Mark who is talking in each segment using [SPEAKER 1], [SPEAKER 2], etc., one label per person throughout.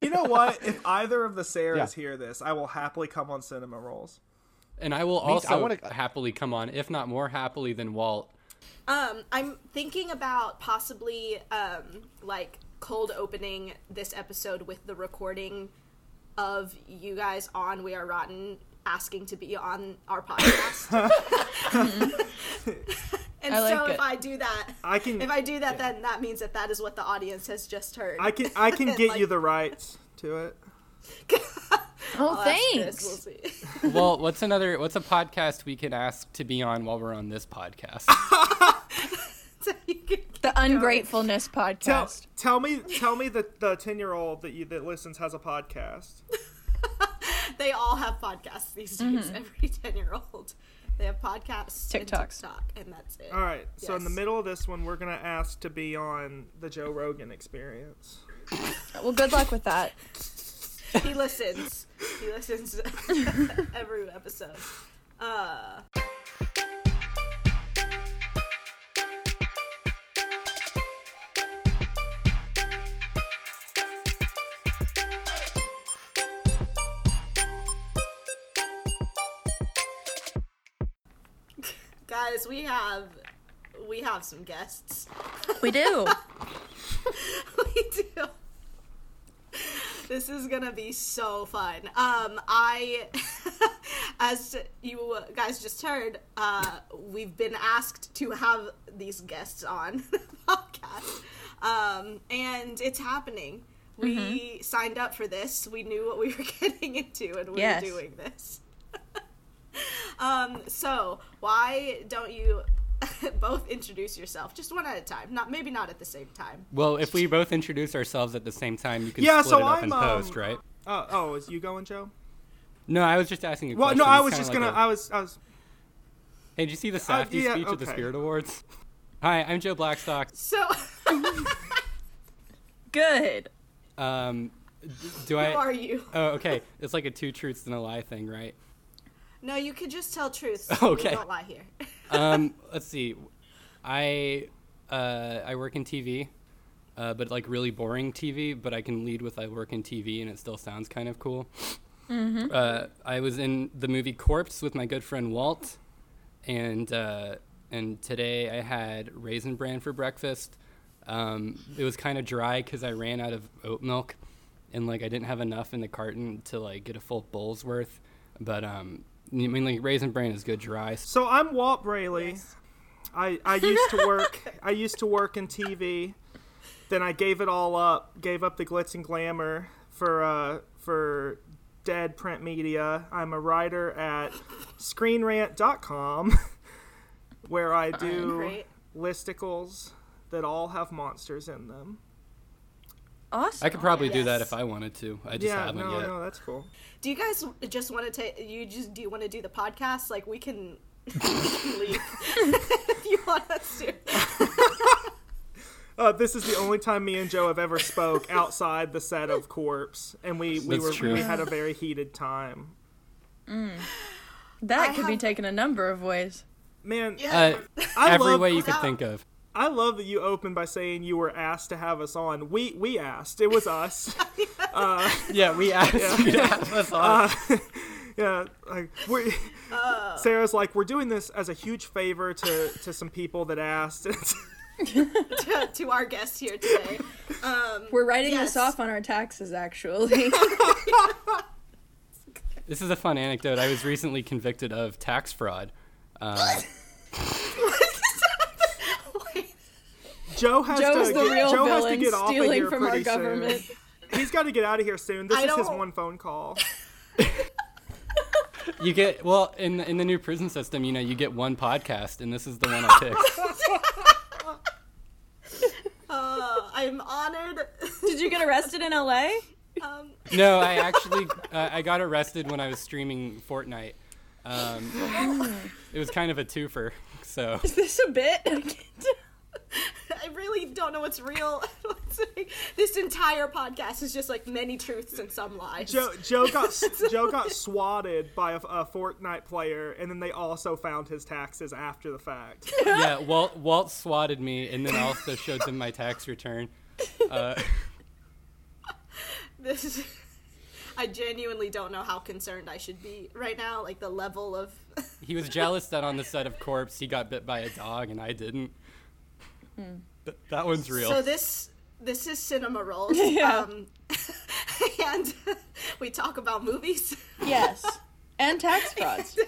[SPEAKER 1] You know what? If either of the Sarahs
[SPEAKER 2] Yeah.
[SPEAKER 1] hear this, I will happily come on cinema rolls.
[SPEAKER 3] And I will also
[SPEAKER 2] I wanna-
[SPEAKER 3] happily come on, if not more happily than Walt.
[SPEAKER 4] Um, I'm thinking about possibly um, like cold opening this episode with the recording of you guys on We Are Rotten asking to be on our podcast. and
[SPEAKER 5] I
[SPEAKER 4] so
[SPEAKER 5] like
[SPEAKER 4] if
[SPEAKER 5] it.
[SPEAKER 4] I do that,
[SPEAKER 1] I can
[SPEAKER 4] if I do that, then that means that that is what the audience has just heard.
[SPEAKER 1] I can I can
[SPEAKER 4] And,
[SPEAKER 1] get
[SPEAKER 4] like-
[SPEAKER 1] you the rights to it.
[SPEAKER 5] Oh,
[SPEAKER 4] I'll ask Chris,
[SPEAKER 5] thanks.
[SPEAKER 4] we'll see.
[SPEAKER 3] Walt, what's another? What's a podcast we can ask to be on while we're on this podcast?
[SPEAKER 4] So you can-
[SPEAKER 5] The Ungratefulness
[SPEAKER 1] Tell,
[SPEAKER 5] podcast.
[SPEAKER 1] tell me tell me that the ten year old that you that listens has a podcast.
[SPEAKER 4] they all have podcasts these days.
[SPEAKER 5] Mm-hmm.
[SPEAKER 4] Every ten year old, they have podcasts, and
[SPEAKER 5] TikToks.
[SPEAKER 4] TikTok, and that's it.
[SPEAKER 1] All right. So in the
[SPEAKER 4] Yes.
[SPEAKER 1] middle of this one, we're gonna ask to be on the Joe Rogan Experience.
[SPEAKER 5] Well, good luck with that.
[SPEAKER 4] he listens. He listens every episode. Uh, guys, we have we have some guests.
[SPEAKER 5] We do.
[SPEAKER 4] we do. This is gonna be so fun. Um, I, as you guys just heard, uh, we've been asked to have these guests on the podcast, um, and it's happening. We signed up for this. We knew what we were getting into, and we
[SPEAKER 5] Yes.
[SPEAKER 4] were doing this. Um, so why don't you both introduce yourself, just one at a time? Not maybe not at the same time.
[SPEAKER 3] well, if we both introduce ourselves at the same time, you can
[SPEAKER 1] Yeah,
[SPEAKER 3] split
[SPEAKER 1] so
[SPEAKER 3] it up
[SPEAKER 1] I'm,
[SPEAKER 3] in
[SPEAKER 1] um,
[SPEAKER 3] post, right?
[SPEAKER 1] Oh, oh, is you going, Joe?
[SPEAKER 3] No, I was just asking a
[SPEAKER 1] Well,
[SPEAKER 3] question.
[SPEAKER 1] no, I
[SPEAKER 3] It's
[SPEAKER 1] was
[SPEAKER 3] kinda
[SPEAKER 1] just
[SPEAKER 3] like
[SPEAKER 1] gonna.
[SPEAKER 3] a-
[SPEAKER 1] I was. I was.
[SPEAKER 3] Hey, did you see the Safety
[SPEAKER 1] yeah,
[SPEAKER 3] speech at the
[SPEAKER 1] okay.
[SPEAKER 3] Spirit Awards? Hi, I'm Joe Blackstock.
[SPEAKER 4] So
[SPEAKER 5] Good.
[SPEAKER 3] Um, d- do
[SPEAKER 4] who are
[SPEAKER 3] I?
[SPEAKER 4] you?
[SPEAKER 3] Oh, okay. It's like a two truths and a lie thing, right?
[SPEAKER 4] No, you could just tell truths.
[SPEAKER 3] Okay.
[SPEAKER 4] We don't lie here.
[SPEAKER 3] Um, let's see. I uh, I work in TV, uh, but like really boring TV. But I can lead with I work in TV, and it still sounds kind of cool. Uh, I was in the movie Corpse with my good friend Walt, and uh, and today I had raisin bran for breakfast. Um, it was kind of dry because I ran out of oat milk, and like I didn't have enough in the carton to like get a full bowl's worth. But um, I mean, like raisin bran is good dry. so
[SPEAKER 1] So I'm Walt Brayley. I I used to work. I used to work in TV. Then I gave it all up. Gave up the glitz and glamour for uh for dead print media. I'm a writer at ScreenRant.com, where I do
[SPEAKER 4] Great.
[SPEAKER 1] listicles that all have monsters in them.
[SPEAKER 5] Awesome.
[SPEAKER 3] I could probably do that
[SPEAKER 4] Yes.
[SPEAKER 3] if I wanted to. I just
[SPEAKER 1] yeah,
[SPEAKER 3] haven't
[SPEAKER 1] no,
[SPEAKER 3] yet.
[SPEAKER 1] no, that's cool.
[SPEAKER 4] Do you guys just want to take? You just do you want to do the podcast? Like we can we can leave if you want us to.
[SPEAKER 1] Uh, this is the only time me and Joe have ever spoke outside the set of Corpse, and we we,
[SPEAKER 3] That's
[SPEAKER 1] were,
[SPEAKER 3] true.
[SPEAKER 1] we had a very heated time.
[SPEAKER 5] That
[SPEAKER 4] I
[SPEAKER 5] could be
[SPEAKER 4] have-
[SPEAKER 5] taken a number of ways.
[SPEAKER 1] Man,
[SPEAKER 3] Uh,
[SPEAKER 1] I
[SPEAKER 3] every
[SPEAKER 1] love
[SPEAKER 3] way you could
[SPEAKER 4] Wow.
[SPEAKER 3] think of.
[SPEAKER 1] I love that you opened by saying you were asked to have us on. We we asked. It was us.
[SPEAKER 3] Yeah, we asked you to have us on.
[SPEAKER 1] yeah, like we.
[SPEAKER 5] Uh.
[SPEAKER 1] Sarah's like we're doing this as a huge favor to to some people that asked.
[SPEAKER 4] to, to our guest here today.
[SPEAKER 5] We're writing
[SPEAKER 4] Yes.
[SPEAKER 5] this off on our taxes, actually.
[SPEAKER 3] This is a fun anecdote. I was recently convicted of tax fraud. Uh,
[SPEAKER 4] Wait,
[SPEAKER 1] Joe has
[SPEAKER 5] Joe's
[SPEAKER 1] to
[SPEAKER 5] the
[SPEAKER 1] get,
[SPEAKER 5] real
[SPEAKER 1] Joe has to
[SPEAKER 5] villain
[SPEAKER 1] get off of
[SPEAKER 5] stealing
[SPEAKER 1] here
[SPEAKER 5] from our
[SPEAKER 1] pretty soon.
[SPEAKER 5] government.
[SPEAKER 1] He's got to get out of here soon. This
[SPEAKER 4] I
[SPEAKER 1] is his
[SPEAKER 4] don't-
[SPEAKER 1] one phone call.
[SPEAKER 3] you get well in in the new prison system. You know, you get one podcast, and this is the one I picked.
[SPEAKER 4] uh, I'm honored.
[SPEAKER 5] Did you get arrested in LA?
[SPEAKER 4] Um,
[SPEAKER 3] no, I actually uh, I got arrested when I was streaming Fortnite. Um, it was kind of a twofer. So
[SPEAKER 5] Is this a bit? I can't tell.
[SPEAKER 4] I really don't know what's real. What's- this entire podcast is just like many truths and some lies.
[SPEAKER 1] Joe Joe got s- Joe got swatted by a, a Fortnite player, and then they also found his taxes after the fact.
[SPEAKER 3] yeah, Walt Walt swatted me, and then also showed them my tax return. Uh,
[SPEAKER 4] this is I genuinely don't know how concerned I should be right now, like the level of
[SPEAKER 3] He was jealous that on the set of Corpse he got bit by a dog and I didn't. Th- that one's real.
[SPEAKER 4] So this this is cinema rolls.
[SPEAKER 5] Yeah.
[SPEAKER 4] Um and we talk about movies.
[SPEAKER 5] Yes. And tax frauds.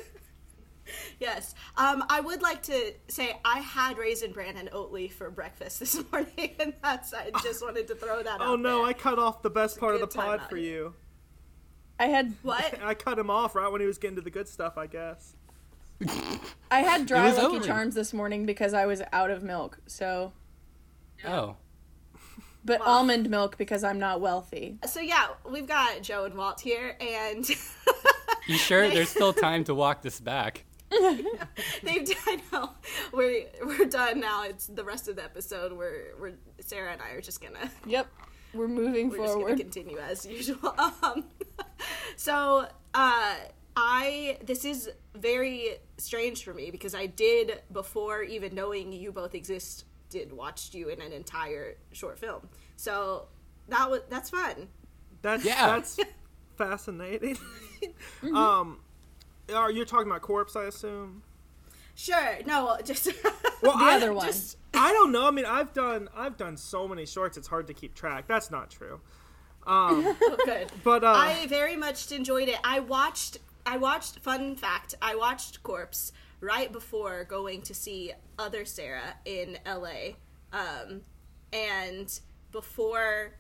[SPEAKER 4] Yes. Um, I would like to say I had raisin bran and oatly for breakfast this morning, and that's I just wanted to throw that.
[SPEAKER 1] Oh
[SPEAKER 4] out
[SPEAKER 1] no,
[SPEAKER 4] there.
[SPEAKER 1] I cut off the best part of the
[SPEAKER 4] good time
[SPEAKER 1] pod
[SPEAKER 4] out
[SPEAKER 1] for
[SPEAKER 4] here.
[SPEAKER 1] you.
[SPEAKER 5] I had
[SPEAKER 4] what?
[SPEAKER 1] I cut him off right when he was getting to the good stuff, I guess.
[SPEAKER 5] I had dry
[SPEAKER 3] was
[SPEAKER 5] Lucky
[SPEAKER 3] over.
[SPEAKER 5] Charms this morning because I was out of milk. So,
[SPEAKER 3] oh.
[SPEAKER 5] but almond milk because I'm not wealthy.
[SPEAKER 4] So yeah, we've got Joe and Walt here, and
[SPEAKER 3] You sure there's still time to walk this back?
[SPEAKER 4] they've done. No, we're we're done now. It's the rest of the episode. We're we're Sarah and I are just gonna
[SPEAKER 5] Yep. We're moving
[SPEAKER 4] we're just gonna
[SPEAKER 5] forward.
[SPEAKER 4] continue as usual. Um, so uh, I this is very strange for me because I did before even knowing you both exist did watched you in an entire short film. So that was that's fun.
[SPEAKER 1] That's
[SPEAKER 3] Yeah.
[SPEAKER 1] that's fascinating.
[SPEAKER 4] Mm-hmm.
[SPEAKER 1] Um, are you talking about corpse? I assume.
[SPEAKER 4] Sure. No, just
[SPEAKER 1] Well,
[SPEAKER 5] the
[SPEAKER 1] I,
[SPEAKER 5] other one.
[SPEAKER 1] I don't know. I mean, I've done I've done so many shorts. It's hard to keep track. That's not true.
[SPEAKER 4] good.
[SPEAKER 1] But uh,
[SPEAKER 4] I very much enjoyed it. I watched. I watched. Fun fact: I watched Corpse right before going to see other Sarah in L.A. Um, and before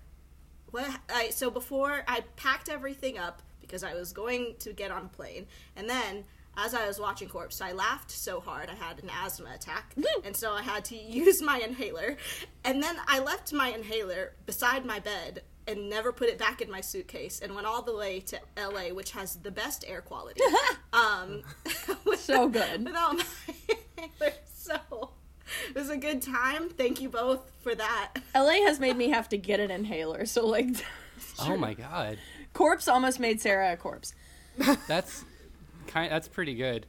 [SPEAKER 4] what? I, so before I packed everything up because I was going to get on a plane, and then. As I was watching Corpse, I laughed so hard I had an asthma attack, and so I had to use my inhaler. And then I left my inhaler beside my bed and never put it back in my suitcase, and went all the way to LA, which has the best air quality. um, with-
[SPEAKER 5] So good.
[SPEAKER 4] Without my inhaler, so it was a good time. Thank you both for that.
[SPEAKER 5] LA has made me have to get an inhaler. So, like,
[SPEAKER 3] Oh my god.
[SPEAKER 5] corpse almost made Sarah a corpse.
[SPEAKER 3] That's kind that's pretty good.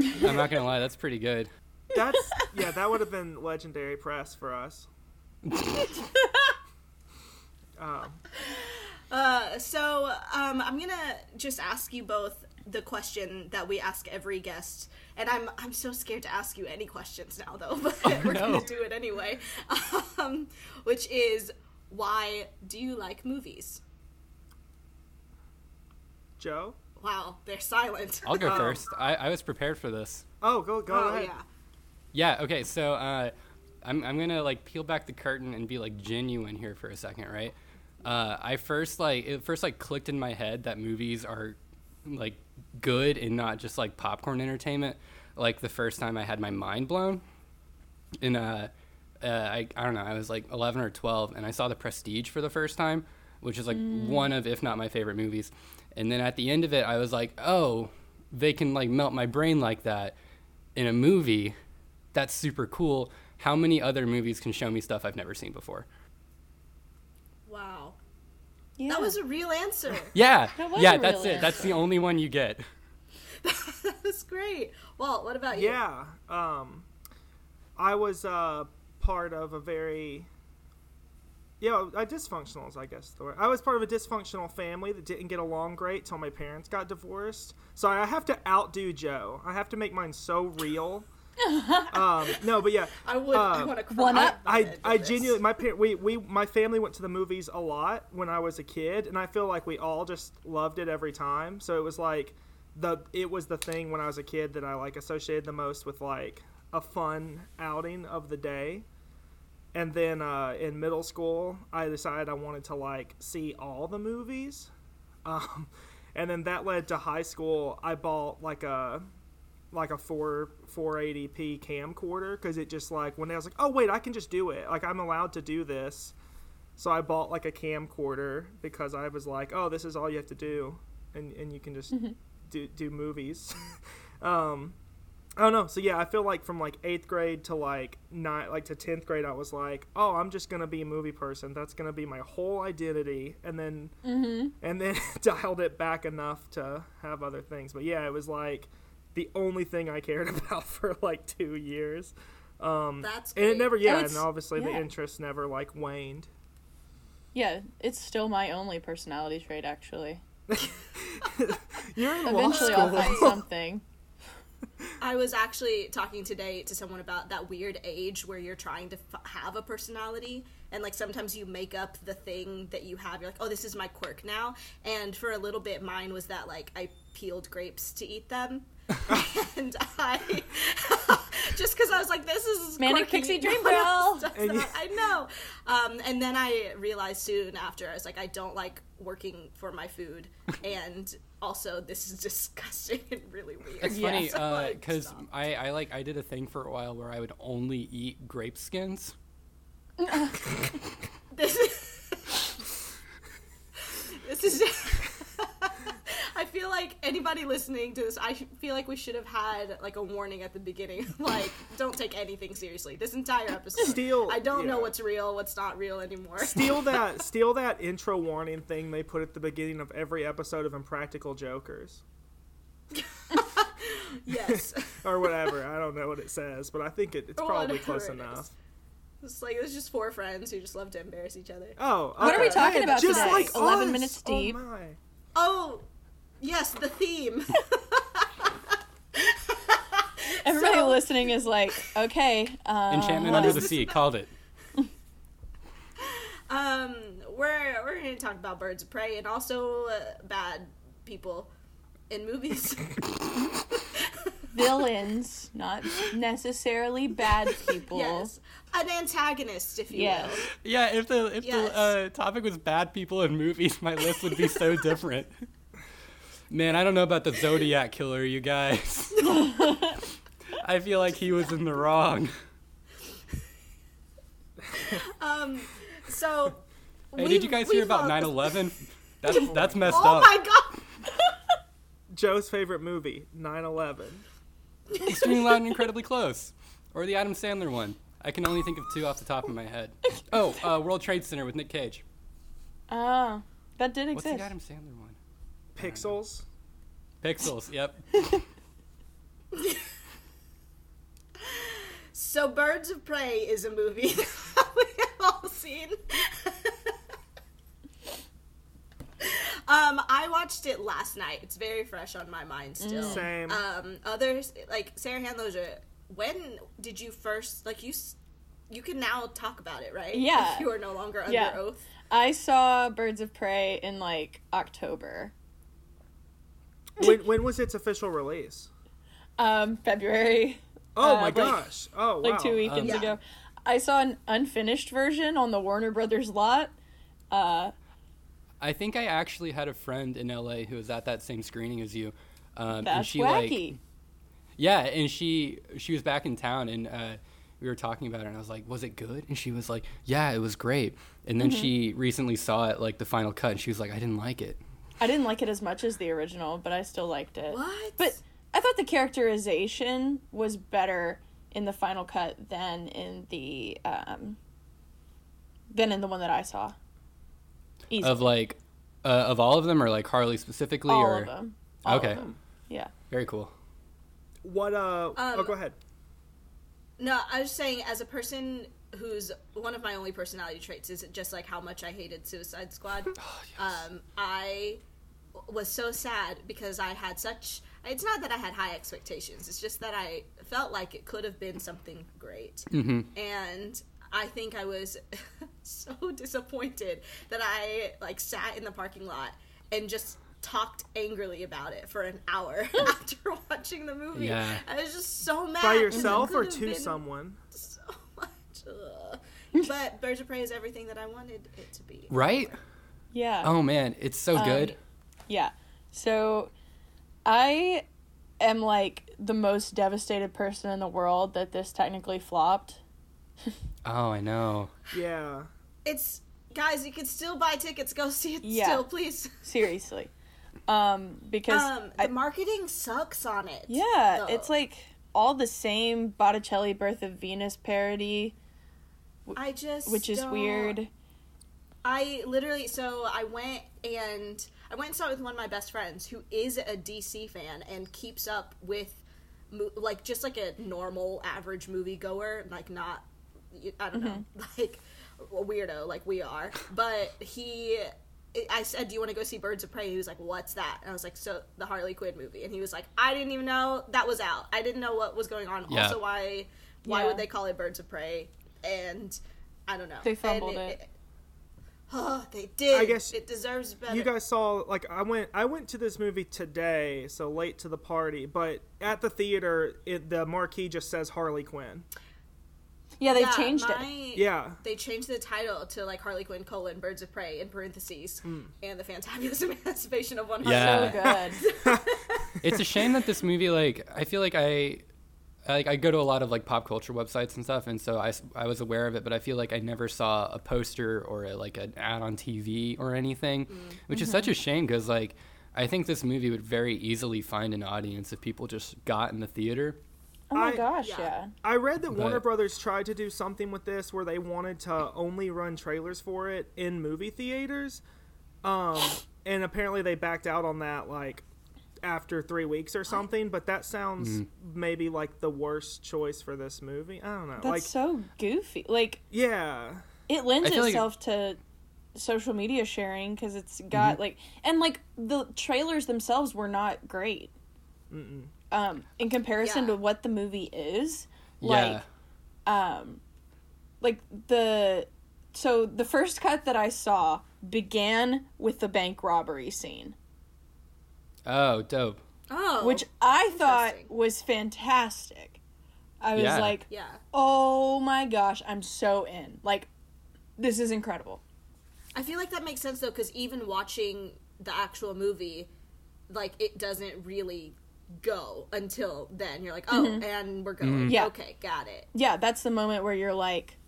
[SPEAKER 3] I'm not gonna lie, that's pretty good.
[SPEAKER 1] that's yeah. That would have been legendary press for us. um,
[SPEAKER 4] Uh, so um, I'm gonna just ask you both the question that we ask every guest, and I'm I'm so scared to ask you any questions now though, but
[SPEAKER 1] Oh,
[SPEAKER 4] we're
[SPEAKER 3] no.
[SPEAKER 4] gonna do it anyway. Um, which is why do you like movies?
[SPEAKER 1] Joe.
[SPEAKER 4] Wow, they're silent.
[SPEAKER 3] I'll go first. I, I was prepared for this.
[SPEAKER 1] Oh, go go
[SPEAKER 4] oh
[SPEAKER 1] ahead.
[SPEAKER 4] yeah.
[SPEAKER 3] Yeah, okay, so uh, I'm, I'm gonna like peel back the curtain and be like genuine here for a second, right? Uh, I first like it first like clicked in my head that movies are like good and not just like popcorn entertainment. Like the first time I had my mind blown, and uh, uh, I I don't know, I was like 11 or 12, and I saw The Prestige for the first time, which is like
[SPEAKER 5] Mm.
[SPEAKER 3] one of if not my favorite movies. And then at the end of it, I was like, oh, they can like melt my brain like that in a movie. That's super cool. How many other movies can show me stuff I've never seen before?
[SPEAKER 4] Wow.
[SPEAKER 5] Yeah.
[SPEAKER 4] That was a real answer.
[SPEAKER 3] Yeah,
[SPEAKER 5] That was
[SPEAKER 3] yeah,
[SPEAKER 5] a
[SPEAKER 3] that's
[SPEAKER 5] real
[SPEAKER 3] it. That's the only one you get.
[SPEAKER 4] that was great. Walt, what about you?
[SPEAKER 1] Yeah. Um, I was uh, part of a very, yeah, a dysfunctional is I guess the word. I was part of a dysfunctional family that didn't get along great till my parents got divorced. So I have to outdo Joe. I have to make mine so real. um, no, but yeah,
[SPEAKER 4] I would. I
[SPEAKER 1] Uh,
[SPEAKER 4] want to cry. Oh
[SPEAKER 5] one up.
[SPEAKER 4] at the
[SPEAKER 1] I,
[SPEAKER 4] end
[SPEAKER 1] I
[SPEAKER 4] of this.
[SPEAKER 1] genuinely my parent we, we my family went to the movies a lot when I was a kid and I feel like we all just loved it every time so it was like the it was the thing when I was a kid that I like associated the most with like a fun outing of the day and then uh, in middle school I decided I wanted to like see all the movies um, and then that led to high school I bought like a like a four 480p camcorder because it just like when I was like, oh wait, I can just do it. Like I'm allowed to do this. So I bought like a camcorder because I was like, oh, this is all you have to do, and and you can just do do movies. um, I don't know. So yeah, I feel like from like eighth grade to like nine, like to tenth grade, I was like, oh, I'm just gonna be a movie person. That's gonna be my whole identity. And then and then dialed it back enough to have other things. But yeah, it was like the only thing I cared about for like two years. Um,
[SPEAKER 4] That's
[SPEAKER 1] and
[SPEAKER 4] great.
[SPEAKER 1] it never, yeah,
[SPEAKER 5] it's-
[SPEAKER 1] and obviously the
[SPEAKER 5] yeah.
[SPEAKER 1] interest never like waned.
[SPEAKER 5] Yeah, it's still my only personality trait, actually.
[SPEAKER 1] You're in law
[SPEAKER 5] Eventually, I'll find
[SPEAKER 1] school.
[SPEAKER 5] something.
[SPEAKER 4] I was actually talking today to someone about that weird age where you're trying to f- have a personality, and like sometimes you make up the thing that you have. You're like, oh, this is my quirk now. And for a little bit, mine was that like I peeled grapes to eat them, and I just because I was like, this is
[SPEAKER 5] Manic
[SPEAKER 4] quirky.
[SPEAKER 5] pixie
[SPEAKER 4] No
[SPEAKER 5] dream
[SPEAKER 4] one else
[SPEAKER 5] girl.
[SPEAKER 4] does
[SPEAKER 1] And you-
[SPEAKER 4] that. I know. Um, and then I realized soon after I was like, I don't like working for my food, and also this is disgusting and really weird.
[SPEAKER 3] It's funny
[SPEAKER 5] Yes.
[SPEAKER 3] because I, I like I did a thing for a while where I would only eat grape skins.
[SPEAKER 4] This is. this is. I feel like anybody listening to this, I sh- feel like we should have had like a warning at the beginning, like don't take anything seriously. This entire episode,
[SPEAKER 1] Steal-
[SPEAKER 4] I don't know
[SPEAKER 1] yeah.
[SPEAKER 4] what's real, what's not real anymore.
[SPEAKER 1] Steal that, steal that intro warning thing they put at the beginning of every episode of Impractical Jokers
[SPEAKER 4] yes,
[SPEAKER 1] or whatever. I don't know what it says, but I think it,
[SPEAKER 5] Oh,
[SPEAKER 1] it's
[SPEAKER 4] Or
[SPEAKER 1] probably
[SPEAKER 4] whatever
[SPEAKER 1] close
[SPEAKER 4] it
[SPEAKER 1] enough.
[SPEAKER 4] is. it's like it's just four friends who just love to embarrass each other.
[SPEAKER 1] Oh,
[SPEAKER 5] What are we
[SPEAKER 1] okay.
[SPEAKER 5] talking about
[SPEAKER 1] Just
[SPEAKER 5] today?
[SPEAKER 1] like
[SPEAKER 5] 11
[SPEAKER 1] us.
[SPEAKER 5] minutes
[SPEAKER 1] Oh
[SPEAKER 5] deep.
[SPEAKER 1] my.
[SPEAKER 4] Oh, yes, the theme.
[SPEAKER 5] Everybody
[SPEAKER 4] So-
[SPEAKER 5] listening is like, okay. Um,
[SPEAKER 3] Enchantment
[SPEAKER 5] what
[SPEAKER 3] Under
[SPEAKER 5] is
[SPEAKER 3] the
[SPEAKER 5] this?
[SPEAKER 3] Sea called it.
[SPEAKER 4] um, we're we're going to talk about birds of prey and also uh, bad people in movies.
[SPEAKER 5] Villains, not necessarily bad people.
[SPEAKER 4] yes, an antagonist, if you
[SPEAKER 5] Yes.
[SPEAKER 4] will.
[SPEAKER 3] Yeah, if the if
[SPEAKER 4] Yes.
[SPEAKER 3] the uh, topic was bad people in movies, my list would be so different. Man, I don't know about the Zodiac killer, you guys. I feel like he was in the wrong.
[SPEAKER 4] Um, so.
[SPEAKER 3] Hey,
[SPEAKER 4] we-
[SPEAKER 3] did you guys
[SPEAKER 4] we
[SPEAKER 3] hear about
[SPEAKER 4] follow-
[SPEAKER 3] 9/11? That's that's messed
[SPEAKER 4] Oh
[SPEAKER 3] up.
[SPEAKER 4] my god!
[SPEAKER 1] Joe's favorite movie, 9/11.
[SPEAKER 3] Extremely loud and incredibly close, or the Adam Sandler one. I can only think of two off the top of my head. Oh, uh, World Trade Center with Nick Cage.
[SPEAKER 5] Oh, that did
[SPEAKER 3] What's
[SPEAKER 5] exist.
[SPEAKER 3] the Adam Sandler one?
[SPEAKER 1] Pixels.
[SPEAKER 3] Pixels. Yep.
[SPEAKER 4] So, Birds of Prey is a movie that we've all seen. um, I watched it last night. It's very fresh on my mind
[SPEAKER 5] Mm.
[SPEAKER 4] still.
[SPEAKER 5] Uh,
[SPEAKER 1] Same.
[SPEAKER 4] Um, others like Sarah Handloser. When did you first like you? s- You can now talk about it, right?
[SPEAKER 5] Yeah.
[SPEAKER 4] If you are no longer under
[SPEAKER 5] Yeah.
[SPEAKER 4] oath.
[SPEAKER 5] I saw Birds of Prey in like October,
[SPEAKER 1] when, when was its official release?
[SPEAKER 5] um, February,
[SPEAKER 1] Oh
[SPEAKER 5] Uh,
[SPEAKER 1] my
[SPEAKER 5] like-
[SPEAKER 1] gosh. Oh wow.
[SPEAKER 5] like two weekends
[SPEAKER 3] um,
[SPEAKER 4] Yeah.
[SPEAKER 5] ago. I saw an unfinished version on the Warner Brothers lot. Uh,
[SPEAKER 3] I think I actually had a friend in LA who was at that same screening as you. Um, and
[SPEAKER 5] that's
[SPEAKER 3] she
[SPEAKER 5] wacky.
[SPEAKER 3] like yeah, and she she was back in town and uh, we were talking about it and I was like, "Was it good?" And she was like, "Yeah, it was great." And then she
[SPEAKER 5] Mm-hmm.
[SPEAKER 3] recently saw it like the final cut and she was like, "I didn't like it."
[SPEAKER 5] I didn't like it as much as the original, but I still liked it.
[SPEAKER 4] What?
[SPEAKER 5] But I thought the characterization was better in the final cut than in the um than in the one that I saw. Easy.
[SPEAKER 3] Of like uh, of all of them or like Harley specifically
[SPEAKER 5] all
[SPEAKER 3] or
[SPEAKER 5] of them. All of
[SPEAKER 3] Okay.
[SPEAKER 5] them. Yeah.
[SPEAKER 3] Very cool.
[SPEAKER 1] What uh oh
[SPEAKER 4] Um,
[SPEAKER 1] go ahead.
[SPEAKER 4] No, I was saying as a person who's one of my only personality traits is just like how much I hated Suicide Squad. um, I was so sad because I had such. It's not that I had high expectations. It's just that I felt like it could have been something great, and I think I was so disappointed that I like sat in the parking lot and just talked angrily about it for an hour after watching the movie.
[SPEAKER 3] Yeah.
[SPEAKER 4] I was just so mad
[SPEAKER 1] By
[SPEAKER 4] 'cause it
[SPEAKER 1] yourself or
[SPEAKER 4] could have
[SPEAKER 1] to
[SPEAKER 4] been-
[SPEAKER 1] someone?
[SPEAKER 4] so much. Ugh. But Birds of Prey is everything that I wanted it to be.
[SPEAKER 3] Right?
[SPEAKER 5] Yeah.
[SPEAKER 3] Oh man, it's so
[SPEAKER 5] Um,
[SPEAKER 3] good.
[SPEAKER 5] Yeah. So I am like the most devastated person in the world that this technically flopped.
[SPEAKER 3] Oh, I know.
[SPEAKER 1] Yeah.
[SPEAKER 4] It's guys, you can still buy tickets. Go see it
[SPEAKER 5] Yeah.
[SPEAKER 4] still, please.
[SPEAKER 5] Seriously. Um because
[SPEAKER 4] Um, the
[SPEAKER 5] I-
[SPEAKER 4] marketing sucks on it.
[SPEAKER 5] Yeah,
[SPEAKER 4] though.
[SPEAKER 5] it's like all the same Botticelli Birth of Venus parody,
[SPEAKER 4] I just
[SPEAKER 5] which is
[SPEAKER 4] don't-
[SPEAKER 5] weird.
[SPEAKER 4] I literally so I went and I went and saw it with one of my best friends who is a DC fan and keeps up with mo- like
[SPEAKER 5] Mm-hmm.
[SPEAKER 4] just like a normal average movie goer, like not I don't know like a weirdo like we are, but he. I said, "Do you want to go see Birds of Prey?" He was like, "What's that?" And I was like, "So the Harley Quinn movie." And he was like, "I didn't even know that was out. I didn't know what was going on.
[SPEAKER 3] Yeah.
[SPEAKER 4] Also, why why
[SPEAKER 5] Yeah.
[SPEAKER 4] would they call it Birds of Prey?" And I don't know.
[SPEAKER 5] They
[SPEAKER 4] And
[SPEAKER 5] fumbled it.
[SPEAKER 4] oh, they did.
[SPEAKER 1] I guess
[SPEAKER 4] it deserves better.
[SPEAKER 1] you guys saw like I went I went to this movie today, so late to the party, but at the theater it, the marquee just says Harley Quinn.
[SPEAKER 5] Yeah, they
[SPEAKER 4] Yeah,
[SPEAKER 5] changed it.
[SPEAKER 4] my-
[SPEAKER 1] Yeah.
[SPEAKER 4] They changed the title to like Harley Quinn colon Birds of Prey in parentheses
[SPEAKER 1] Hmm.
[SPEAKER 4] and the fantabulous emancipation of one.
[SPEAKER 3] Yeah.
[SPEAKER 5] So good.
[SPEAKER 3] it's a shame that this movie like i feel like i like I go to a lot of like pop culture websites and stuff, and so I, s- I was aware of it, but I feel like I never saw a poster or a, like an ad on TV or anything,
[SPEAKER 4] Mm.
[SPEAKER 3] which is such a shame because like I think this movie would very easily find an audience if people just got in the theater.
[SPEAKER 5] Oh my
[SPEAKER 1] I-
[SPEAKER 5] gosh,
[SPEAKER 4] yeah.
[SPEAKER 5] yeah.
[SPEAKER 1] I read that Warner
[SPEAKER 3] But-
[SPEAKER 1] Brothers tried to do something with this where they wanted to only run trailers for it in movie theaters. Um, and apparently they backed out on that like after three weeks or something, but that sounds maybe like the worst choice for this movie. I don't know.
[SPEAKER 5] That's
[SPEAKER 1] like,
[SPEAKER 5] so goofy. Like
[SPEAKER 1] yeah.
[SPEAKER 5] it lends
[SPEAKER 3] I feel like- Mm-hmm.
[SPEAKER 5] itself to social media sharing because it's got like and like the trailers themselves were not great. Um, in comparison
[SPEAKER 4] Yeah.
[SPEAKER 5] to what the movie is,
[SPEAKER 3] yeah,
[SPEAKER 5] like like the so the first cut that I saw began with the bank robbery scene,
[SPEAKER 3] oh dope,
[SPEAKER 4] Oh,
[SPEAKER 5] which I thought
[SPEAKER 4] interesting.
[SPEAKER 5] was fantastic. I was
[SPEAKER 3] Yeah.
[SPEAKER 5] like,
[SPEAKER 4] yeah,
[SPEAKER 5] "Oh my gosh, I'm so in. Like this is incredible."
[SPEAKER 4] I feel like that makes sense though because even watching the actual movie, like it doesn't really go until then. You're like, oh, and we're
[SPEAKER 1] Hmm.
[SPEAKER 4] going.
[SPEAKER 5] Mm-hmm. Yeah.
[SPEAKER 4] okay, got it.
[SPEAKER 5] Yeah, that's the moment where you're like,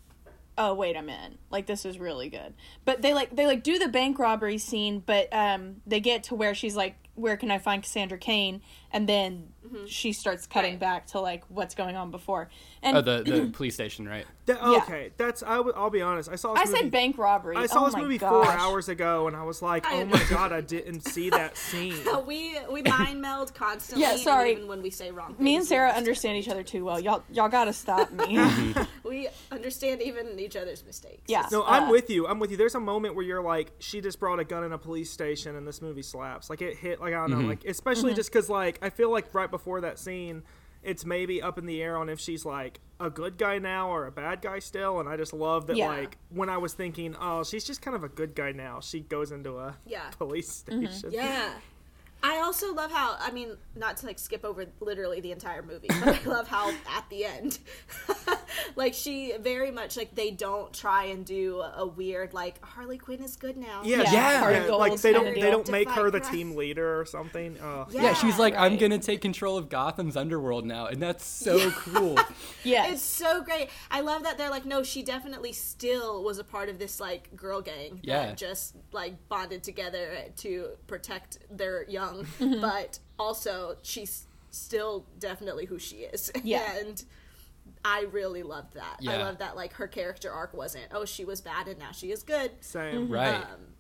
[SPEAKER 5] "Oh, wait, I'm in. Like this is really good." But they like they like do the bank robbery scene, but um they get to where she's like, "Where can I find Cassandra Kane?" and then she starts cutting
[SPEAKER 4] Mm-hmm. Right.
[SPEAKER 5] back to like what's going on before. And
[SPEAKER 3] oh the the police station right?
[SPEAKER 1] That,
[SPEAKER 5] Yeah.
[SPEAKER 1] okay, that's I w- I'll be honest. I saw. This
[SPEAKER 5] I
[SPEAKER 1] movie,
[SPEAKER 5] said bank robbery.
[SPEAKER 1] I saw
[SPEAKER 5] oh
[SPEAKER 1] this
[SPEAKER 5] my
[SPEAKER 1] movie
[SPEAKER 5] gosh.
[SPEAKER 1] four hours ago, and I was like,
[SPEAKER 4] I
[SPEAKER 1] "Oh my god, I didn't see that scene."
[SPEAKER 4] But we we mind meld constantly.
[SPEAKER 5] Yeah,
[SPEAKER 4] and
[SPEAKER 5] sorry.
[SPEAKER 4] even when we say wrong.
[SPEAKER 5] Me and
[SPEAKER 4] things, we
[SPEAKER 5] Sarah
[SPEAKER 4] understand.
[SPEAKER 5] understand each other too well. Y'all y'all got to stop me.
[SPEAKER 4] We understand even each other's mistakes.
[SPEAKER 5] yeah.
[SPEAKER 1] No, I'm
[SPEAKER 5] uh,
[SPEAKER 1] with you. I'm with you. There's a moment where you're like, she just brought a gun in a police station, and this movie slaps. Like it hit. Like I don't know. Like especially
[SPEAKER 4] Mm-hmm.
[SPEAKER 1] just because like I feel like right before that scene, it's maybe up in the air on if she's like a good guy now or a bad guy still. And I just love that.
[SPEAKER 5] Yeah.
[SPEAKER 1] Like when I was thinking, oh, she's just kind of a good guy now. She goes into a
[SPEAKER 4] Yeah. Mm-hmm.
[SPEAKER 1] police station.
[SPEAKER 4] Yeah. I also love how I mean, not to like skip over literally the entire movie, but I love how at the end, like she very much like they don't try and do a weird like Harley Quinn is good now.
[SPEAKER 1] Yeah,
[SPEAKER 5] Yeah,
[SPEAKER 1] yeah,
[SPEAKER 5] Hardy
[SPEAKER 1] yeah,
[SPEAKER 5] Gold
[SPEAKER 1] like they
[SPEAKER 5] kinda
[SPEAKER 1] don't they
[SPEAKER 5] deal.
[SPEAKER 1] don't make her the
[SPEAKER 4] Defy
[SPEAKER 1] team leader or something. Oh.
[SPEAKER 4] Yeah.
[SPEAKER 3] Yeah, she's like, I'm
[SPEAKER 5] right.
[SPEAKER 3] gonna take control of Gotham's underworld now, and that's so cool.
[SPEAKER 5] Yes.
[SPEAKER 4] It's so great. I love that they're like, no, she definitely still was a part of this like girl gang
[SPEAKER 3] Yeah.
[SPEAKER 4] that just like bonded together to protect their young, but also she's still definitely who she is.
[SPEAKER 5] Yeah.
[SPEAKER 4] and I really loved that. I
[SPEAKER 3] Yeah.
[SPEAKER 4] love that like her character arc wasn't, oh, she was bad and now she is good,
[SPEAKER 1] Same.
[SPEAKER 3] right?
[SPEAKER 4] um,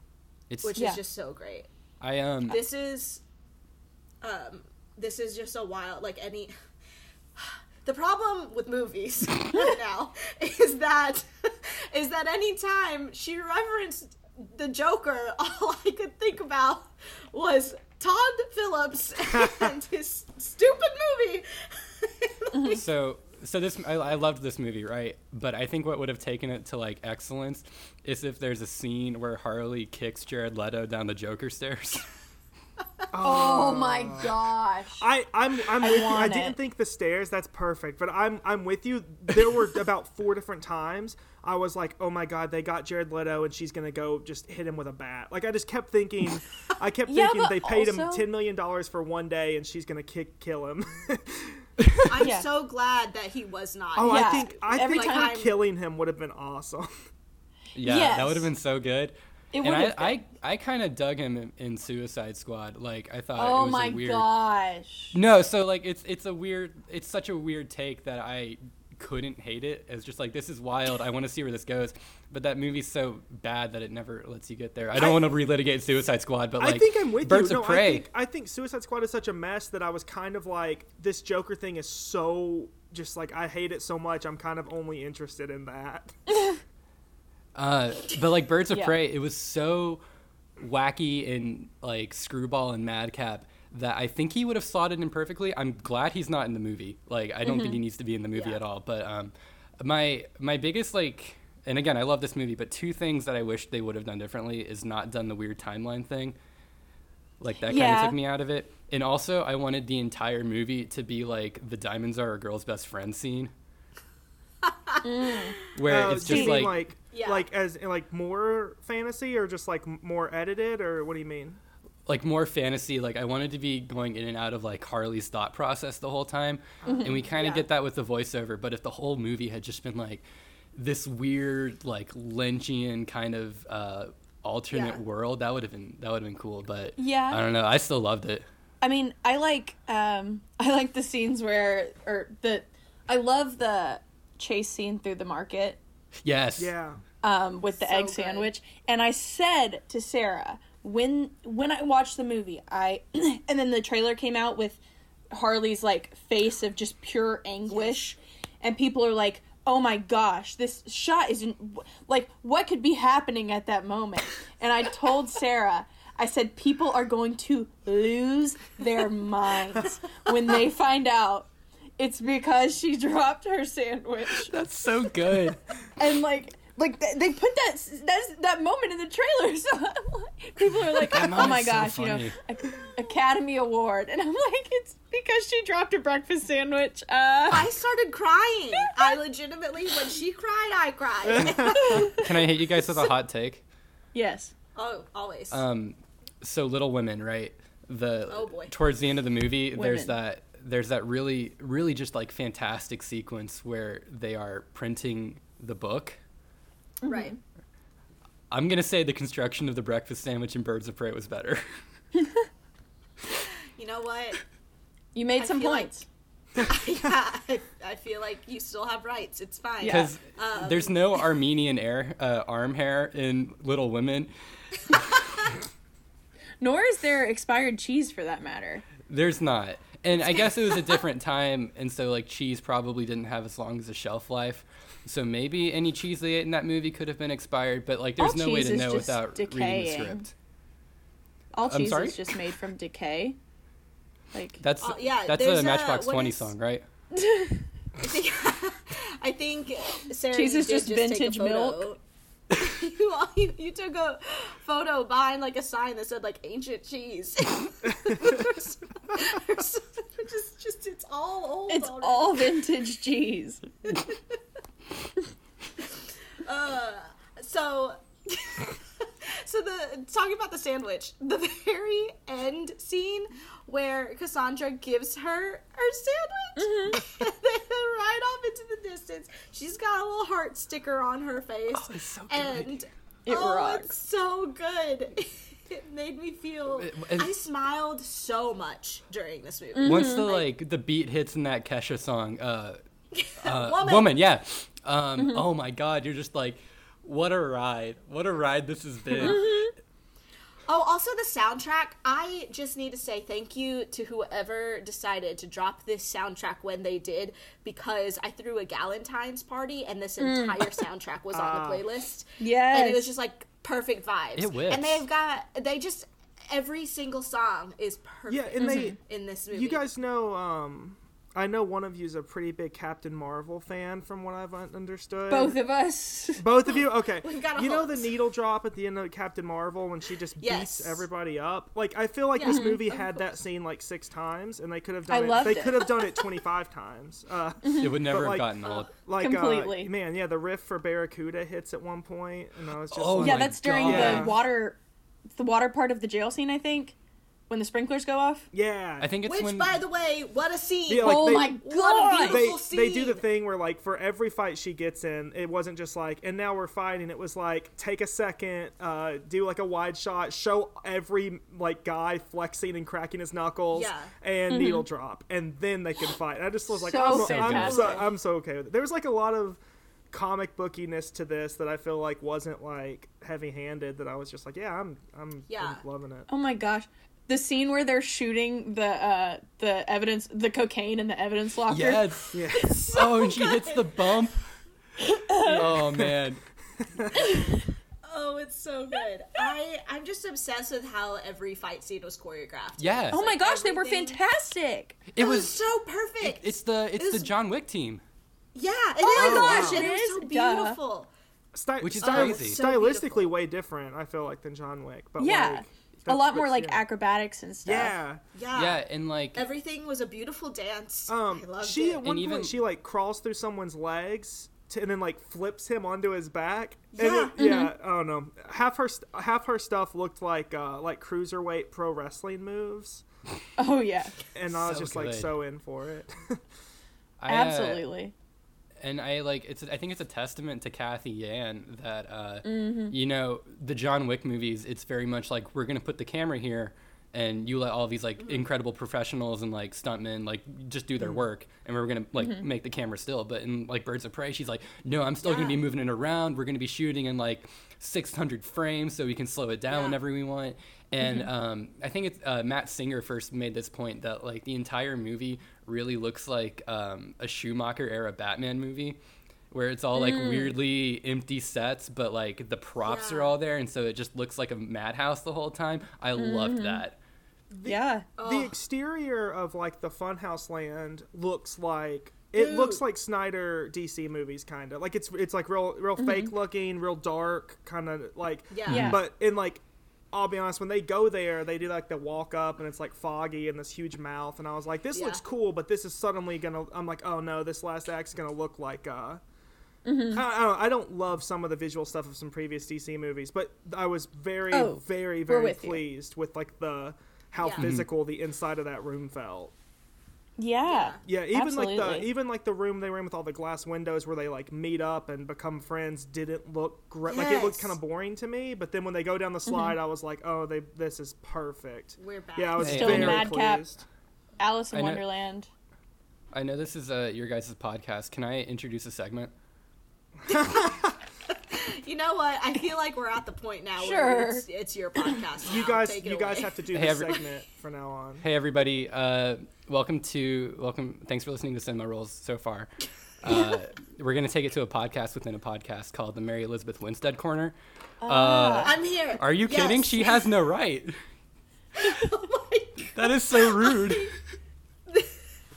[SPEAKER 3] It's
[SPEAKER 4] which
[SPEAKER 5] Yeah.
[SPEAKER 4] is just so great
[SPEAKER 3] I um
[SPEAKER 4] this is um this is just a wild like any the problem with movies right now is that is that anytime she referenced the joker all i could think about was todd phillips and his stupid movie
[SPEAKER 1] Mm-hmm.
[SPEAKER 3] so so this I, I loved this movie right but i think what would have taken it to like excellence is if there's a scene where harley kicks jared leto down the joker stairs
[SPEAKER 5] oh my gosh.
[SPEAKER 1] I, I'm I'm with you. I
[SPEAKER 5] want
[SPEAKER 1] didn't
[SPEAKER 5] it.
[SPEAKER 1] think the stairs. That's perfect. But I'm I'm with you. There were about four different times I was like, oh my god, they got Jared Leto and she's gonna go just hit him with a bat. Like I just kept thinking, I kept
[SPEAKER 5] Yeah,
[SPEAKER 1] thinking
[SPEAKER 5] but
[SPEAKER 1] they paid him
[SPEAKER 5] also-
[SPEAKER 1] ten million dollars for one day and she's gonna kick kill him.
[SPEAKER 4] i'm
[SPEAKER 5] Yeah.
[SPEAKER 4] so glad that he was not
[SPEAKER 1] oh, I
[SPEAKER 5] Yeah,
[SPEAKER 1] think I
[SPEAKER 5] every
[SPEAKER 1] think
[SPEAKER 4] time-
[SPEAKER 1] her killing him would have been awesome.
[SPEAKER 3] yeah that
[SPEAKER 5] Yes.
[SPEAKER 3] would have been so good
[SPEAKER 5] It
[SPEAKER 3] and
[SPEAKER 5] would
[SPEAKER 3] i
[SPEAKER 5] have
[SPEAKER 3] i, I kind of dug him in, in suicide squad like i thought it
[SPEAKER 5] oh
[SPEAKER 3] was
[SPEAKER 5] my
[SPEAKER 3] a weird
[SPEAKER 5] gosh.
[SPEAKER 3] no so like it's it's a weird it's such a weird take that i couldn't hate it it's just like this is wild i want to see where this goes but that movie's so bad that it never lets you get there i don't want to relitigate suicide squad but like
[SPEAKER 1] I think I'm with
[SPEAKER 3] birds
[SPEAKER 1] you.
[SPEAKER 3] of
[SPEAKER 1] no,
[SPEAKER 3] prey
[SPEAKER 1] I think I think Suicide Squad is such a mess that I was kind of like, this Joker thing is so just like I hate it so much. I'm kind of only interested in that.
[SPEAKER 3] Uh, but like Birds of
[SPEAKER 5] Yeah.
[SPEAKER 3] Prey, it was so wacky and like screwball and madcap that I think he would have slotted in perfectly. I'm glad he's not in the movie. Like I don't
[SPEAKER 5] Mm-hmm.
[SPEAKER 3] think he needs to be in the movie
[SPEAKER 4] Yeah.
[SPEAKER 3] at all. But um, my my biggest like, and again I love this movie, but two things that I wish they would have done differently is not done the weird timeline thing. Like that kind
[SPEAKER 5] Yeah.
[SPEAKER 3] of took me out of it. And also, I wanted the entire movie to be like the diamonds are a girl's best friend scene, where
[SPEAKER 1] Oh,
[SPEAKER 3] it's
[SPEAKER 1] do you mean,
[SPEAKER 3] just like,
[SPEAKER 1] like
[SPEAKER 4] Yeah.
[SPEAKER 1] like as in, like more fantasy or just like m- more edited or what do you mean?
[SPEAKER 3] like more fantasy. Like I wanted to be going in and out of like Harley's thought process the whole time, and we kind of
[SPEAKER 4] Mm-hmm. Yeah.
[SPEAKER 3] get that with the voiceover. But if the whole movie had just been like this weird, like Lynchian kind of uh, alternate
[SPEAKER 4] Yeah.
[SPEAKER 3] world, that would have been that would have been cool. But
[SPEAKER 5] Yeah.
[SPEAKER 3] I don't know. I still loved it.
[SPEAKER 5] I mean, I like um I like the scenes where or the I love the chase scene through the market
[SPEAKER 3] Yes.
[SPEAKER 1] Yeah.
[SPEAKER 5] um with the
[SPEAKER 4] So
[SPEAKER 5] egg
[SPEAKER 4] good.
[SPEAKER 5] sandwich and I said to Sarah when when I watched the movie, I and then the trailer came out with Harley's like face of just pure anguish and people are like Oh my gosh, this shot isn't like what could be happening at that moment. And I told Sarah, I said, people are going to lose their minds when they find out it's because she dropped her sandwich.
[SPEAKER 3] That's so good.
[SPEAKER 5] And like, like th- they put that that's, that moment in the trailer, so I'm like, people are like,
[SPEAKER 3] That
[SPEAKER 5] "Oh my
[SPEAKER 3] moment's so
[SPEAKER 5] gosh, you know,
[SPEAKER 3] funny.
[SPEAKER 5] Ac- Academy Award," and I'm like, "It's because she dropped her breakfast sandwich." Uh,
[SPEAKER 4] I started crying. I legitimately, when she cried, I cried.
[SPEAKER 3] Can I hit you guys with a hot take?
[SPEAKER 5] yes.
[SPEAKER 4] oh, always.
[SPEAKER 1] Uh,
[SPEAKER 3] Um, so Little Women, right? The
[SPEAKER 4] Oh, boy.
[SPEAKER 3] towards the end of the movie, there's
[SPEAKER 5] Women.
[SPEAKER 3] that there's that really really just like fantastic sequence where they are printing the book.
[SPEAKER 4] right.
[SPEAKER 3] I'm gonna say the construction of the breakfast sandwich in Birds of Prey was better.
[SPEAKER 4] You know what?
[SPEAKER 5] You made
[SPEAKER 4] I
[SPEAKER 5] some
[SPEAKER 4] feel like-
[SPEAKER 5] points.
[SPEAKER 4] yeah, I, I feel like you still have rights. It's fine.
[SPEAKER 5] Yeah.
[SPEAKER 3] Because
[SPEAKER 4] Uh, um,
[SPEAKER 3] there's no Armenian air, uh, arm hair in Little Women.
[SPEAKER 5] Nor is there expired cheese for that matter.
[SPEAKER 3] There's not. And I guess it was a different time, and so like cheese probably didn't have as long as a shelf life. So maybe any cheese they ate in that movie could have been expired, but like there's
[SPEAKER 5] All
[SPEAKER 3] no way
[SPEAKER 5] cheese
[SPEAKER 3] to
[SPEAKER 5] is
[SPEAKER 3] know
[SPEAKER 5] just
[SPEAKER 3] without reading the
[SPEAKER 5] decaying.
[SPEAKER 3] script.
[SPEAKER 5] All
[SPEAKER 3] I'm
[SPEAKER 5] cheese
[SPEAKER 3] sorry?
[SPEAKER 5] is just made from decay. Like
[SPEAKER 3] That's
[SPEAKER 4] Oh, yeah,
[SPEAKER 3] that's
[SPEAKER 4] there's
[SPEAKER 3] a
[SPEAKER 4] a-
[SPEAKER 3] Matchbox
[SPEAKER 4] what
[SPEAKER 3] Twenty
[SPEAKER 4] is-
[SPEAKER 3] song, right?
[SPEAKER 4] I think, I think Sarah,
[SPEAKER 5] Cheese
[SPEAKER 4] you
[SPEAKER 5] is
[SPEAKER 4] did
[SPEAKER 5] just
[SPEAKER 4] take a
[SPEAKER 5] vintage
[SPEAKER 4] photo.
[SPEAKER 5] milk.
[SPEAKER 4] you, you, you took a photo behind like a sign that said like ancient cheese. There's- there's- just, just it's all old.
[SPEAKER 5] it's
[SPEAKER 4] already.
[SPEAKER 5] all vintage cheese.
[SPEAKER 4] So, so the talking about the sandwich, the very end scene where Cassandra gives her her sandwich,
[SPEAKER 3] Mm-hmm.
[SPEAKER 4] and then right off into the distance, she's got a little heart sticker on her face,
[SPEAKER 3] Oh, it's so good.
[SPEAKER 4] and
[SPEAKER 5] It
[SPEAKER 4] oh,
[SPEAKER 5] rocks.
[SPEAKER 4] it's so good. It made me feel.
[SPEAKER 3] It- it-
[SPEAKER 4] I smiled so much during this movie.
[SPEAKER 3] Once the like the beat hits in that Kesha song, uh, uh,
[SPEAKER 4] Woman. Mm-hmm.
[SPEAKER 3] woman. yeah. Um, Oh my God, you're just like, what a ride, what a ride this has been.
[SPEAKER 4] Oh, also the soundtrack. I just need to say thank you to whoever decided to drop this soundtrack when they did, because I threw a Galentine's party and
[SPEAKER 1] Hmm.
[SPEAKER 4] this entire soundtrack was
[SPEAKER 1] Ah.
[SPEAKER 4] on the playlist.
[SPEAKER 5] Yes.
[SPEAKER 4] and it was just like perfect vibes.
[SPEAKER 3] It whips.
[SPEAKER 4] And they've got they just every single song is perfect.
[SPEAKER 1] Yeah, and they
[SPEAKER 4] in this movie,
[SPEAKER 1] you guys know um I know one of you's a pretty big Captain Marvel fan from what I've un- understood.
[SPEAKER 5] Both of us.
[SPEAKER 1] Both of you? Okay.
[SPEAKER 4] got a
[SPEAKER 1] You know the
[SPEAKER 4] hook.
[SPEAKER 1] needle drop at the end of Captain Marvel when she just
[SPEAKER 4] Yes.
[SPEAKER 1] beats everybody up? Like I feel like this movie had that scene like 6 times and they could have done
[SPEAKER 5] Mm-hmm. I
[SPEAKER 1] it
[SPEAKER 5] loved
[SPEAKER 1] they
[SPEAKER 5] it.
[SPEAKER 1] could have done it 25 times. Uh
[SPEAKER 3] it would never
[SPEAKER 1] But, like,
[SPEAKER 3] have gotten old.
[SPEAKER 1] like
[SPEAKER 5] Completely.
[SPEAKER 1] Uh, man, yeah, the riff for Barracuda hits at one point and I was just
[SPEAKER 3] Oh
[SPEAKER 1] like,
[SPEAKER 5] yeah,
[SPEAKER 3] my
[SPEAKER 5] that's during
[SPEAKER 1] God.
[SPEAKER 5] the water, the water part of the jail scene. I think when the sprinklers go off.
[SPEAKER 1] yeah.
[SPEAKER 3] I think it's
[SPEAKER 4] which
[SPEAKER 3] when
[SPEAKER 4] by the way, what a scene!
[SPEAKER 1] Yeah, like,
[SPEAKER 5] oh
[SPEAKER 1] they-
[SPEAKER 5] my
[SPEAKER 4] What a
[SPEAKER 5] god!
[SPEAKER 1] they,
[SPEAKER 4] Full
[SPEAKER 1] they do the
[SPEAKER 4] scene.
[SPEAKER 1] thing where like for every fight she gets in it wasn't just like and now we're fighting it was like take a second uh, do like a wide shot show every like guy flexing and cracking his knuckles
[SPEAKER 4] Yeah.
[SPEAKER 1] and needle drop and then they can fight and i just was like
[SPEAKER 5] So
[SPEAKER 1] I'm, so- I'm,
[SPEAKER 5] fantastic.
[SPEAKER 1] so, I'm so okay with it there was like a lot of comic bookiness to this that i feel like wasn't like heavy handed that i was just like yeah i'm i'm,
[SPEAKER 4] Yeah.
[SPEAKER 1] I'm loving it
[SPEAKER 5] Oh my gosh! The scene where they're shooting the uh the evidence, the cocaine in the evidence locker.
[SPEAKER 3] yes.
[SPEAKER 1] yeah
[SPEAKER 3] oh, and she hits the bump. oh man,
[SPEAKER 4] Oh, it's so good. I I'm just obsessed with how every fight scene was choreographed.
[SPEAKER 3] Yeah.
[SPEAKER 5] Oh my
[SPEAKER 4] like
[SPEAKER 5] gosh, they were
[SPEAKER 4] everything-
[SPEAKER 5] fantastic.
[SPEAKER 3] it
[SPEAKER 4] It was
[SPEAKER 3] was.
[SPEAKER 4] so perfect.
[SPEAKER 3] It's the it's the
[SPEAKER 4] It's-
[SPEAKER 3] John Wick team.
[SPEAKER 4] yeah, it is.
[SPEAKER 5] Oh
[SPEAKER 1] my gosh,
[SPEAKER 4] and
[SPEAKER 5] it
[SPEAKER 4] it was
[SPEAKER 5] is.
[SPEAKER 4] so
[SPEAKER 5] Duh.
[SPEAKER 4] beautiful.
[SPEAKER 1] Sty-
[SPEAKER 3] Which
[SPEAKER 5] Oh,
[SPEAKER 3] is
[SPEAKER 1] sty-
[SPEAKER 3] crazy.
[SPEAKER 4] So
[SPEAKER 1] stylistically
[SPEAKER 4] beautiful.
[SPEAKER 1] way different. I feel like than John Wick, but
[SPEAKER 5] Yeah.
[SPEAKER 1] like,
[SPEAKER 5] a
[SPEAKER 1] that's-
[SPEAKER 5] lot more
[SPEAKER 1] but
[SPEAKER 5] like
[SPEAKER 1] yeah.
[SPEAKER 5] acrobatics and stuff.
[SPEAKER 1] Yeah,
[SPEAKER 4] Yeah.
[SPEAKER 3] yeah, and like
[SPEAKER 4] Everything was a beautiful dance. I
[SPEAKER 1] um,
[SPEAKER 4] loved
[SPEAKER 1] she
[SPEAKER 4] it.
[SPEAKER 1] at one
[SPEAKER 3] And even-
[SPEAKER 1] point she like crawls through someone's legs to, and then like flips him onto his back.
[SPEAKER 4] Yeah.
[SPEAKER 1] and it- yeah.
[SPEAKER 3] Mm-hmm.
[SPEAKER 1] I don't know. Half her st- half her stuff looked like uh, like cruiserweight pro wrestling moves,
[SPEAKER 5] Oh yeah.
[SPEAKER 1] and I was
[SPEAKER 3] So
[SPEAKER 1] just like
[SPEAKER 3] good.
[SPEAKER 1] so in for it.
[SPEAKER 3] I, uh,
[SPEAKER 5] Absolutely.
[SPEAKER 3] and I like it's. I think it's a testament to Kathy Yan that uh,
[SPEAKER 5] Mm-hmm.
[SPEAKER 3] you know the John Wick movies. It's very much like we're gonna put the camera here, and you let all these
[SPEAKER 5] Mm-hmm.
[SPEAKER 3] like incredible professionals and like stuntmen like just do their work, and we're gonna like
[SPEAKER 5] Mm-hmm.
[SPEAKER 3] make the camera still. But in like Birds of Prey, she's like, no, I'm still gonna be
[SPEAKER 4] Yeah.
[SPEAKER 3] moving it around. We're gonna be shooting in like 600 frames, so we can slow it down
[SPEAKER 4] Yeah. Mm-hmm.
[SPEAKER 3] whenever we want. And um, I think it's uh, Matt Singer first made this point that like the entire movie really looks like um, a Schumacher era Batman movie, where it's all like weirdly empty sets, but like the props are
[SPEAKER 4] Mm. Yeah.
[SPEAKER 3] all there, and so it just looks like a madhouse the whole time. I
[SPEAKER 4] Mm-hmm.
[SPEAKER 3] loved that.
[SPEAKER 5] yeah.
[SPEAKER 1] the exterior of like the funhouse land looks like it
[SPEAKER 4] Dude.
[SPEAKER 1] looks like Snyder DC movies kind of like it's it's like real real fake looking real dark kind of like
[SPEAKER 4] Mm-hmm. Yeah.
[SPEAKER 5] Yeah.
[SPEAKER 1] but in like I'll be honest when they go there they do like the walk up and it's like foggy and this huge mouth and I was like this
[SPEAKER 4] Yeah.
[SPEAKER 1] looks cool but this is suddenly gonna I'm like oh no this last act's gonna look like uh
[SPEAKER 4] Mm-hmm.
[SPEAKER 1] I, I, don't, I don't love some of the visual stuff of some previous DC movies, but I was very,
[SPEAKER 5] Oh,
[SPEAKER 1] very,
[SPEAKER 5] we're
[SPEAKER 1] very
[SPEAKER 5] with you.
[SPEAKER 1] pleased with like the how
[SPEAKER 4] Yeah. Mhm.
[SPEAKER 1] physical the inside of that room felt.
[SPEAKER 5] Yeah.
[SPEAKER 1] Yeah, even like the
[SPEAKER 5] Absolutely.
[SPEAKER 1] even like the room they were in with all the glass windows where they like meet up and become friends didn't look great. Like it looked
[SPEAKER 4] Yes. Mm-hmm.
[SPEAKER 1] kind of boring to me, but then when they go down the slide, I was like, oh, they this is perfect.
[SPEAKER 4] We're back.
[SPEAKER 1] Yeah, I was
[SPEAKER 3] Hey.
[SPEAKER 5] Still
[SPEAKER 1] very
[SPEAKER 5] Madcap.
[SPEAKER 1] pleased.
[SPEAKER 5] Alice in
[SPEAKER 3] I know-
[SPEAKER 5] Wonderland.
[SPEAKER 3] I know this is uh, your guys' podcast. Can I introduce a segment?
[SPEAKER 4] You know what? I feel like we're at the point now
[SPEAKER 5] Sure.
[SPEAKER 4] where it's, it's your podcast.
[SPEAKER 1] You
[SPEAKER 4] now.
[SPEAKER 1] guys,
[SPEAKER 4] Take it
[SPEAKER 1] you guys
[SPEAKER 4] away.
[SPEAKER 1] have to do
[SPEAKER 3] Hey,
[SPEAKER 1] this
[SPEAKER 3] every-
[SPEAKER 1] segment from now on.
[SPEAKER 3] Hey everybody, uh, welcome to welcome. Thanks for listening to Cinema Rolls so far. Uh, we're gonna take it to a podcast within a podcast called the Mary Elizabeth Winstead Corner. Uh,
[SPEAKER 4] I'm here.
[SPEAKER 3] are you
[SPEAKER 4] Ah, Yes.
[SPEAKER 3] kidding? She has no right.
[SPEAKER 4] Oh my
[SPEAKER 3] That is so rude.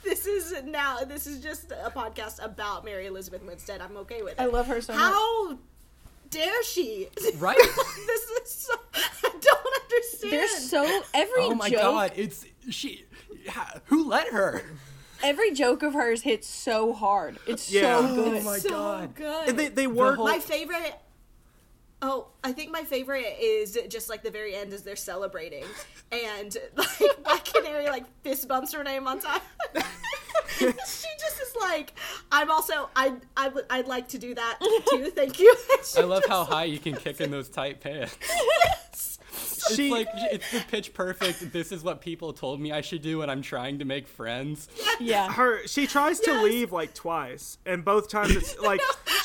[SPEAKER 4] this is now this is just a podcast about Mary Elizabeth Winstead. I'm okay with it.
[SPEAKER 5] I love her so much.
[SPEAKER 4] How dare she?
[SPEAKER 3] Right?
[SPEAKER 4] this is so I don't understand.
[SPEAKER 5] They're so every
[SPEAKER 3] Oh my
[SPEAKER 5] joke
[SPEAKER 3] god, it's she. ha- Who let her?
[SPEAKER 5] every joke of hers hits so hard. It's
[SPEAKER 1] Yeah.
[SPEAKER 5] so good.
[SPEAKER 3] Oh my
[SPEAKER 4] so
[SPEAKER 3] god.
[SPEAKER 4] good.
[SPEAKER 1] And they they work.
[SPEAKER 3] whole-
[SPEAKER 4] my favorite Oh, I think my favorite is just like the very end is they're celebrating and like Black Canary like fist bumps her name on time. she just is like, I'm also I I would I'd like to do that too. Thank you. She
[SPEAKER 3] I love
[SPEAKER 4] just-
[SPEAKER 3] how high you can kick in those tight pants. It's
[SPEAKER 1] she
[SPEAKER 3] like it's the pitch perfect. This is what people told me I should do when I'm trying to make friends.
[SPEAKER 5] Yeah.
[SPEAKER 1] her she tries to
[SPEAKER 4] Yes.
[SPEAKER 1] leave like twice and both times it's like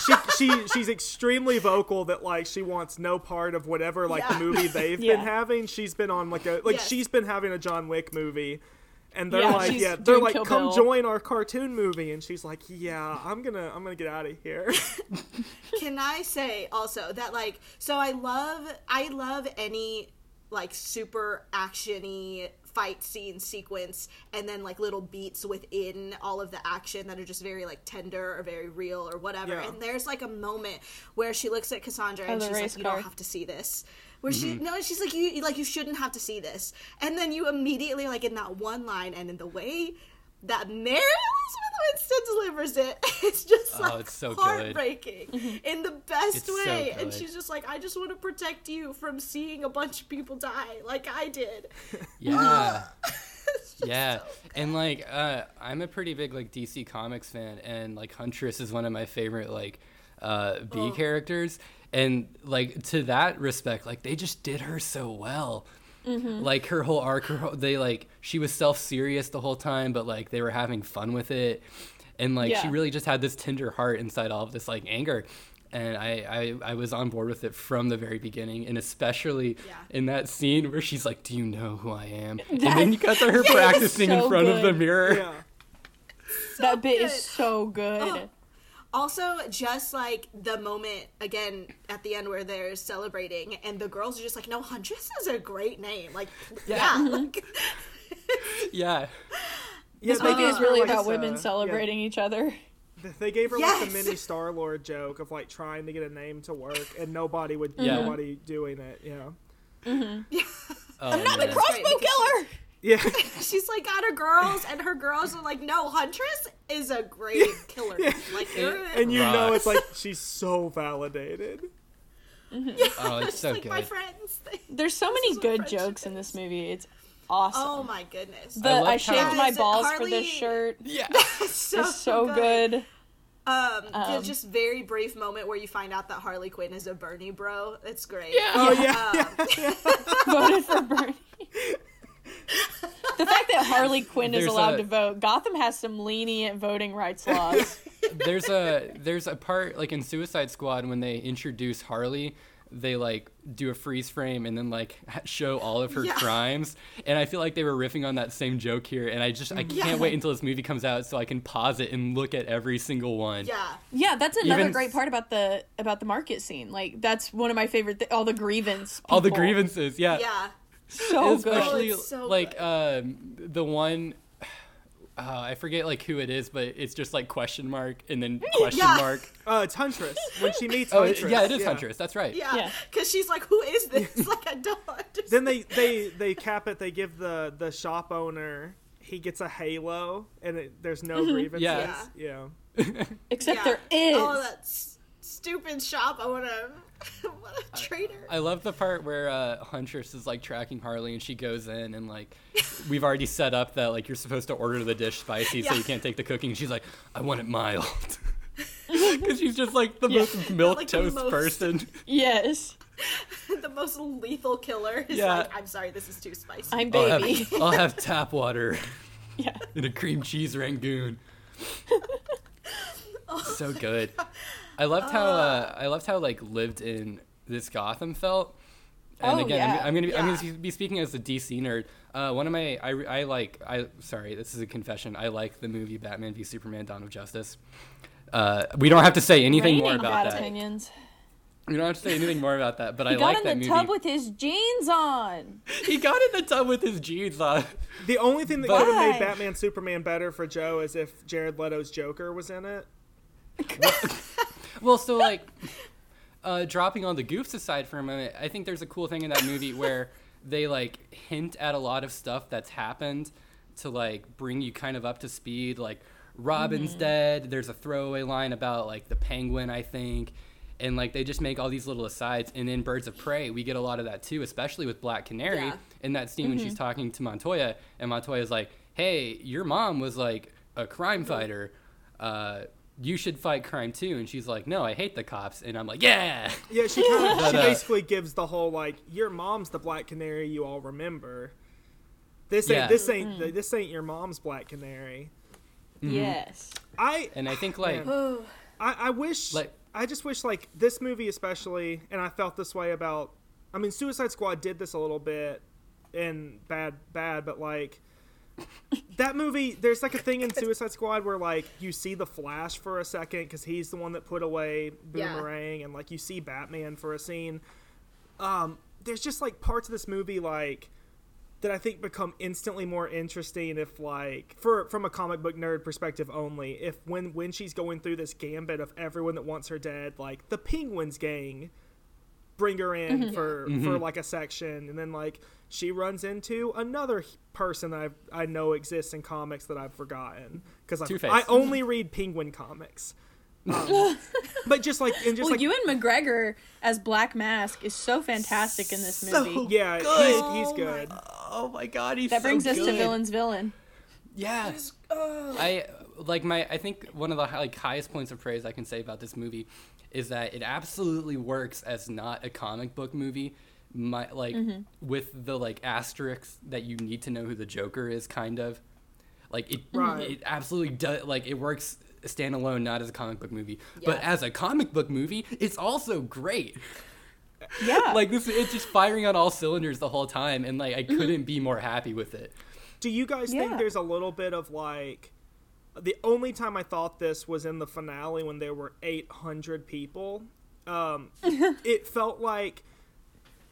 [SPEAKER 1] she she she's extremely vocal that like she wants no part of whatever like
[SPEAKER 4] Yeah.
[SPEAKER 1] movie they've
[SPEAKER 5] Yeah.
[SPEAKER 1] been having she's been on like a like
[SPEAKER 4] Yes.
[SPEAKER 1] she's been having a John Wick movie and they're
[SPEAKER 5] Yeah,
[SPEAKER 1] like
[SPEAKER 5] she's
[SPEAKER 1] yeah they're
[SPEAKER 5] doing
[SPEAKER 1] like
[SPEAKER 5] Kill
[SPEAKER 1] come
[SPEAKER 5] Bill."
[SPEAKER 1] join our cartoon movie and she's like yeah I'm going to I'm going to get out of here
[SPEAKER 4] Can I say also that like so I love I love any like super actiony fight scene sequence and then like little beats within all of the action that are just very like tender or very real or whatever.
[SPEAKER 1] Yeah.
[SPEAKER 4] And there's like a moment where she looks at Cassandra and
[SPEAKER 5] Oh, the
[SPEAKER 4] she's
[SPEAKER 5] race
[SPEAKER 4] like, You
[SPEAKER 5] car.
[SPEAKER 4] don't have to see this. Where she
[SPEAKER 3] Mm-hmm.
[SPEAKER 4] no, she's like you you- like you shouldn't have to see this. And then you immediately like in that one line and in the way that Mary Elizabeth Winston delivers it, it's just
[SPEAKER 3] Oh,
[SPEAKER 4] like
[SPEAKER 3] it's so good.
[SPEAKER 4] heartbreaking heartbreaking in the best
[SPEAKER 3] It's so
[SPEAKER 4] way.
[SPEAKER 3] good.
[SPEAKER 4] and she's just like, I just want to protect you from seeing a bunch of people die like I did.
[SPEAKER 3] Yeah. yeah. and like uh I'm a pretty big like DC Comics fan and like Huntress is one of my favorite like uh B characters and like to that respect like they just did her so well. Like her whole arc her whole, they like she was self-serious the whole time but like they were having fun with it. And like she
[SPEAKER 5] Yeah.
[SPEAKER 3] really just had this tender heart inside all of this like anger. And I, I, I was on board with it from the very beginning, and especially
[SPEAKER 4] Yeah.
[SPEAKER 3] in that scene where she's like, "Do you know who I am?" and then you got to her practicing in
[SPEAKER 5] so
[SPEAKER 3] front of the
[SPEAKER 5] good.
[SPEAKER 3] mirror.
[SPEAKER 1] yeah
[SPEAKER 5] that bit
[SPEAKER 4] good.
[SPEAKER 5] is so good.
[SPEAKER 4] Also, just like the moment again at the end where they're celebrating, and the girls are just like, "No, Huntress is a great name." Like, yeah, like,
[SPEAKER 3] Yeah.
[SPEAKER 1] Yeah,
[SPEAKER 5] This movie
[SPEAKER 1] gave
[SPEAKER 5] is
[SPEAKER 1] her,
[SPEAKER 5] really
[SPEAKER 1] like,
[SPEAKER 5] about
[SPEAKER 1] a-
[SPEAKER 5] women
[SPEAKER 1] Oh yeah,
[SPEAKER 5] celebrating each other.
[SPEAKER 1] th- they gave her like
[SPEAKER 4] Yes.
[SPEAKER 1] the mini Star Lord joke of like trying to get a name to work, and nobody would,
[SPEAKER 5] Mm-hmm.
[SPEAKER 3] Yeah.
[SPEAKER 1] nobody doing it. Yeah,
[SPEAKER 3] Oh,
[SPEAKER 5] I'm not the
[SPEAKER 3] man.
[SPEAKER 4] great
[SPEAKER 5] crossbow killer.
[SPEAKER 1] yeah.
[SPEAKER 4] she's like got her girls, and her girls are like, "No, Huntress is a great killer." Like,
[SPEAKER 1] and you know it's
[SPEAKER 3] Rocks.
[SPEAKER 1] like she's so validated.
[SPEAKER 3] Oh, it's
[SPEAKER 4] just
[SPEAKER 3] so
[SPEAKER 4] like
[SPEAKER 3] good.
[SPEAKER 4] my friends.
[SPEAKER 5] There's so many
[SPEAKER 4] is what
[SPEAKER 5] good
[SPEAKER 4] friendship
[SPEAKER 5] jokes in this movie. It's awesome.
[SPEAKER 4] Oh my goodness,
[SPEAKER 5] the
[SPEAKER 3] I love
[SPEAKER 5] I,
[SPEAKER 3] how-
[SPEAKER 5] shaved my
[SPEAKER 4] Guys,
[SPEAKER 5] balls for
[SPEAKER 4] Harley- Oh,
[SPEAKER 5] this shirt.
[SPEAKER 3] Yeah.
[SPEAKER 4] so,
[SPEAKER 5] It's so good.
[SPEAKER 4] Um, the
[SPEAKER 5] Um,
[SPEAKER 4] just very brief moment where you find out that Harley Quinn is a Bernie bro. It's great.
[SPEAKER 1] Oh yeah,
[SPEAKER 5] Voted for Bernie. the fact that Harley Quinn is
[SPEAKER 3] There's
[SPEAKER 5] allowed
[SPEAKER 3] a-
[SPEAKER 5] to vote, Gotham has some lenient voting rights laws.
[SPEAKER 3] there's a there's a part like in Suicide Squad when they introduce Harley, they like do a freeze frame and then like ha- show all of her
[SPEAKER 4] Yeah.
[SPEAKER 3] crimes. And I feel like they were riffing on that same joke here. And I just I can't wait until this movie comes out so I can pause it and look at every single one.
[SPEAKER 4] Yeah.
[SPEAKER 5] yeah, that's another
[SPEAKER 3] Even-
[SPEAKER 5] great part about the about the market scene. Like that's one of my favorite. Th- all the grievance.
[SPEAKER 3] All the
[SPEAKER 5] people.
[SPEAKER 3] grievances. Yeah.
[SPEAKER 4] Yeah.
[SPEAKER 5] So good.
[SPEAKER 3] Especially
[SPEAKER 4] Oh, it's so
[SPEAKER 3] like um, the one. Uh, I forget like who it is, but it's just like question mark and then question
[SPEAKER 4] Yeah.
[SPEAKER 3] mark.
[SPEAKER 1] uh, it's Huntress when she meets
[SPEAKER 3] Oh, it-
[SPEAKER 1] Huntress.
[SPEAKER 3] yeah, it is Huntress. That's right.
[SPEAKER 4] Yeah.
[SPEAKER 5] Yeah.
[SPEAKER 4] Cause she's like, who is this? like I don't understand.
[SPEAKER 1] Then they they they cap it. They give the the shop owner he gets a halo, and it, there's no grievances.
[SPEAKER 3] Yeah.
[SPEAKER 1] yeah.
[SPEAKER 5] Except
[SPEAKER 4] Yeah.
[SPEAKER 5] there is.
[SPEAKER 4] Oh, that s- stupid shop owner. what a traitor.
[SPEAKER 3] I love the part where uh, Huntress is like tracking Harley and she goes in and like we've already set up that like you're supposed to order the dish spicy so
[SPEAKER 4] Yeah.
[SPEAKER 3] you can't take the cooking. She's like, I want it mild. Because she's just like the most milk
[SPEAKER 4] Like the
[SPEAKER 3] toast
[SPEAKER 4] most.
[SPEAKER 3] person.
[SPEAKER 5] yes,
[SPEAKER 4] the most lethal killer is
[SPEAKER 3] Yeah.
[SPEAKER 4] like, I'm sorry, this is too spicy.
[SPEAKER 5] I'm
[SPEAKER 3] I'll
[SPEAKER 5] baby.
[SPEAKER 3] have, I'll have tap water
[SPEAKER 5] yeah.
[SPEAKER 3] and a cream cheese rangoon.
[SPEAKER 5] Oh,
[SPEAKER 3] so good. I loved how uh, I loved how like lived in this Gotham felt. And
[SPEAKER 5] Oh,
[SPEAKER 3] again,
[SPEAKER 5] yeah.
[SPEAKER 3] I'm, I'm gonna be, I'm
[SPEAKER 4] Yeah.
[SPEAKER 3] gonna be speaking as a DC nerd. Uh, one of my I, re- I like I sorry this is a confession. I like the movie Batman v Superman: Dawn of Justice. Uh, we don't have to say anything more
[SPEAKER 5] Raining
[SPEAKER 3] about
[SPEAKER 5] bad
[SPEAKER 3] that.
[SPEAKER 5] opinions.
[SPEAKER 3] We don't have to say anything more about that. But I
[SPEAKER 5] He got
[SPEAKER 3] like
[SPEAKER 5] in
[SPEAKER 3] that
[SPEAKER 5] the
[SPEAKER 3] movie.
[SPEAKER 5] tub with his jeans on.
[SPEAKER 3] he got in the tub with his jeans uh, on.
[SPEAKER 1] The only thing that
[SPEAKER 3] But-
[SPEAKER 1] could have made
[SPEAKER 5] Why?
[SPEAKER 1] Batman Superman better for Joe is if Jared Leto's Joker was in it.
[SPEAKER 3] Well, so like, uh, dropping all the goofs aside for a moment, I think there's a cool thing in that movie where they like hint at a lot of stuff that's happened to like bring you kind of up to speed. Like Robin's dead. There's a throwaway line about like the penguin, I think. And like they just make all these little asides, and in Birds of Prey we get a lot of that too, especially with Black Canary
[SPEAKER 4] Yeah.
[SPEAKER 3] in that scene when she's
[SPEAKER 5] Mm-hmm.
[SPEAKER 3] talking to Montoya, and Montoya's like, "Hey, your mom was like a crime fighter. Uh, you should fight crime too." And she's like, "No, I hate the cops." And I'm like, "Yeah,
[SPEAKER 1] Yeah, she kind of,
[SPEAKER 3] But,
[SPEAKER 1] she
[SPEAKER 3] uh,
[SPEAKER 1] basically gives the whole like your mom's the black canary you all remember. This ain't
[SPEAKER 3] Yeah.
[SPEAKER 1] this ain't this ain't your mom's black canary.
[SPEAKER 3] Mm-hmm.
[SPEAKER 5] Yes.
[SPEAKER 1] I
[SPEAKER 3] And I think like
[SPEAKER 1] Man. I, I wish
[SPEAKER 3] Like-
[SPEAKER 1] I just wish like this movie especially, and I felt this way about. I mean, Suicide Squad did this a little bit in bad bad, but like that movie, there's like a thing in Suicide Squad where like you see the Flash for a second because he's the one that put away
[SPEAKER 4] Yeah.
[SPEAKER 1] Boomerang, and like you see Batman for a scene. Um, there's just like parts of this movie like that I think become instantly more interesting if like for from a comic book nerd perspective only if when when she's going through this gambit of everyone that wants her dead like the penguins gang bring her in for for like a section and then like she runs into another h- person that I I know exists in comics that I've forgotten cuz I
[SPEAKER 3] Two-Face.
[SPEAKER 1] I only read penguin comics um, but just like and just
[SPEAKER 5] Well,
[SPEAKER 1] like
[SPEAKER 5] Ewan McGregor as Black Mask is so fantastic in this
[SPEAKER 3] So
[SPEAKER 5] movie.
[SPEAKER 1] yeah
[SPEAKER 3] Good.
[SPEAKER 1] he's,
[SPEAKER 4] Oh
[SPEAKER 1] he's
[SPEAKER 4] my
[SPEAKER 1] good
[SPEAKER 3] "Oh my god, he's
[SPEAKER 5] that brings
[SPEAKER 3] so
[SPEAKER 5] us to
[SPEAKER 3] good.
[SPEAKER 5] villain's villain.
[SPEAKER 3] Yeah,
[SPEAKER 4] Oh.
[SPEAKER 3] I like my. I think one of the hi- like highest points of praise I can say about this movie is that it absolutely works as not a comic book movie. My like
[SPEAKER 5] Mm-hmm.
[SPEAKER 3] with the like asterisks that you need to know who the Joker is, kind of. Like it,
[SPEAKER 5] Mm-hmm.
[SPEAKER 1] Right.
[SPEAKER 3] it absolutely does. Like it works standalone, not as a comic book movie, but
[SPEAKER 4] Yeah.
[SPEAKER 3] as a comic book movie, it's also great.
[SPEAKER 5] Yeah.
[SPEAKER 3] Like this, it's just firing on all cylinders the whole time,
[SPEAKER 5] Mm-hmm.
[SPEAKER 3] and like I couldn't be more happy with it.
[SPEAKER 1] Do you guys
[SPEAKER 5] Yeah.
[SPEAKER 1] think there's a little bit of like The only time I thought this was in the finale when there were 800 people. Um, it felt like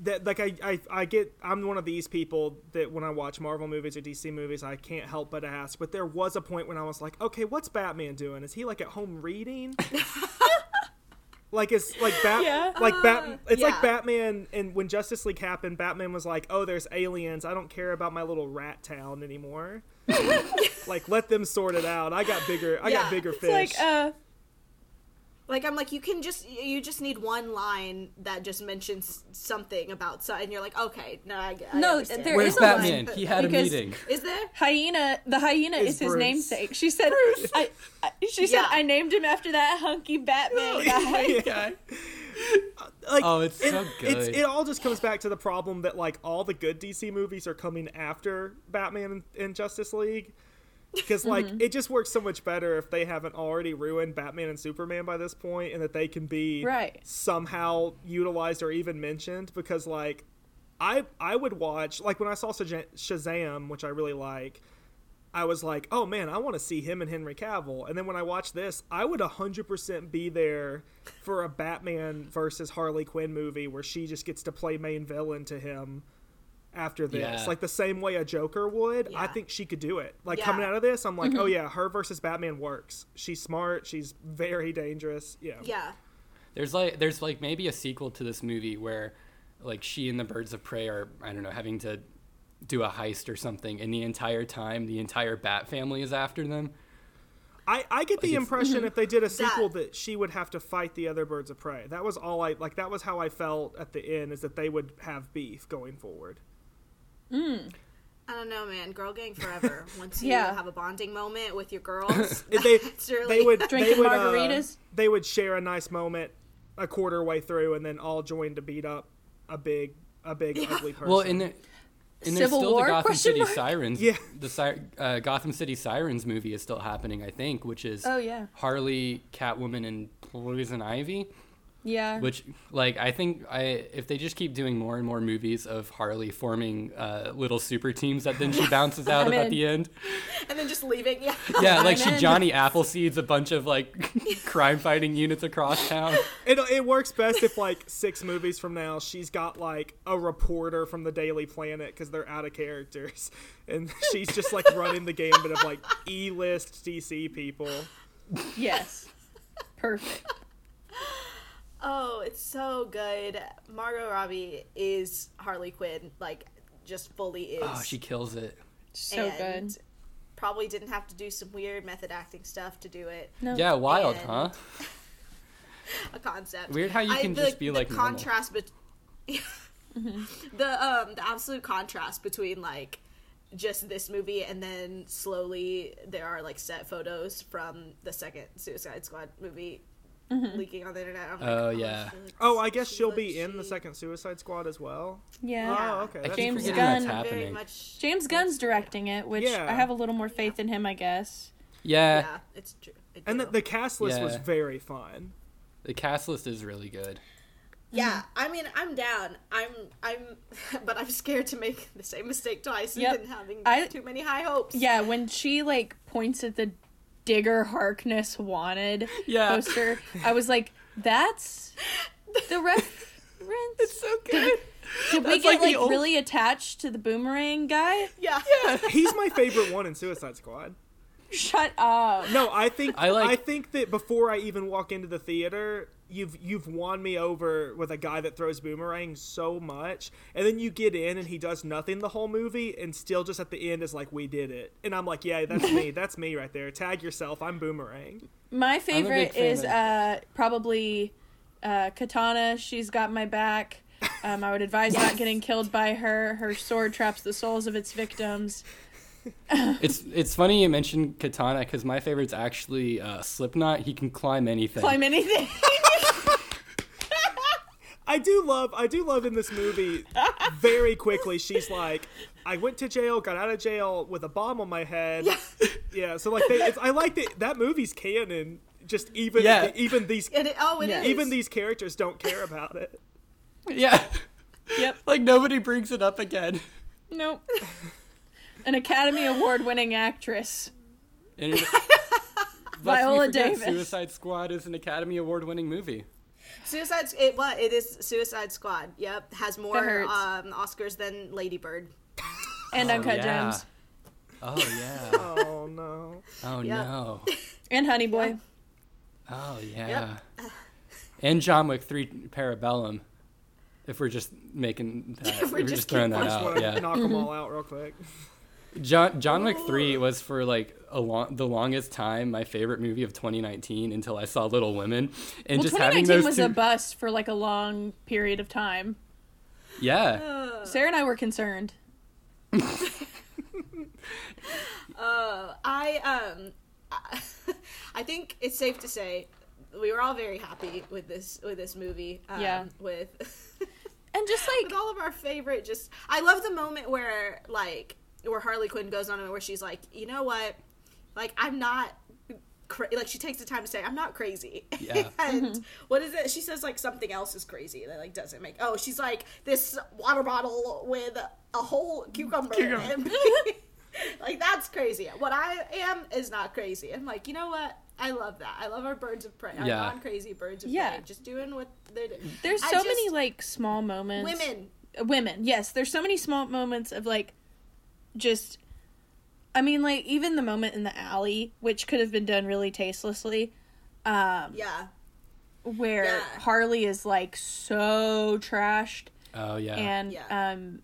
[SPEAKER 1] that like I, I I get I'm one of these people that when I watch Marvel movies or DC movies I can't help but ask but there was a point when I was like okay what's Batman doing is he like at home reading like it's like Bat
[SPEAKER 5] Yeah.
[SPEAKER 1] like Bat it's
[SPEAKER 4] yeah.
[SPEAKER 1] like Batman and when Justice League happened Batman was like oh there's aliens I don't care about my little rat town anymore like let them sort it out I got bigger I
[SPEAKER 4] Yeah.
[SPEAKER 1] got bigger
[SPEAKER 5] It's
[SPEAKER 1] fish
[SPEAKER 5] like uh
[SPEAKER 4] Like I'm like you can just you just need one line that just mentions something about so and you're like okay no I, I
[SPEAKER 5] No,
[SPEAKER 4] understand.
[SPEAKER 5] there
[SPEAKER 3] Where's
[SPEAKER 5] is a line,
[SPEAKER 3] Batman? He had a
[SPEAKER 5] because-
[SPEAKER 3] meeting.
[SPEAKER 4] is there
[SPEAKER 5] hyena the hyena
[SPEAKER 1] It's
[SPEAKER 5] is, his
[SPEAKER 1] Bruce.
[SPEAKER 5] namesake. She said I, I she said
[SPEAKER 4] Yeah.
[SPEAKER 5] I named him after that hunky Batman guy.
[SPEAKER 1] Yeah. Like,
[SPEAKER 3] Oh, it's so
[SPEAKER 1] It's,
[SPEAKER 3] good.
[SPEAKER 1] it all just comes back to the problem that like all the good DC movies are coming after Batman and, and Justice League, because like
[SPEAKER 3] Mm-hmm.
[SPEAKER 1] it just works so much better if they haven't already ruined Batman and Superman by this point, and that they can be
[SPEAKER 5] Right.
[SPEAKER 1] somehow utilized or even mentioned. Because like I I would watch like when I saw Shaja- Shazam, which I really like. I was like, oh man, I want to see him and Henry Cavill. And then when I watched this, I would 100% be there for a Batman versus Harley Quinn movie where she just gets to play main villain to him after this.
[SPEAKER 3] Yeah.
[SPEAKER 1] Like the same way a Joker would. I
[SPEAKER 4] Yeah.
[SPEAKER 1] think she could do it. Like
[SPEAKER 4] Yeah.
[SPEAKER 1] coming out of this, I'm like, oh yeah, her versus Batman works. She's smart. She's very dangerous. Yeah.
[SPEAKER 4] yeah
[SPEAKER 3] There's like there's like maybe a sequel to this movie where like she and the birds of prey are I don't know having to do a heist or something and the entire time the entire bat family is after them.
[SPEAKER 1] I, I get the
[SPEAKER 3] it's-
[SPEAKER 1] impression if they did a sequel Mm-hmm. that she would have to fight the other birds of prey. That was all I like. That was how I felt at the end is that they would have beef going forward.
[SPEAKER 4] I don't know man girl gang forever once you
[SPEAKER 5] Yeah.
[SPEAKER 4] have a bonding moment with your girls
[SPEAKER 1] they
[SPEAKER 4] that's really
[SPEAKER 1] they would
[SPEAKER 5] Drinking
[SPEAKER 1] they would, uh,
[SPEAKER 5] margaritas?
[SPEAKER 1] they would share a nice moment a quarter way through, and then all join to beat up a big a big ugly person.
[SPEAKER 3] Well, and there, and there's
[SPEAKER 5] Civil
[SPEAKER 3] still
[SPEAKER 5] War,
[SPEAKER 3] the Gotham
[SPEAKER 5] question
[SPEAKER 3] City
[SPEAKER 5] mark?
[SPEAKER 3] Sirens.
[SPEAKER 1] Yeah.
[SPEAKER 3] The Sir- uh, Gotham City Sirens movie is still happening, I think, which is
[SPEAKER 5] Oh, yeah.
[SPEAKER 3] Harley, Catwoman, and Poison Ivy.
[SPEAKER 5] Yeah.
[SPEAKER 3] Which, like, I think I if they just keep doing more and more movies of Harley forming uh, little super teams that then she bounces out
[SPEAKER 5] I'm
[SPEAKER 3] of at
[SPEAKER 5] in.
[SPEAKER 3] the end.
[SPEAKER 4] and then just leaving yeah
[SPEAKER 3] Yeah, like
[SPEAKER 5] I'm
[SPEAKER 3] she
[SPEAKER 5] in.
[SPEAKER 3] Johnny Appleseeds a bunch of like crime fighting units across town.
[SPEAKER 1] it it works best if like six movies from now she's got like a reporter from the Daily Planet because they're out of characters, and she's just like running the gambit of like E list DC people.
[SPEAKER 5] yes. Perfect.
[SPEAKER 4] Oh, it's so good. Margot Robbie is Harley Quinn, like just fully is.
[SPEAKER 3] Oh, she kills it.
[SPEAKER 5] So
[SPEAKER 4] And
[SPEAKER 5] good.
[SPEAKER 4] Probably didn't have to do some weird method acting stuff to do it.
[SPEAKER 5] No.
[SPEAKER 3] Yeah, wild,
[SPEAKER 4] And-
[SPEAKER 3] huh?
[SPEAKER 4] A concept.
[SPEAKER 3] Weird how you can
[SPEAKER 4] the,
[SPEAKER 3] just be,
[SPEAKER 4] the
[SPEAKER 3] like, normal.
[SPEAKER 4] contrast between the um the absolute contrast between like just this movie and then slowly there are like set photos from the second Suicide Squad movie leaking on the internet. I'm like,
[SPEAKER 3] Oh, yeah.
[SPEAKER 4] she looks-
[SPEAKER 1] Oh, I guess
[SPEAKER 4] she
[SPEAKER 1] she'll
[SPEAKER 4] looks-
[SPEAKER 1] be in the
[SPEAKER 4] she-
[SPEAKER 1] second Suicide Squad as well.
[SPEAKER 5] Yeah.
[SPEAKER 1] Oh, okay.
[SPEAKER 3] I
[SPEAKER 1] that's
[SPEAKER 3] keep
[SPEAKER 5] James
[SPEAKER 1] cool.
[SPEAKER 3] forgetting that's
[SPEAKER 5] Gunn. Very
[SPEAKER 3] happening.
[SPEAKER 4] Very much.
[SPEAKER 5] James Gunn's directing it, which
[SPEAKER 1] Yeah.
[SPEAKER 5] I have a little more faith in him, I guess.
[SPEAKER 3] Yeah,
[SPEAKER 4] Yeah, it's true. I
[SPEAKER 1] And
[SPEAKER 4] do.
[SPEAKER 1] the, the cast list was
[SPEAKER 3] Yeah.
[SPEAKER 1] very fun.
[SPEAKER 3] the cast list is really good.
[SPEAKER 4] yeah, I mean, I'm down. I'm, I'm, but I'm scared to make the same mistake twice
[SPEAKER 5] Yep.
[SPEAKER 4] and then having
[SPEAKER 5] I-
[SPEAKER 4] too many high hopes.
[SPEAKER 5] Yeah, when she like points at the Digger Harkness wanted
[SPEAKER 3] Yeah.
[SPEAKER 5] poster, I was like, "That's the reference." It's so
[SPEAKER 3] good.
[SPEAKER 5] Did we
[SPEAKER 3] That's
[SPEAKER 5] get
[SPEAKER 3] like the
[SPEAKER 5] like
[SPEAKER 3] old-
[SPEAKER 5] really attached to the boomerang guy?
[SPEAKER 4] yeah,
[SPEAKER 1] He's my favorite one in Suicide Squad.
[SPEAKER 5] Shut up.
[SPEAKER 1] No, I think I,
[SPEAKER 3] I like-
[SPEAKER 1] think that before I even walk into the theater, you've you've won me over with a guy that throws boomerangs so much, and then you get in and he does nothing the whole movie, and still just at the end is like, "We did it," and I'm like, "Yeah, that's me. That's me right there. Tag yourself. I'm boomerang."
[SPEAKER 5] My favorite
[SPEAKER 3] fan
[SPEAKER 5] is
[SPEAKER 3] of-
[SPEAKER 5] uh, probably uh, Katana. She's got my back. Um, I would advise not getting killed by her. Her sword traps the souls of its victims.
[SPEAKER 3] It's it's funny you mentioned Katana because my favorite's actually uh, Slipknot. He can climb anything.
[SPEAKER 5] Climb anything.
[SPEAKER 1] I do love I do love in this movie very quickly she's like I went to jail got out of jail with a bomb on my head yeah, so like they, it's, I like that that movie's canon just even
[SPEAKER 3] Yeah.
[SPEAKER 1] even these
[SPEAKER 4] and it, oh, it is
[SPEAKER 5] Yeah.
[SPEAKER 1] even these characters don't care about it
[SPEAKER 3] Yeah,
[SPEAKER 5] yep.
[SPEAKER 3] like nobody brings it up again.
[SPEAKER 5] Nope. An Academy Award winning actress.
[SPEAKER 3] And it- Lest we
[SPEAKER 5] Viola
[SPEAKER 3] forget,
[SPEAKER 5] Davis.
[SPEAKER 3] Suicide Squad is an Academy Award-winning movie.
[SPEAKER 4] Suicide. It what? It is Suicide Squad. Yep, has more
[SPEAKER 5] hurts.
[SPEAKER 4] um, Oscars than Lady Bird.
[SPEAKER 5] and Uncut
[SPEAKER 3] yeah.
[SPEAKER 5] Gems
[SPEAKER 3] Oh yeah.
[SPEAKER 1] Oh no.
[SPEAKER 3] Oh
[SPEAKER 4] Yep.
[SPEAKER 3] no.
[SPEAKER 5] and Honey Boy.
[SPEAKER 3] Oh yeah. And John Wick Three Parabellum. If we're just making that, if we're,
[SPEAKER 4] just
[SPEAKER 3] just, throwing
[SPEAKER 1] I
[SPEAKER 3] that
[SPEAKER 1] just
[SPEAKER 3] out,
[SPEAKER 1] want to
[SPEAKER 3] Oh, yeah.
[SPEAKER 1] knock
[SPEAKER 5] Mm-hmm.
[SPEAKER 1] them all out real quick.
[SPEAKER 3] John John Wick Three was for like a long, the longest time my favorite movie of 2019 until I saw Little Women, and
[SPEAKER 5] Well,
[SPEAKER 3] just having
[SPEAKER 5] 2019
[SPEAKER 3] those
[SPEAKER 5] was
[SPEAKER 3] two,
[SPEAKER 5] a bust for like a long period of time.
[SPEAKER 3] yeah,
[SPEAKER 5] Sarah and I were concerned.
[SPEAKER 4] I um, I think it's safe to say we were all very happy with this with this movie. Um,
[SPEAKER 5] Yeah.
[SPEAKER 4] With
[SPEAKER 5] And just
[SPEAKER 4] with
[SPEAKER 5] like
[SPEAKER 4] all of our favorite. Just I love the moment where like where Harley Quinn goes on and where she's like, you know what, like I'm not. Cra-, like she takes the time to say, "I'm not crazy."
[SPEAKER 3] Yeah.
[SPEAKER 5] Mm-hmm.
[SPEAKER 4] and what is it? She says like something else is crazy that like doesn't make. Oh, she's like this water bottle with a whole cucumber. in it. like that's crazy. What I am is not crazy. I'm like, you know what? I love that. I love our birds of prey. Our
[SPEAKER 3] Yeah.
[SPEAKER 4] non-crazy birds of
[SPEAKER 5] Yeah.
[SPEAKER 4] prey, just doing what they're doing.
[SPEAKER 5] there's
[SPEAKER 4] I
[SPEAKER 5] so
[SPEAKER 4] just-
[SPEAKER 5] many like small moments.
[SPEAKER 4] women.
[SPEAKER 5] Uh, women. Yes, there's so many small moments of like just I mean like even the moment in the alley which could have been done really tastelessly um
[SPEAKER 4] Yeah.
[SPEAKER 5] where
[SPEAKER 4] Yeah.
[SPEAKER 5] Harley is like so trashed
[SPEAKER 3] oh yeah,
[SPEAKER 5] and
[SPEAKER 4] Yeah.
[SPEAKER 5] um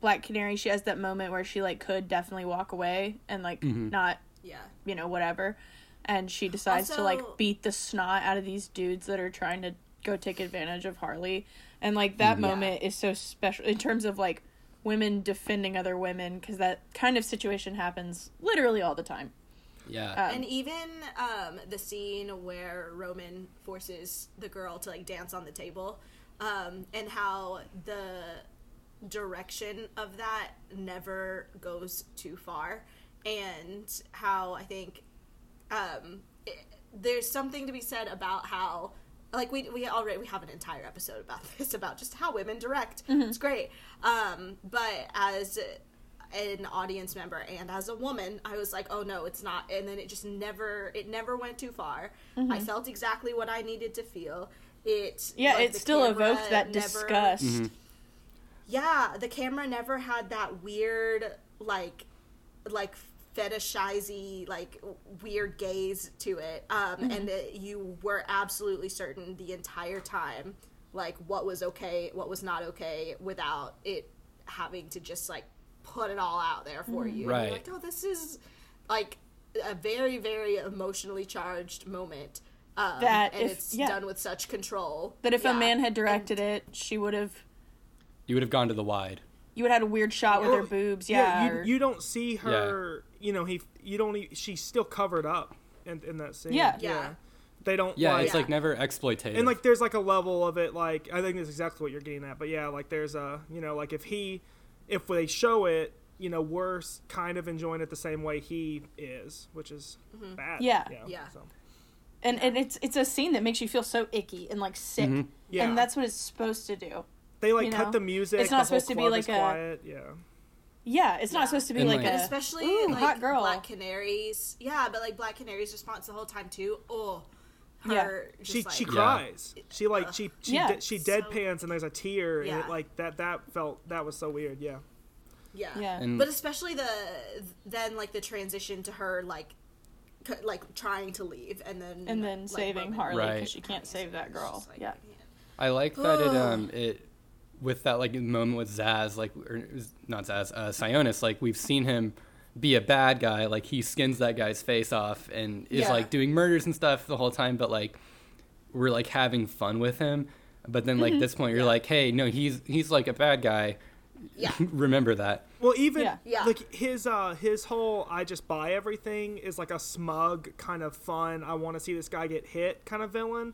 [SPEAKER 5] Black Canary she has that moment where she like could definitely walk away and like
[SPEAKER 3] Mm-hmm.
[SPEAKER 5] not
[SPEAKER 4] Yeah.
[SPEAKER 5] you know whatever and she decides to like
[SPEAKER 4] Also-
[SPEAKER 5] beat the snot out of these dudes that are trying to go take advantage of Harley and like that moment is so special in terms of like women defending other women cuz that kind of situation happens literally all the time.
[SPEAKER 3] yeah,
[SPEAKER 5] uh,
[SPEAKER 4] And even um, the scene where Roman forces the girl to like dance on the table, um, and how the direction of that never goes too far, and how I think um, it, there's something to be said about how like we we already we have an entire episode about this about just how women direct.
[SPEAKER 5] Mm-hmm.
[SPEAKER 4] It's great. Um, but as an audience member and as a woman, I was like, oh no, it's not. And then it just never it never went too far.
[SPEAKER 5] Mm-hmm.
[SPEAKER 4] I felt exactly what I needed to feel. It
[SPEAKER 5] Yeah,
[SPEAKER 4] like,
[SPEAKER 5] it
[SPEAKER 4] the
[SPEAKER 5] still
[SPEAKER 4] camera
[SPEAKER 5] evoked that
[SPEAKER 4] never-
[SPEAKER 5] disgust.
[SPEAKER 4] yeah, the camera never had that weird like like fetishizy like weird gaze to it um
[SPEAKER 5] Mm-hmm.
[SPEAKER 4] and it, you were absolutely certain the entire time like what was okay what was not okay without it having to just like put it all out there for you
[SPEAKER 5] Mm.
[SPEAKER 4] And you're
[SPEAKER 3] Right.
[SPEAKER 4] like oh this is like a very very emotionally charged moment um,
[SPEAKER 5] That
[SPEAKER 4] and
[SPEAKER 5] if-
[SPEAKER 4] it's
[SPEAKER 5] yeah.
[SPEAKER 4] done with such control
[SPEAKER 5] That if a
[SPEAKER 4] Yeah.
[SPEAKER 5] man had directed it, she would have
[SPEAKER 3] you would have gone to the wide.
[SPEAKER 5] you would have had a weird shot with her
[SPEAKER 1] Well,
[SPEAKER 5] boobs, yeah.
[SPEAKER 1] Yeah,
[SPEAKER 5] or-
[SPEAKER 1] you, you don't see her. You know, he. You don't. e- She's still covered up in, in that scene.
[SPEAKER 5] Yeah.
[SPEAKER 4] Yeah.
[SPEAKER 1] They don't.
[SPEAKER 3] Yeah,
[SPEAKER 1] like,
[SPEAKER 3] it's like never exploitative.
[SPEAKER 1] and like there's like a level of it like i think that's exactly what you're getting at but yeah like there's a you know like if he if they show it you know we're s- kind of enjoying it the same way he is which is bad
[SPEAKER 5] Yeah.
[SPEAKER 1] you know,
[SPEAKER 4] Yeah.
[SPEAKER 1] so.
[SPEAKER 5] and and it's it's a scene that makes you feel so icky and like sick.
[SPEAKER 1] Yeah.
[SPEAKER 5] And that's what it's supposed to do.
[SPEAKER 1] they like
[SPEAKER 5] you know,
[SPEAKER 1] cut the music
[SPEAKER 5] it's not
[SPEAKER 1] the whole
[SPEAKER 5] supposed to be
[SPEAKER 1] club
[SPEAKER 5] like
[SPEAKER 1] is
[SPEAKER 5] a-
[SPEAKER 1] quiet yeah
[SPEAKER 5] Yeah, it's
[SPEAKER 4] Yeah.
[SPEAKER 5] not supposed to be
[SPEAKER 3] And,
[SPEAKER 5] like,
[SPEAKER 3] like-
[SPEAKER 5] a
[SPEAKER 3] And
[SPEAKER 4] especially
[SPEAKER 5] "Ooh,
[SPEAKER 4] like
[SPEAKER 5] hot girl.
[SPEAKER 4] Black Canaries. Yeah, but like Black Canaries' response the whole time too. Oh,
[SPEAKER 5] Yeah.
[SPEAKER 4] her just
[SPEAKER 1] she
[SPEAKER 4] like,
[SPEAKER 1] she cries she like she she,
[SPEAKER 5] Yeah.
[SPEAKER 1] de- she deadpans and there's a tear and
[SPEAKER 4] Yeah.
[SPEAKER 1] it like that that felt that was so weird yeah
[SPEAKER 4] yeah,
[SPEAKER 5] Yeah.
[SPEAKER 3] And-
[SPEAKER 4] But especially the then like the transition to her like c- like trying to leave and then
[SPEAKER 5] and then
[SPEAKER 4] like,
[SPEAKER 5] saving
[SPEAKER 4] Roman
[SPEAKER 5] Harley because
[SPEAKER 3] Right.
[SPEAKER 5] she can't save that girl.
[SPEAKER 4] just, like,
[SPEAKER 5] yeah.
[SPEAKER 3] I like that it um it with that like moment with Zaz like or it was not Zaz uh, Sionis like we've seen him be a bad guy like he skins that guy's face off and is
[SPEAKER 5] Yeah.
[SPEAKER 3] like doing murders and stuff the whole time but like we're like having fun with him but then like this point you're like hey no he's he's like a bad guy
[SPEAKER 4] Yeah.
[SPEAKER 3] remember that
[SPEAKER 1] Well, even
[SPEAKER 5] Yeah.
[SPEAKER 4] Yeah.
[SPEAKER 1] like his uh his whole "I just buy everything" is like a smug kind of fun. I want to see this guy get hit kind of villain,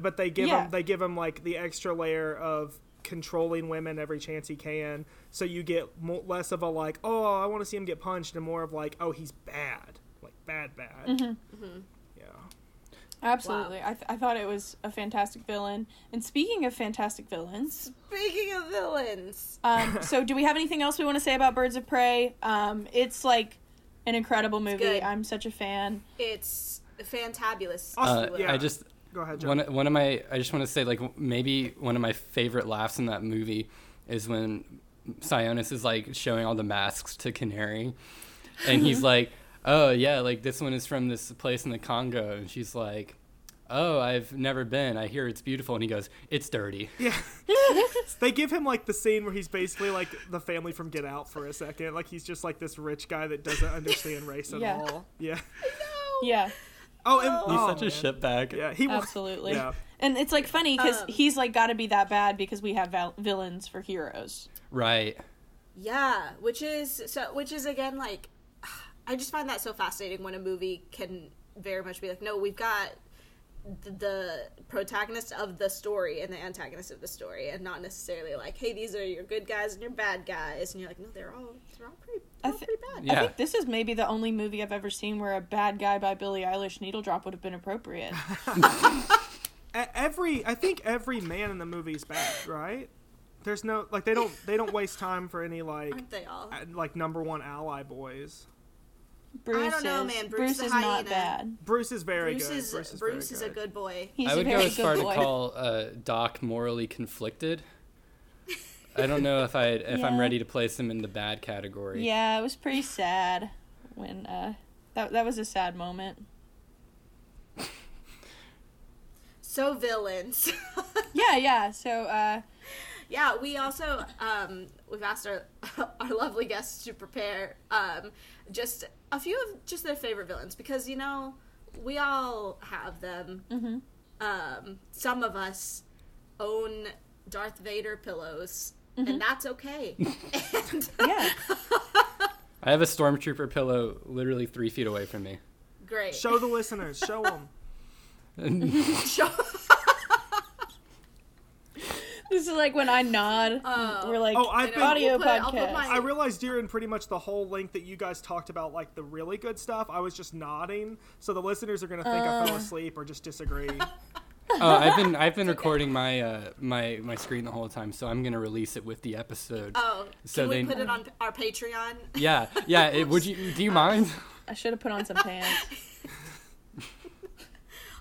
[SPEAKER 1] but they give
[SPEAKER 5] Yeah.
[SPEAKER 1] him they give him like the extra layer of controlling women every chance he can. So you get mo- less of a like, oh, I want to see him get punched, and more of like, oh, he's bad, like bad, bad.
[SPEAKER 4] Mm-hmm.
[SPEAKER 1] Yeah.
[SPEAKER 5] Absolutely. I, th- I thought it was a fantastic villain. And speaking of fantastic villains,
[SPEAKER 4] Speaking of villains,
[SPEAKER 5] um, so do we have anything else we want to say about Birds of Prey? Um, it's like an incredible movie.
[SPEAKER 4] good.
[SPEAKER 5] I'm such a fan.
[SPEAKER 4] it's fantabulous.
[SPEAKER 1] Also-
[SPEAKER 4] if you will.
[SPEAKER 1] Yeah.
[SPEAKER 3] Uh, I just
[SPEAKER 1] Go ahead, John.
[SPEAKER 3] one one of my I just want to say like w- maybe one of my favorite laughs in that movie is when Sionis is like showing all the masks to Canary, and he's like, "Oh yeah, like this one is from this place in the Congo," and she's like. Oh, I've never been. I hear it's beautiful. And he goes, It's dirty.
[SPEAKER 1] Yeah. they give him like the scene where he's basically like the family from Get Out for a second. Like he's just like this rich guy that doesn't understand race at
[SPEAKER 5] Yeah.
[SPEAKER 1] all. Yeah.
[SPEAKER 5] Yeah,
[SPEAKER 1] Oh, and
[SPEAKER 3] He's
[SPEAKER 1] oh,
[SPEAKER 3] such a
[SPEAKER 1] man.
[SPEAKER 3] shitbag.
[SPEAKER 1] Yeah, he was.
[SPEAKER 5] absolutely.
[SPEAKER 1] Yeah.
[SPEAKER 5] And it's like funny because
[SPEAKER 4] Um,
[SPEAKER 5] he's like got to be that bad because we have val- villains for heroes.
[SPEAKER 3] Right.
[SPEAKER 4] Yeah, which is so which is again like I just find that so fascinating when a movie can very much be like, no, we've got the, the protagonist of the story and the antagonist of the story, and not necessarily like, hey, these are your good guys and your bad guys, and you're like, no, they're all they're all pretty, they're
[SPEAKER 5] I
[SPEAKER 4] all Oh,
[SPEAKER 5] thi-
[SPEAKER 4] pretty bad.
[SPEAKER 5] I
[SPEAKER 3] Yeah.
[SPEAKER 5] think this is maybe the only movie I've ever seen where a bad guy by Billie Eilish needle drop would have been appropriate.
[SPEAKER 1] E- Every I think every man in the movie's bad, right? There's no like they don't they don't waste time for any like
[SPEAKER 4] Aren't they all?
[SPEAKER 1] a- like number one ally boys.
[SPEAKER 5] Bruce
[SPEAKER 4] don't know,
[SPEAKER 5] is,
[SPEAKER 4] man. Bruce
[SPEAKER 5] Bruce,
[SPEAKER 4] the
[SPEAKER 5] is not
[SPEAKER 4] hyena.
[SPEAKER 5] bad.
[SPEAKER 1] Bruce is very
[SPEAKER 4] Bruce
[SPEAKER 1] good.
[SPEAKER 4] is
[SPEAKER 1] Bruce is,
[SPEAKER 4] Bruce
[SPEAKER 1] very
[SPEAKER 4] is a good boy.
[SPEAKER 5] He's
[SPEAKER 3] I would
[SPEAKER 5] a
[SPEAKER 3] go
[SPEAKER 5] very
[SPEAKER 3] as far
[SPEAKER 5] good boy.
[SPEAKER 3] to call uh, Doc morally conflicted. I don't know if I if I'm
[SPEAKER 5] Yeah.
[SPEAKER 3] ready to place him in the bad category.
[SPEAKER 5] Yeah, it was pretty sad when uh that that was a sad moment.
[SPEAKER 4] So villains.
[SPEAKER 5] Yeah, yeah. So uh
[SPEAKER 4] Yeah, we also um, we've asked our our lovely guests to prepare um, just a few of just their favorite villains because you know we all have them.
[SPEAKER 5] Mhm.
[SPEAKER 4] Um, some of us own Darth Vader pillows,
[SPEAKER 5] Mm-hmm.
[SPEAKER 4] and that's okay. and
[SPEAKER 5] yeah.
[SPEAKER 3] I have a stormtrooper pillow literally three feet away from me.
[SPEAKER 4] great.
[SPEAKER 1] Show the listeners, show them.
[SPEAKER 4] Show-
[SPEAKER 5] this is like when I nod.
[SPEAKER 4] Oh.
[SPEAKER 5] we're like
[SPEAKER 1] Oh, I've
[SPEAKER 4] know,
[SPEAKER 1] been
[SPEAKER 5] audio
[SPEAKER 4] we'll put- I'll put
[SPEAKER 5] podcast.
[SPEAKER 4] mine-
[SPEAKER 1] I realized during pretty much the whole link that you guys talked about, like the really good stuff. I was just nodding, so the listeners are gonna think I
[SPEAKER 4] Uh.
[SPEAKER 1] fell asleep or just disagree.
[SPEAKER 3] Oh, I've been I've been recording my uh, my my screen the whole time, so I'm gonna release it with the episode.
[SPEAKER 4] oh,
[SPEAKER 3] So
[SPEAKER 4] can we
[SPEAKER 3] they-
[SPEAKER 4] put it on our Patreon?
[SPEAKER 3] Yeah, yeah. It, would you do you mind?
[SPEAKER 5] I should have put on some pants.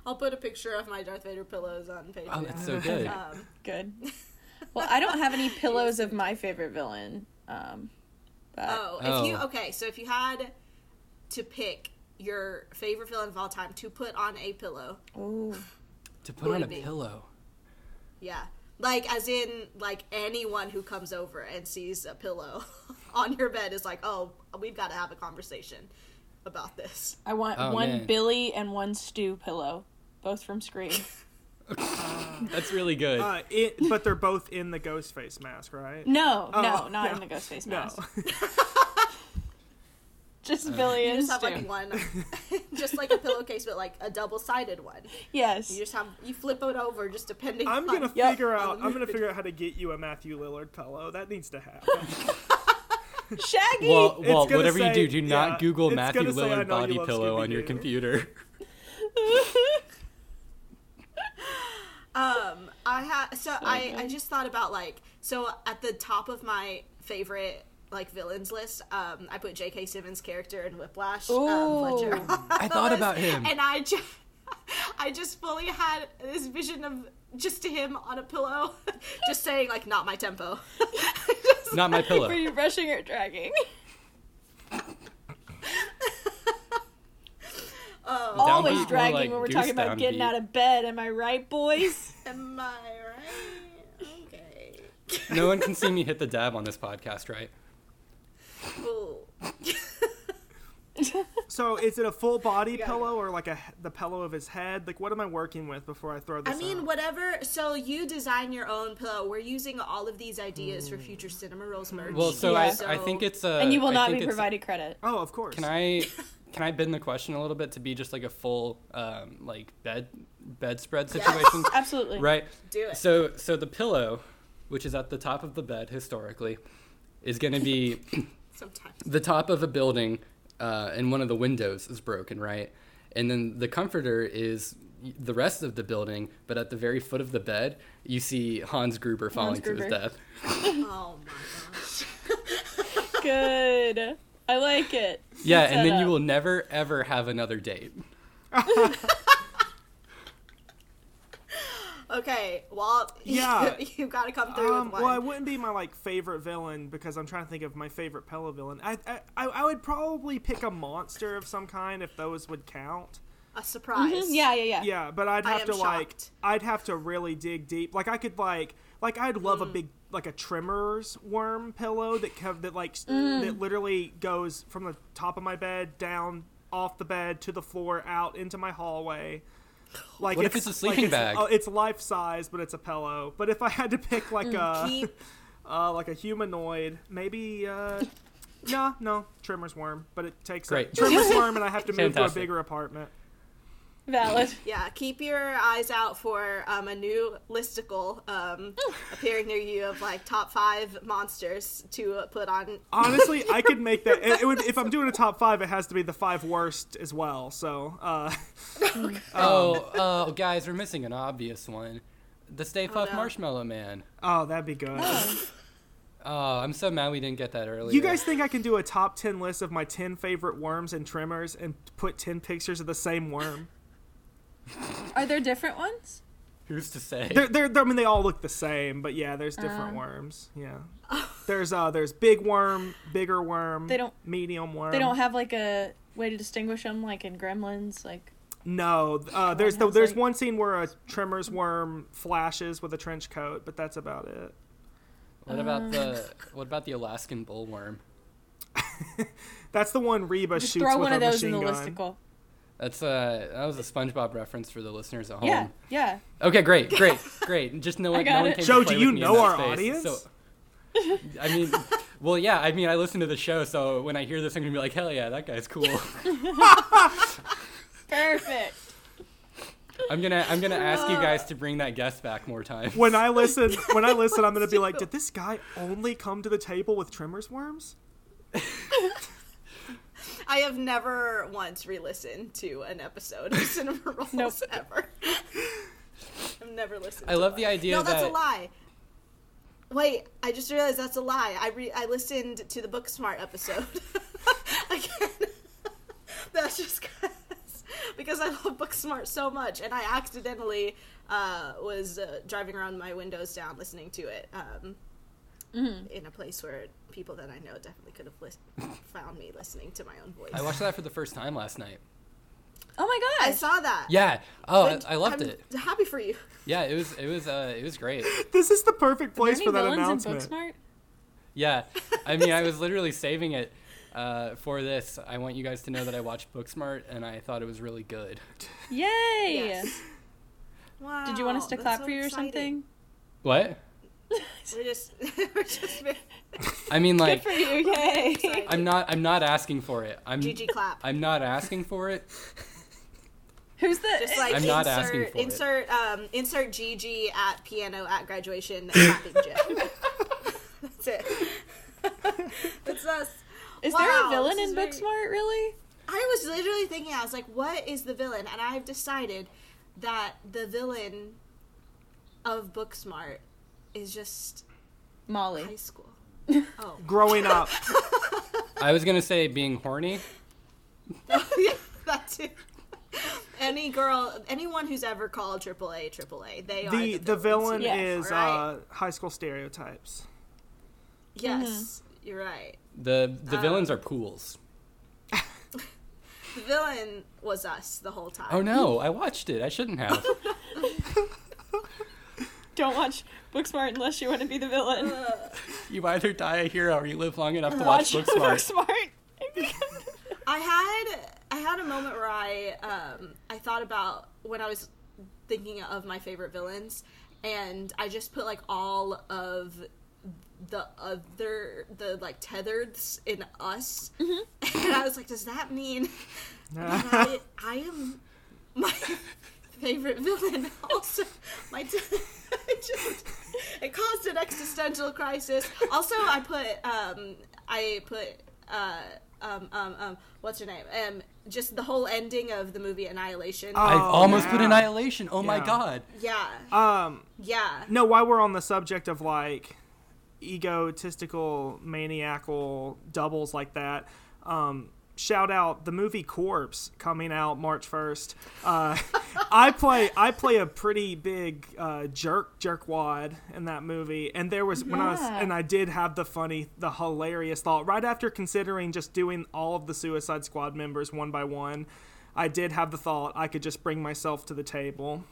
[SPEAKER 4] I'll put a picture of my Darth Vader pillows on Patreon.
[SPEAKER 3] Oh, that's so good.
[SPEAKER 4] um,
[SPEAKER 5] Good. Well, I don't have any pillows of my favorite villain. Um but
[SPEAKER 4] Oh, if you
[SPEAKER 3] Oh.
[SPEAKER 4] okay, so if you had to pick your favorite villain of all time to put on a pillow,
[SPEAKER 5] Ooh.
[SPEAKER 3] To put on a
[SPEAKER 4] would be?
[SPEAKER 3] pillow.
[SPEAKER 4] yeah, like as in like anyone who comes over and sees a pillow on your bed is like, oh, we've got to have a conversation about this.
[SPEAKER 5] I want
[SPEAKER 3] Oh,
[SPEAKER 5] one
[SPEAKER 3] man.
[SPEAKER 5] Billy and one Stew pillow, both from Scream.
[SPEAKER 3] That's really good.
[SPEAKER 1] Uh, it, but they're both in the ghost face mask, right?
[SPEAKER 5] No,
[SPEAKER 1] Oh,
[SPEAKER 5] no, not
[SPEAKER 1] no,
[SPEAKER 5] in the Ghostface
[SPEAKER 1] No.
[SPEAKER 5] mask.
[SPEAKER 3] Uh,
[SPEAKER 5] Just Billy
[SPEAKER 4] You
[SPEAKER 5] and
[SPEAKER 4] just have
[SPEAKER 5] Stew.
[SPEAKER 4] like one, just like a pillowcase, but like a double-sided one.
[SPEAKER 5] yes.
[SPEAKER 4] You just have you flip it over, just depending.
[SPEAKER 1] I'm
[SPEAKER 4] on-
[SPEAKER 1] gonna
[SPEAKER 5] Yep.
[SPEAKER 1] figure out. I'm gonna
[SPEAKER 4] Unlimited.
[SPEAKER 1] figure out how to get you a Matthew Lillard pillow. That needs to happen.
[SPEAKER 5] Shaggy.
[SPEAKER 3] well,
[SPEAKER 1] it's
[SPEAKER 3] well
[SPEAKER 1] gonna
[SPEAKER 3] whatever
[SPEAKER 1] say-
[SPEAKER 3] you do, do not
[SPEAKER 1] yeah,
[SPEAKER 3] Google
[SPEAKER 1] it's
[SPEAKER 3] Matthew
[SPEAKER 1] gonna say, "I know you
[SPEAKER 3] Lillard body
[SPEAKER 1] love
[SPEAKER 3] pillow on your
[SPEAKER 1] Scooby-Doo."
[SPEAKER 3] computer.
[SPEAKER 4] Um, I ha so I I just thought about like so at the top of my favorite like villains list, um, I put J.K. Simmons' character in Whiplash, um,
[SPEAKER 5] Ooh.
[SPEAKER 4] Fletcher. on
[SPEAKER 3] I thought
[SPEAKER 4] the
[SPEAKER 3] about
[SPEAKER 4] list,
[SPEAKER 3] him.
[SPEAKER 4] and I just I just fully had this vision of just him on a pillow, just saying like not my tempo. Just-
[SPEAKER 3] Not my
[SPEAKER 5] Were
[SPEAKER 3] pillow.
[SPEAKER 5] you brushing or dragging?
[SPEAKER 3] Downbeat,
[SPEAKER 5] Always
[SPEAKER 3] more
[SPEAKER 5] dragging
[SPEAKER 3] like
[SPEAKER 5] when we're
[SPEAKER 3] goose
[SPEAKER 5] talking about getting
[SPEAKER 3] downbeat.
[SPEAKER 5] out of bed. Am I right, boys?
[SPEAKER 4] Am I right? Okay.
[SPEAKER 3] No one can see me hit the dab on this podcast, right?
[SPEAKER 4] Ooh.
[SPEAKER 1] So, is it a full body
[SPEAKER 4] Yeah.
[SPEAKER 1] pillow or like a the pillow of his head? Like, what am I working with before I throw this?
[SPEAKER 4] I mean,
[SPEAKER 1] out?
[SPEAKER 4] whatever. So you design your own pillow. We're using all of these ideas for future cinema rolls merch.
[SPEAKER 3] Well, so
[SPEAKER 5] Yeah.
[SPEAKER 3] I, I think it's a.
[SPEAKER 5] and you will
[SPEAKER 3] Uh, I
[SPEAKER 5] not
[SPEAKER 3] think
[SPEAKER 5] be
[SPEAKER 3] it's-
[SPEAKER 5] provided credit.
[SPEAKER 1] Oh, of course.
[SPEAKER 3] Can I, can I bend the question a little bit to be just like a full, um, like bed, bedspread situation,
[SPEAKER 5] Absolutely.
[SPEAKER 3] right?
[SPEAKER 4] Do it.
[SPEAKER 3] So, so the pillow, which is at the top of the bed historically, is going to be
[SPEAKER 4] sometimes.
[SPEAKER 3] the top of a building, uh, and one of the windows is broken, right? And then the comforter is the rest of the building, but at the very foot of the bed, you see Hans Gruber falling to
[SPEAKER 5] Gruber.
[SPEAKER 3] his death.
[SPEAKER 4] Oh my gosh.
[SPEAKER 5] Good. I like it.
[SPEAKER 3] Yeah,
[SPEAKER 5] set
[SPEAKER 3] and then you
[SPEAKER 5] up.
[SPEAKER 3] will never ever have another date.
[SPEAKER 4] Okay, well,
[SPEAKER 1] Yeah.
[SPEAKER 4] you, you gotta come through
[SPEAKER 1] Um,
[SPEAKER 4] with one.
[SPEAKER 1] well, I wouldn't be my like favorite villain because I'm trying to think of my favorite Pella villain. I, I I I would probably pick a monster of some kind if those would count.
[SPEAKER 4] a surprise.
[SPEAKER 5] Mm-hmm, yeah, yeah, yeah.
[SPEAKER 1] Yeah, but I'd
[SPEAKER 4] I
[SPEAKER 1] have
[SPEAKER 4] am
[SPEAKER 1] to like
[SPEAKER 4] shocked.
[SPEAKER 1] I'd have to really dig deep. Like I could like like I'd love a
[SPEAKER 4] Mm.
[SPEAKER 1] big like a Tremors worm pillow that co- that like s-
[SPEAKER 4] Mm.
[SPEAKER 1] that literally goes from the top of my bed down off the bed to the floor out into my hallway. Like
[SPEAKER 3] What if it's a sleeping
[SPEAKER 1] like
[SPEAKER 3] bag?
[SPEAKER 1] It's, oh, it's life size, but it's a pillow. But if I had to pick
[SPEAKER 4] Mm,
[SPEAKER 1] like a
[SPEAKER 4] Keep
[SPEAKER 1] uh, like a humanoid, maybe uh, no no Tremors worm, but it takes
[SPEAKER 3] Great.
[SPEAKER 1] a Tremors worm, and I have to move to a
[SPEAKER 3] Fantastic.
[SPEAKER 1] bigger apartment.
[SPEAKER 5] Valid.
[SPEAKER 4] Yeah, keep your eyes out for um, a new listicle um, appearing near you of like top five monsters to uh, put on.
[SPEAKER 1] Honestly, I could make that. It, it would, if I'm doing a top five, it has to be the five worst as well. So, uh, Um,
[SPEAKER 3] Oh, oh, guys, we're missing an obvious one. The Stay Puft
[SPEAKER 4] Oh, no.
[SPEAKER 3] Marshmallow Man.
[SPEAKER 1] oh, that'd be good.
[SPEAKER 3] Oh, I'm so mad we didn't get that earlier.
[SPEAKER 1] You guys think I can do a top ten list of my ten favorite worms and trimmers and put ten pictures of the same worm?
[SPEAKER 5] Are there different ones?
[SPEAKER 3] Who's to say?
[SPEAKER 1] They're, they're, I mean, they all look the same, but yeah, there's
[SPEAKER 5] Um.
[SPEAKER 1] different worms. Yeah, there's uh, there's big worm, bigger worm.
[SPEAKER 5] They don't-
[SPEAKER 1] medium worm.
[SPEAKER 5] They don't have like a way to distinguish them, like in Gremlins. Like,
[SPEAKER 1] No, uh, there's
[SPEAKER 5] it
[SPEAKER 1] the,
[SPEAKER 5] has,
[SPEAKER 1] there's
[SPEAKER 5] like-
[SPEAKER 1] one scene where a trimmers worm flashes with a trench coat, but that's about it.
[SPEAKER 3] What about
[SPEAKER 4] Um.
[SPEAKER 3] the What about the Alaskan bullworm?
[SPEAKER 1] That's the one Reba
[SPEAKER 5] just
[SPEAKER 1] shoots
[SPEAKER 5] throw
[SPEAKER 1] with
[SPEAKER 5] one
[SPEAKER 1] a
[SPEAKER 5] of those in
[SPEAKER 1] machine
[SPEAKER 5] the
[SPEAKER 1] gun.
[SPEAKER 5] listicle.
[SPEAKER 3] That's uh that was a SpongeBob reference for the listeners at home.
[SPEAKER 5] Yeah, yeah.
[SPEAKER 3] Okay, great, great, great. Just no one,
[SPEAKER 5] got
[SPEAKER 3] no one
[SPEAKER 5] it.
[SPEAKER 3] came to
[SPEAKER 1] Joe,
[SPEAKER 3] play
[SPEAKER 1] do you
[SPEAKER 3] with me in
[SPEAKER 1] know
[SPEAKER 3] that
[SPEAKER 1] our
[SPEAKER 3] space,
[SPEAKER 1] audience?
[SPEAKER 3] so- I mean, well, yeah. I mean, I listen to the show, so when I hear this, I'm gonna be like, hell yeah, that guy's cool.
[SPEAKER 5] Perfect.
[SPEAKER 3] I'm gonna I'm gonna ask you
[SPEAKER 4] Uh.
[SPEAKER 3] guys to bring that guest back more times.
[SPEAKER 1] When I listen, when I listen, I'm gonna be like, did this guy only come to the table with trimmers worms?
[SPEAKER 4] I have never once re-listened to an episode of Cinema Rolls
[SPEAKER 5] Nope.
[SPEAKER 4] ever. I've never listened.
[SPEAKER 3] I
[SPEAKER 4] to
[SPEAKER 3] love
[SPEAKER 4] one.
[SPEAKER 3] the idea
[SPEAKER 4] No, that's
[SPEAKER 3] that
[SPEAKER 4] a lie. Wait, I just realized that's a lie. I re- I listened to the Booksmart episode again. that's just 'cause- because I love Booksmart so much, and I accidentally uh, was uh, driving around my windows down listening to it um,
[SPEAKER 5] Mm-hmm.
[SPEAKER 4] in a place where people that I know definitely could have lis- found me listening to my own voice.
[SPEAKER 3] I watched that for the first time last night.
[SPEAKER 5] Oh my
[SPEAKER 4] I
[SPEAKER 5] gosh.
[SPEAKER 4] saw that.
[SPEAKER 3] Yeah. Oh, I,
[SPEAKER 4] Good.
[SPEAKER 3] I loved
[SPEAKER 4] I'm
[SPEAKER 3] it.
[SPEAKER 4] Happy for you.
[SPEAKER 3] Yeah, it was it was uh it was great.
[SPEAKER 1] This is the perfect
[SPEAKER 5] Are there
[SPEAKER 1] place
[SPEAKER 5] any
[SPEAKER 1] for that
[SPEAKER 5] villains in
[SPEAKER 1] announcement.
[SPEAKER 5] Booksmart?
[SPEAKER 3] Yeah. I mean, I was literally saving it uh, for this. I want you guys to know that I watched Booksmart and I thought it was really good.
[SPEAKER 5] Yay!
[SPEAKER 4] Yes. Wow.
[SPEAKER 5] Did you want us to
[SPEAKER 4] that's
[SPEAKER 5] clap
[SPEAKER 4] so
[SPEAKER 5] for you or
[SPEAKER 4] exciting.
[SPEAKER 5] something?
[SPEAKER 3] What?
[SPEAKER 4] We're just, we're just very
[SPEAKER 3] I mean, like,
[SPEAKER 5] For you, yay!
[SPEAKER 3] I'm not I'm not asking for it. I'm
[SPEAKER 4] GG clap.
[SPEAKER 3] I'm not asking for it.
[SPEAKER 5] Who's the?
[SPEAKER 4] Just like
[SPEAKER 3] I'm
[SPEAKER 4] insert,
[SPEAKER 3] not asking for it.
[SPEAKER 4] insert, um, insert GG at piano at graduation clapping Joe. That's it. That's us.
[SPEAKER 5] is there
[SPEAKER 4] wow,
[SPEAKER 5] a villain
[SPEAKER 4] this is
[SPEAKER 5] in
[SPEAKER 4] very-
[SPEAKER 5] Booksmart? Really?
[SPEAKER 4] I was literally thinking, I was like, what is the villain? And I've decided that the villain of Booksmart is just high
[SPEAKER 5] Molly.
[SPEAKER 4] school. Oh.
[SPEAKER 1] Growing up,
[SPEAKER 3] I was gonna say being horny.
[SPEAKER 4] yeah, that too. Any girl, anyone who's ever called AAA, AAA, they are
[SPEAKER 1] the the villain
[SPEAKER 5] Yes.
[SPEAKER 1] is
[SPEAKER 4] Right.
[SPEAKER 1] uh, high school stereotypes.
[SPEAKER 4] Yes, you're right.
[SPEAKER 3] The the villains are pools.
[SPEAKER 4] The villain was us the whole time.
[SPEAKER 3] Oh no, I watched it. I shouldn't have.
[SPEAKER 5] Don't watch Booksmart unless you want to be the villain.
[SPEAKER 3] You either die a hero or you live long enough to watch Booksmart.
[SPEAKER 5] Booksmart.
[SPEAKER 4] I had I had a moment where I um, I thought about when I was thinking of my favorite villains, and I just put like all of the other the like tethers in us, and I was like, does that mean I, I am my favorite villain. Also, my t- I just it caused an existential crisis. Also, I put um I put uh um um um what's her name um just the whole ending of the movie Annihilation.
[SPEAKER 3] I
[SPEAKER 1] Oh,
[SPEAKER 3] almost put
[SPEAKER 1] yeah.
[SPEAKER 3] Annihilation. Oh my
[SPEAKER 1] Yeah.
[SPEAKER 3] god.
[SPEAKER 4] yeah,
[SPEAKER 1] Um,
[SPEAKER 4] yeah.
[SPEAKER 1] no, while we're on the subject of like egotistical, maniacal doubles like that, um, shout out the movie Corpse coming out March first. Uh, I play I play a pretty big uh, jerk jerkwad in that movie, and there was when I was
[SPEAKER 5] Yeah.
[SPEAKER 1] and I did have the funny the hilarious thought right after considering just doing all of the Suicide Squad members one by one. I did have the thought I could just bring myself to the table.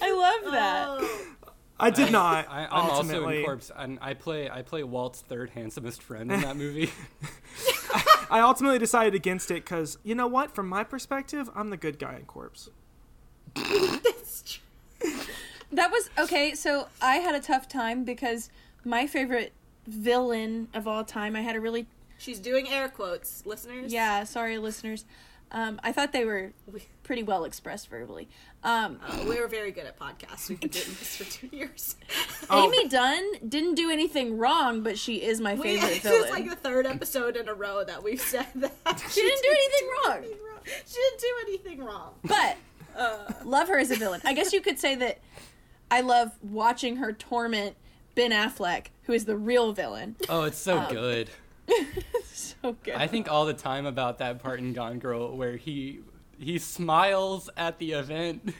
[SPEAKER 5] I love that.
[SPEAKER 4] Oh,
[SPEAKER 1] I did not.
[SPEAKER 3] I, I'm also
[SPEAKER 1] ultimately.
[SPEAKER 3] in Corpse, and I play I play Walt's third handsomest friend in that movie.
[SPEAKER 1] I ultimately decided against it because you know what? From my perspective, I'm the good guy in Corpse.
[SPEAKER 4] that's true.
[SPEAKER 5] That was okay. So I had a tough time because my favorite villain of all time. I had a really
[SPEAKER 4] She's doing air quotes, listeners.
[SPEAKER 5] yeah. Sorry, listeners. Um, I thought they were pretty well expressed verbally. Um,
[SPEAKER 4] Uh, we were very good at podcasts. We've been doing this for two years.
[SPEAKER 1] Oh.
[SPEAKER 5] Amy Dunn didn't do anything wrong, but she is my
[SPEAKER 4] We,
[SPEAKER 5] favorite
[SPEAKER 4] this
[SPEAKER 5] villain.
[SPEAKER 4] is like the third episode in a row that we've said that.
[SPEAKER 5] she didn't do anything wrong.
[SPEAKER 4] anything wrong. She didn't do anything wrong.
[SPEAKER 5] But
[SPEAKER 4] Uh,
[SPEAKER 5] love her as a villain. I guess you could say that I love watching her torment Ben Affleck, who is the real villain.
[SPEAKER 3] oh, it's so good.
[SPEAKER 5] So good.
[SPEAKER 3] I think all the time about that part in Gone Girl where he he smiles at the event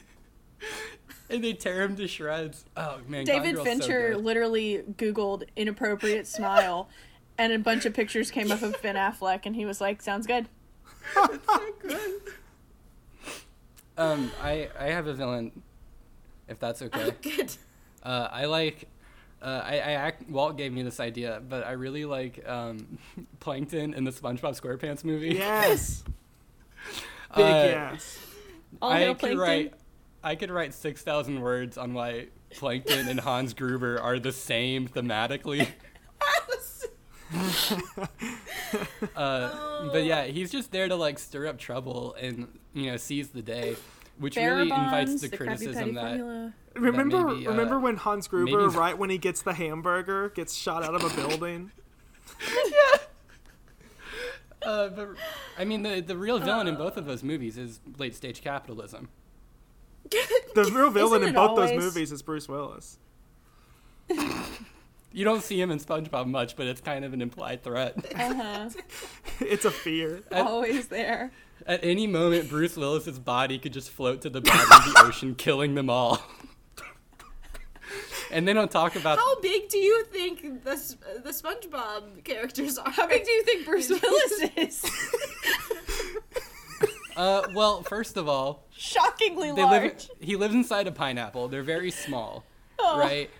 [SPEAKER 3] and they tear him to shreds. Oh man, Gone
[SPEAKER 5] David
[SPEAKER 3] Girl's so
[SPEAKER 5] Fincher
[SPEAKER 3] good.
[SPEAKER 5] literally Googled inappropriate smile, and a bunch of pictures came up of Ben Affleck, and he was like, "Sounds good."
[SPEAKER 3] um, I I have a villain, if that's okay.
[SPEAKER 4] good.
[SPEAKER 3] Uh, I like. Uh, I, I act, Walt gave me this idea, but I really like um, Plankton in the SpongeBob SquarePants movie.
[SPEAKER 1] Yes.
[SPEAKER 3] Uh,
[SPEAKER 1] Big yes.
[SPEAKER 5] All
[SPEAKER 3] I
[SPEAKER 5] hail
[SPEAKER 3] could
[SPEAKER 5] Plankton.
[SPEAKER 3] write. I could write six thousand words on why Plankton and Hans Gruber are the same thematically. Uh, but
[SPEAKER 5] Oh.
[SPEAKER 3] yeah, he's just there to like stir up trouble and you know seize the day, which really invites
[SPEAKER 5] Barabons,
[SPEAKER 3] the,
[SPEAKER 5] Krabby Patty
[SPEAKER 3] criticism that
[SPEAKER 5] formula.
[SPEAKER 1] Remember,
[SPEAKER 3] maybe, uh,
[SPEAKER 1] remember when Hans Gruber,
[SPEAKER 3] maybe-
[SPEAKER 1] right when he gets the hamburger, gets shot out of a building?
[SPEAKER 3] Uh, but I mean, the the real villain
[SPEAKER 5] Uh.
[SPEAKER 3] in both of those movies is late stage capitalism.
[SPEAKER 1] The real villain
[SPEAKER 5] Isn't
[SPEAKER 1] in
[SPEAKER 5] it
[SPEAKER 1] both those
[SPEAKER 5] always-
[SPEAKER 1] movies is Bruce Willis.
[SPEAKER 3] You don't see him in SpongeBob much, but it's kind of an implied threat.
[SPEAKER 5] Uh-huh.
[SPEAKER 1] It's a fear.
[SPEAKER 5] Always there.
[SPEAKER 3] At any moment, Bruce Willis's body could just float to the bottom of the ocean, killing them all. and they don't talk about.
[SPEAKER 4] How big do you think the S- uh, the SpongeBob characters are?
[SPEAKER 5] How big do you think Bruce Willis is?
[SPEAKER 3] Uh, well, first of all,
[SPEAKER 5] Shockingly
[SPEAKER 3] they
[SPEAKER 5] large.
[SPEAKER 3] live. He lives inside a pineapple. They're very small,
[SPEAKER 5] Oh.
[SPEAKER 3] right?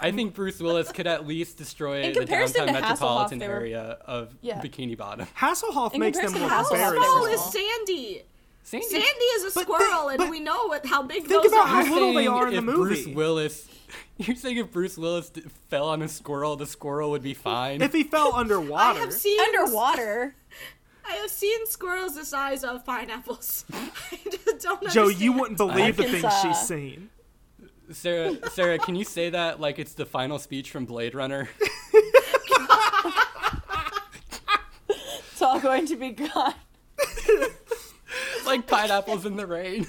[SPEAKER 3] I think Bruce Willis could at least destroy
[SPEAKER 5] In
[SPEAKER 3] the
[SPEAKER 5] comparison
[SPEAKER 3] downtown
[SPEAKER 5] to Hasselhoff,
[SPEAKER 3] metropolitan
[SPEAKER 5] they were-
[SPEAKER 3] area of
[SPEAKER 5] Yeah.
[SPEAKER 3] Bikini Bottom.
[SPEAKER 1] Hasselhoff
[SPEAKER 5] In
[SPEAKER 1] makes them
[SPEAKER 5] comparison
[SPEAKER 1] look
[SPEAKER 5] to Hasselhoff,
[SPEAKER 1] very
[SPEAKER 5] they
[SPEAKER 4] How
[SPEAKER 5] were
[SPEAKER 1] small.
[SPEAKER 4] small is
[SPEAKER 5] small.
[SPEAKER 4] Sandy?
[SPEAKER 3] Sandy-
[SPEAKER 4] Sandy is a
[SPEAKER 1] But thi-
[SPEAKER 4] squirrel,
[SPEAKER 1] but-
[SPEAKER 4] and we know what, how big
[SPEAKER 1] think
[SPEAKER 4] those
[SPEAKER 1] about
[SPEAKER 4] are.
[SPEAKER 1] how little they
[SPEAKER 3] saying
[SPEAKER 1] are in the
[SPEAKER 3] if Bruce
[SPEAKER 1] movie.
[SPEAKER 3] Willis, you're saying if Bruce Willis d- fell on a squirrel, the squirrel would be fine.
[SPEAKER 1] If he fell
[SPEAKER 4] I
[SPEAKER 1] underwater,
[SPEAKER 4] have seen
[SPEAKER 5] Underwater.
[SPEAKER 4] I have seen squirrels the size of pineapples. I just don't
[SPEAKER 1] Joe,
[SPEAKER 4] understand.
[SPEAKER 1] you wouldn't believe the
[SPEAKER 5] Arkansas.
[SPEAKER 1] things she's seen.
[SPEAKER 3] Sarah, Sarah, can you say that like it's the final speech from Blade Runner?
[SPEAKER 5] It's all going to be gone.
[SPEAKER 3] like pineapples in the rain.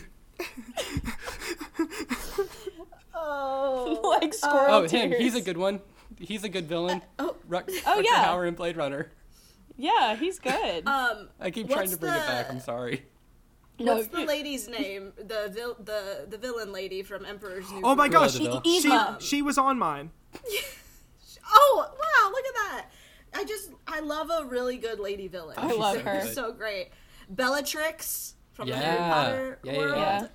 [SPEAKER 4] Oh.
[SPEAKER 5] like squirrel
[SPEAKER 3] Oh, him.
[SPEAKER 5] tears.
[SPEAKER 3] He's a good one. He's a good villain.
[SPEAKER 4] oh.
[SPEAKER 3] Ruck,
[SPEAKER 5] Oh, yeah.
[SPEAKER 3] Hauer in Blade Runner.
[SPEAKER 5] Yeah, he's good.
[SPEAKER 4] Um,
[SPEAKER 3] I keep
[SPEAKER 4] What's
[SPEAKER 3] trying to bring it back.
[SPEAKER 4] the-
[SPEAKER 3] I'm sorry.
[SPEAKER 5] No,
[SPEAKER 4] what's the
[SPEAKER 5] you-
[SPEAKER 4] lady's name? The vil- the the villain lady from Emperor's New
[SPEAKER 1] Oh my
[SPEAKER 3] Cruella
[SPEAKER 1] gosh,
[SPEAKER 3] de Vil.
[SPEAKER 1] she
[SPEAKER 5] Eva.
[SPEAKER 1] she was on mine.
[SPEAKER 4] Oh wow! Look at that. I just I love a really good lady villain.
[SPEAKER 5] I
[SPEAKER 3] she's
[SPEAKER 5] love
[SPEAKER 3] so
[SPEAKER 5] her.
[SPEAKER 3] good.
[SPEAKER 4] so great. Bellatrix from the
[SPEAKER 3] Yeah.
[SPEAKER 4] Harry Potter
[SPEAKER 3] Yeah, yeah,
[SPEAKER 4] world.
[SPEAKER 3] yeah.
[SPEAKER 5] yeah.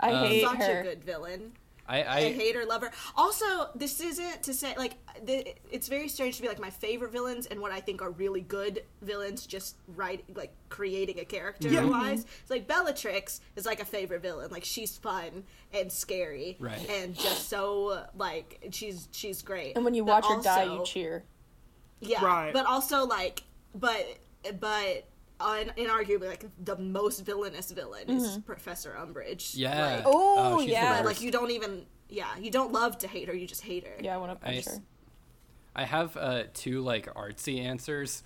[SPEAKER 5] I
[SPEAKER 3] Um,
[SPEAKER 5] hate
[SPEAKER 4] Such
[SPEAKER 5] her.
[SPEAKER 4] a good villain.
[SPEAKER 3] I, I,
[SPEAKER 4] I, hate her, love her. Also, this isn't to say like the, it's very strange to be like my favorite villains and what I think are really good villains. Just right, like creating a character
[SPEAKER 1] Yeah.
[SPEAKER 4] wise. It's like Bellatrix is like a favorite villain. Like she's fun and scary,
[SPEAKER 3] Right.
[SPEAKER 4] And just so like she's she's great.
[SPEAKER 5] And when you
[SPEAKER 4] But
[SPEAKER 5] watch her die, you
[SPEAKER 4] also-
[SPEAKER 5] cheer.
[SPEAKER 4] yeah,
[SPEAKER 1] Right.
[SPEAKER 4] but also like, but but un- inarguably like the most villainous villain
[SPEAKER 5] Mm-hmm.
[SPEAKER 4] is Professor Umbridge.
[SPEAKER 3] Yeah.
[SPEAKER 4] like,
[SPEAKER 5] Oh,
[SPEAKER 3] she's the
[SPEAKER 5] yeah.
[SPEAKER 4] but,
[SPEAKER 3] worst.
[SPEAKER 4] like you don't even yeah you don't love to hate her, you just hate her.
[SPEAKER 5] Yeah, I want to punch
[SPEAKER 3] Nice.
[SPEAKER 5] her.
[SPEAKER 3] I have uh, two like artsy answers.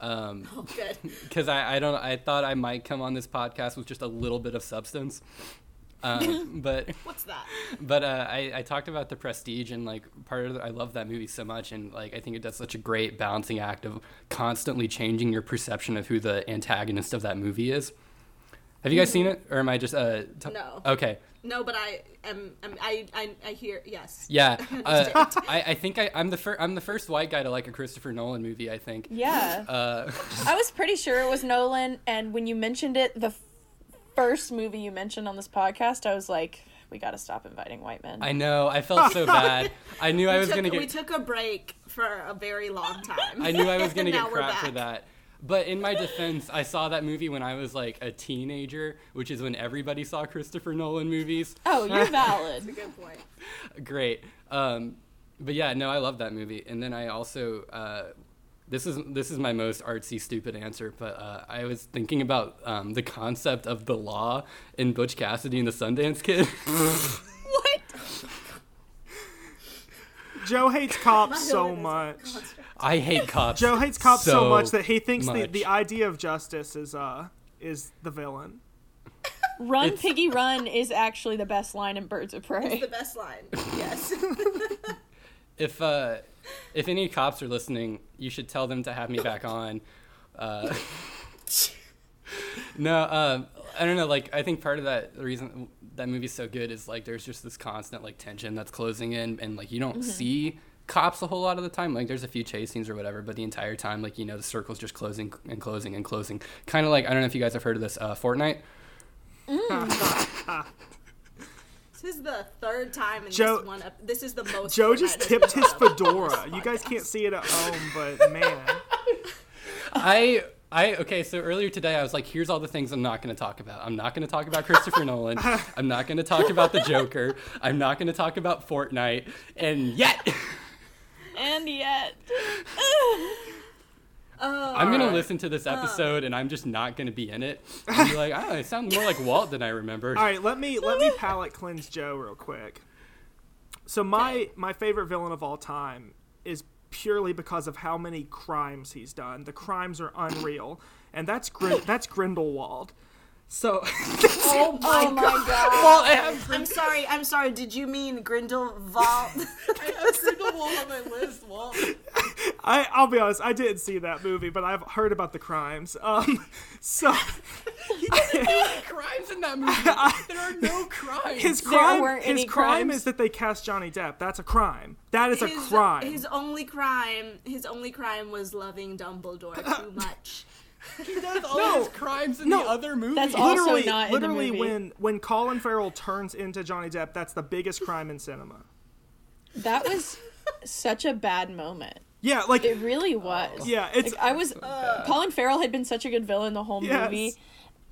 [SPEAKER 3] Um,
[SPEAKER 4] Oh, good.
[SPEAKER 3] because I, I don't I thought I might come on this podcast with just a little bit of substance. Um, but
[SPEAKER 4] What's that?
[SPEAKER 3] but uh, I, I talked about the prestige and like part of the, I love that movie so much and like I think it does such a great balancing act of constantly changing your perception of who the antagonist of that movie is. Have you guys seen it or am I just uh t-
[SPEAKER 4] No.
[SPEAKER 3] okay
[SPEAKER 4] No, but I am. am I, I I hear yes.
[SPEAKER 3] yeah uh, I, I think I, I'm the fir- I'm the first white guy to like a Christopher Nolan movie I think
[SPEAKER 5] Yeah.
[SPEAKER 3] uh,
[SPEAKER 5] I was pretty sure it was Nolan, and when you mentioned it, the f- first movie you mentioned on this podcast, I was like, we gotta stop inviting white men.
[SPEAKER 3] I know I felt so bad I knew I was
[SPEAKER 4] took,
[SPEAKER 3] gonna get
[SPEAKER 4] We took a break for a very long time.
[SPEAKER 3] I knew I was going to
[SPEAKER 4] And
[SPEAKER 3] get
[SPEAKER 4] now we're
[SPEAKER 3] crap for
[SPEAKER 4] back.
[SPEAKER 3] that. But in my defense, I saw that movie when I was like a teenager, which is when everybody saw Christopher Nolan movies.
[SPEAKER 5] oh, you're valid.
[SPEAKER 4] Good point.
[SPEAKER 3] Great. Um, but yeah, no, I love that movie. And then I also uh, this is this is my most artsy stupid answer, but uh, I was thinking about um, the concept of the law in Butch Cassidy and the Sundance Kid.
[SPEAKER 5] what?
[SPEAKER 1] Joe hates cops so
[SPEAKER 4] villain is-
[SPEAKER 1] much.
[SPEAKER 3] I hate cops.
[SPEAKER 1] Joe hates cops so,
[SPEAKER 3] so
[SPEAKER 1] much that he thinks the,
[SPEAKER 3] much.
[SPEAKER 1] the idea of justice is uh is the villain.
[SPEAKER 5] Run,
[SPEAKER 3] It's-
[SPEAKER 5] piggy, run is actually the best line in Birds of Prey.
[SPEAKER 4] The best line. Yes.
[SPEAKER 3] if uh, if any cops are listening, you should tell them to have me back on. Uh, no, um, I don't know. Like, I think part of that the reason that movie's so good is like there's just this constant like tension that's closing in, and like you don't see cops a whole lot of the time. Like, there's a few chase scenes or whatever, but the entire time, like you know, the circle's just closing and closing and closing. Kind of like I don't know if you guys have heard of this uh, Fortnite.
[SPEAKER 4] this is the third time in
[SPEAKER 1] Joe-
[SPEAKER 4] this one. Ep- this is the most.
[SPEAKER 1] Joe
[SPEAKER 4] we've
[SPEAKER 1] just
[SPEAKER 4] had
[SPEAKER 1] tipped his
[SPEAKER 4] this one.
[SPEAKER 1] fedora. You guys can't see it at home, but man,
[SPEAKER 3] I I okay, so earlier today I was like, here's all the things I'm not gonna talk about. I'm not gonna talk about Christopher Nolan. I'm not gonna talk about the Joker. I'm not gonna talk about Fortnite. And yet
[SPEAKER 5] And yet.
[SPEAKER 3] I'm
[SPEAKER 1] Uh,
[SPEAKER 3] gonna listen to this episode and I'm just not gonna be in it. And be like, oh, it sounds more like Walt than I remembered.
[SPEAKER 1] all right, let me let me palate cleanse Joe real quick. So my my favorite villain of all time is purely because of how many crimes he's done. The crimes are unreal, and that's Grin- that's Grindelwald. So
[SPEAKER 4] Oh my
[SPEAKER 5] oh my god.
[SPEAKER 3] Well, I have,
[SPEAKER 4] I'm sorry. I'm sorry. Did you mean Grindelwald?
[SPEAKER 3] I have Grindelwald on my list, Walt.
[SPEAKER 1] I I'll be honest, I didn't see that movie, but I've heard about the crimes. Um, so
[SPEAKER 3] crimes in that movie. There are no crimes.
[SPEAKER 1] his
[SPEAKER 5] There
[SPEAKER 1] crime
[SPEAKER 5] weren't
[SPEAKER 1] his
[SPEAKER 5] any
[SPEAKER 1] crime
[SPEAKER 5] crimes.
[SPEAKER 1] is that they cast Johnny Depp. That's a crime. That is a
[SPEAKER 4] his,
[SPEAKER 1] crime.
[SPEAKER 4] His only crime. His only crime was loving Dumbledore too much.
[SPEAKER 3] he does all
[SPEAKER 1] No.
[SPEAKER 3] his crimes in the other movie.
[SPEAKER 5] That's all- Also
[SPEAKER 1] literally,
[SPEAKER 5] not in the
[SPEAKER 1] literally
[SPEAKER 5] movie.
[SPEAKER 1] when when Colin Farrell turns into Johnny Depp, that's the biggest crime in cinema.
[SPEAKER 5] That was such a bad moment.
[SPEAKER 1] Yeah, like
[SPEAKER 5] It really was.
[SPEAKER 1] yeah, it's
[SPEAKER 5] Like, I was. uh, Colin Farrell had been such a good villain the whole
[SPEAKER 1] Yes.
[SPEAKER 5] movie,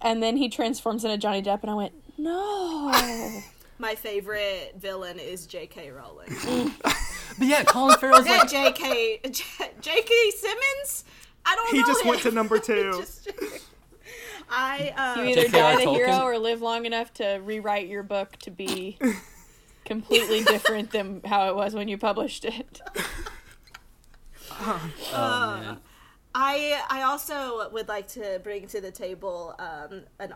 [SPEAKER 5] and then he transforms into Johnny Depp, and I went, no.
[SPEAKER 4] My favorite villain is J.K. Rowling.
[SPEAKER 3] But yeah, Colin Farrell's
[SPEAKER 4] Yeah,
[SPEAKER 3] like
[SPEAKER 4] J.K. J- J.K. Simmons. I don't
[SPEAKER 1] he
[SPEAKER 4] know.
[SPEAKER 1] just
[SPEAKER 4] him.
[SPEAKER 1] went to number two.
[SPEAKER 4] Just- I
[SPEAKER 5] You
[SPEAKER 4] um,
[SPEAKER 5] either
[SPEAKER 3] J.K.R.
[SPEAKER 5] die the hero
[SPEAKER 3] Tolkien.
[SPEAKER 5] or live long enough to rewrite your book to be completely different than how it was when you published it.
[SPEAKER 3] oh, man.
[SPEAKER 4] I I also would like to bring to the table um, an,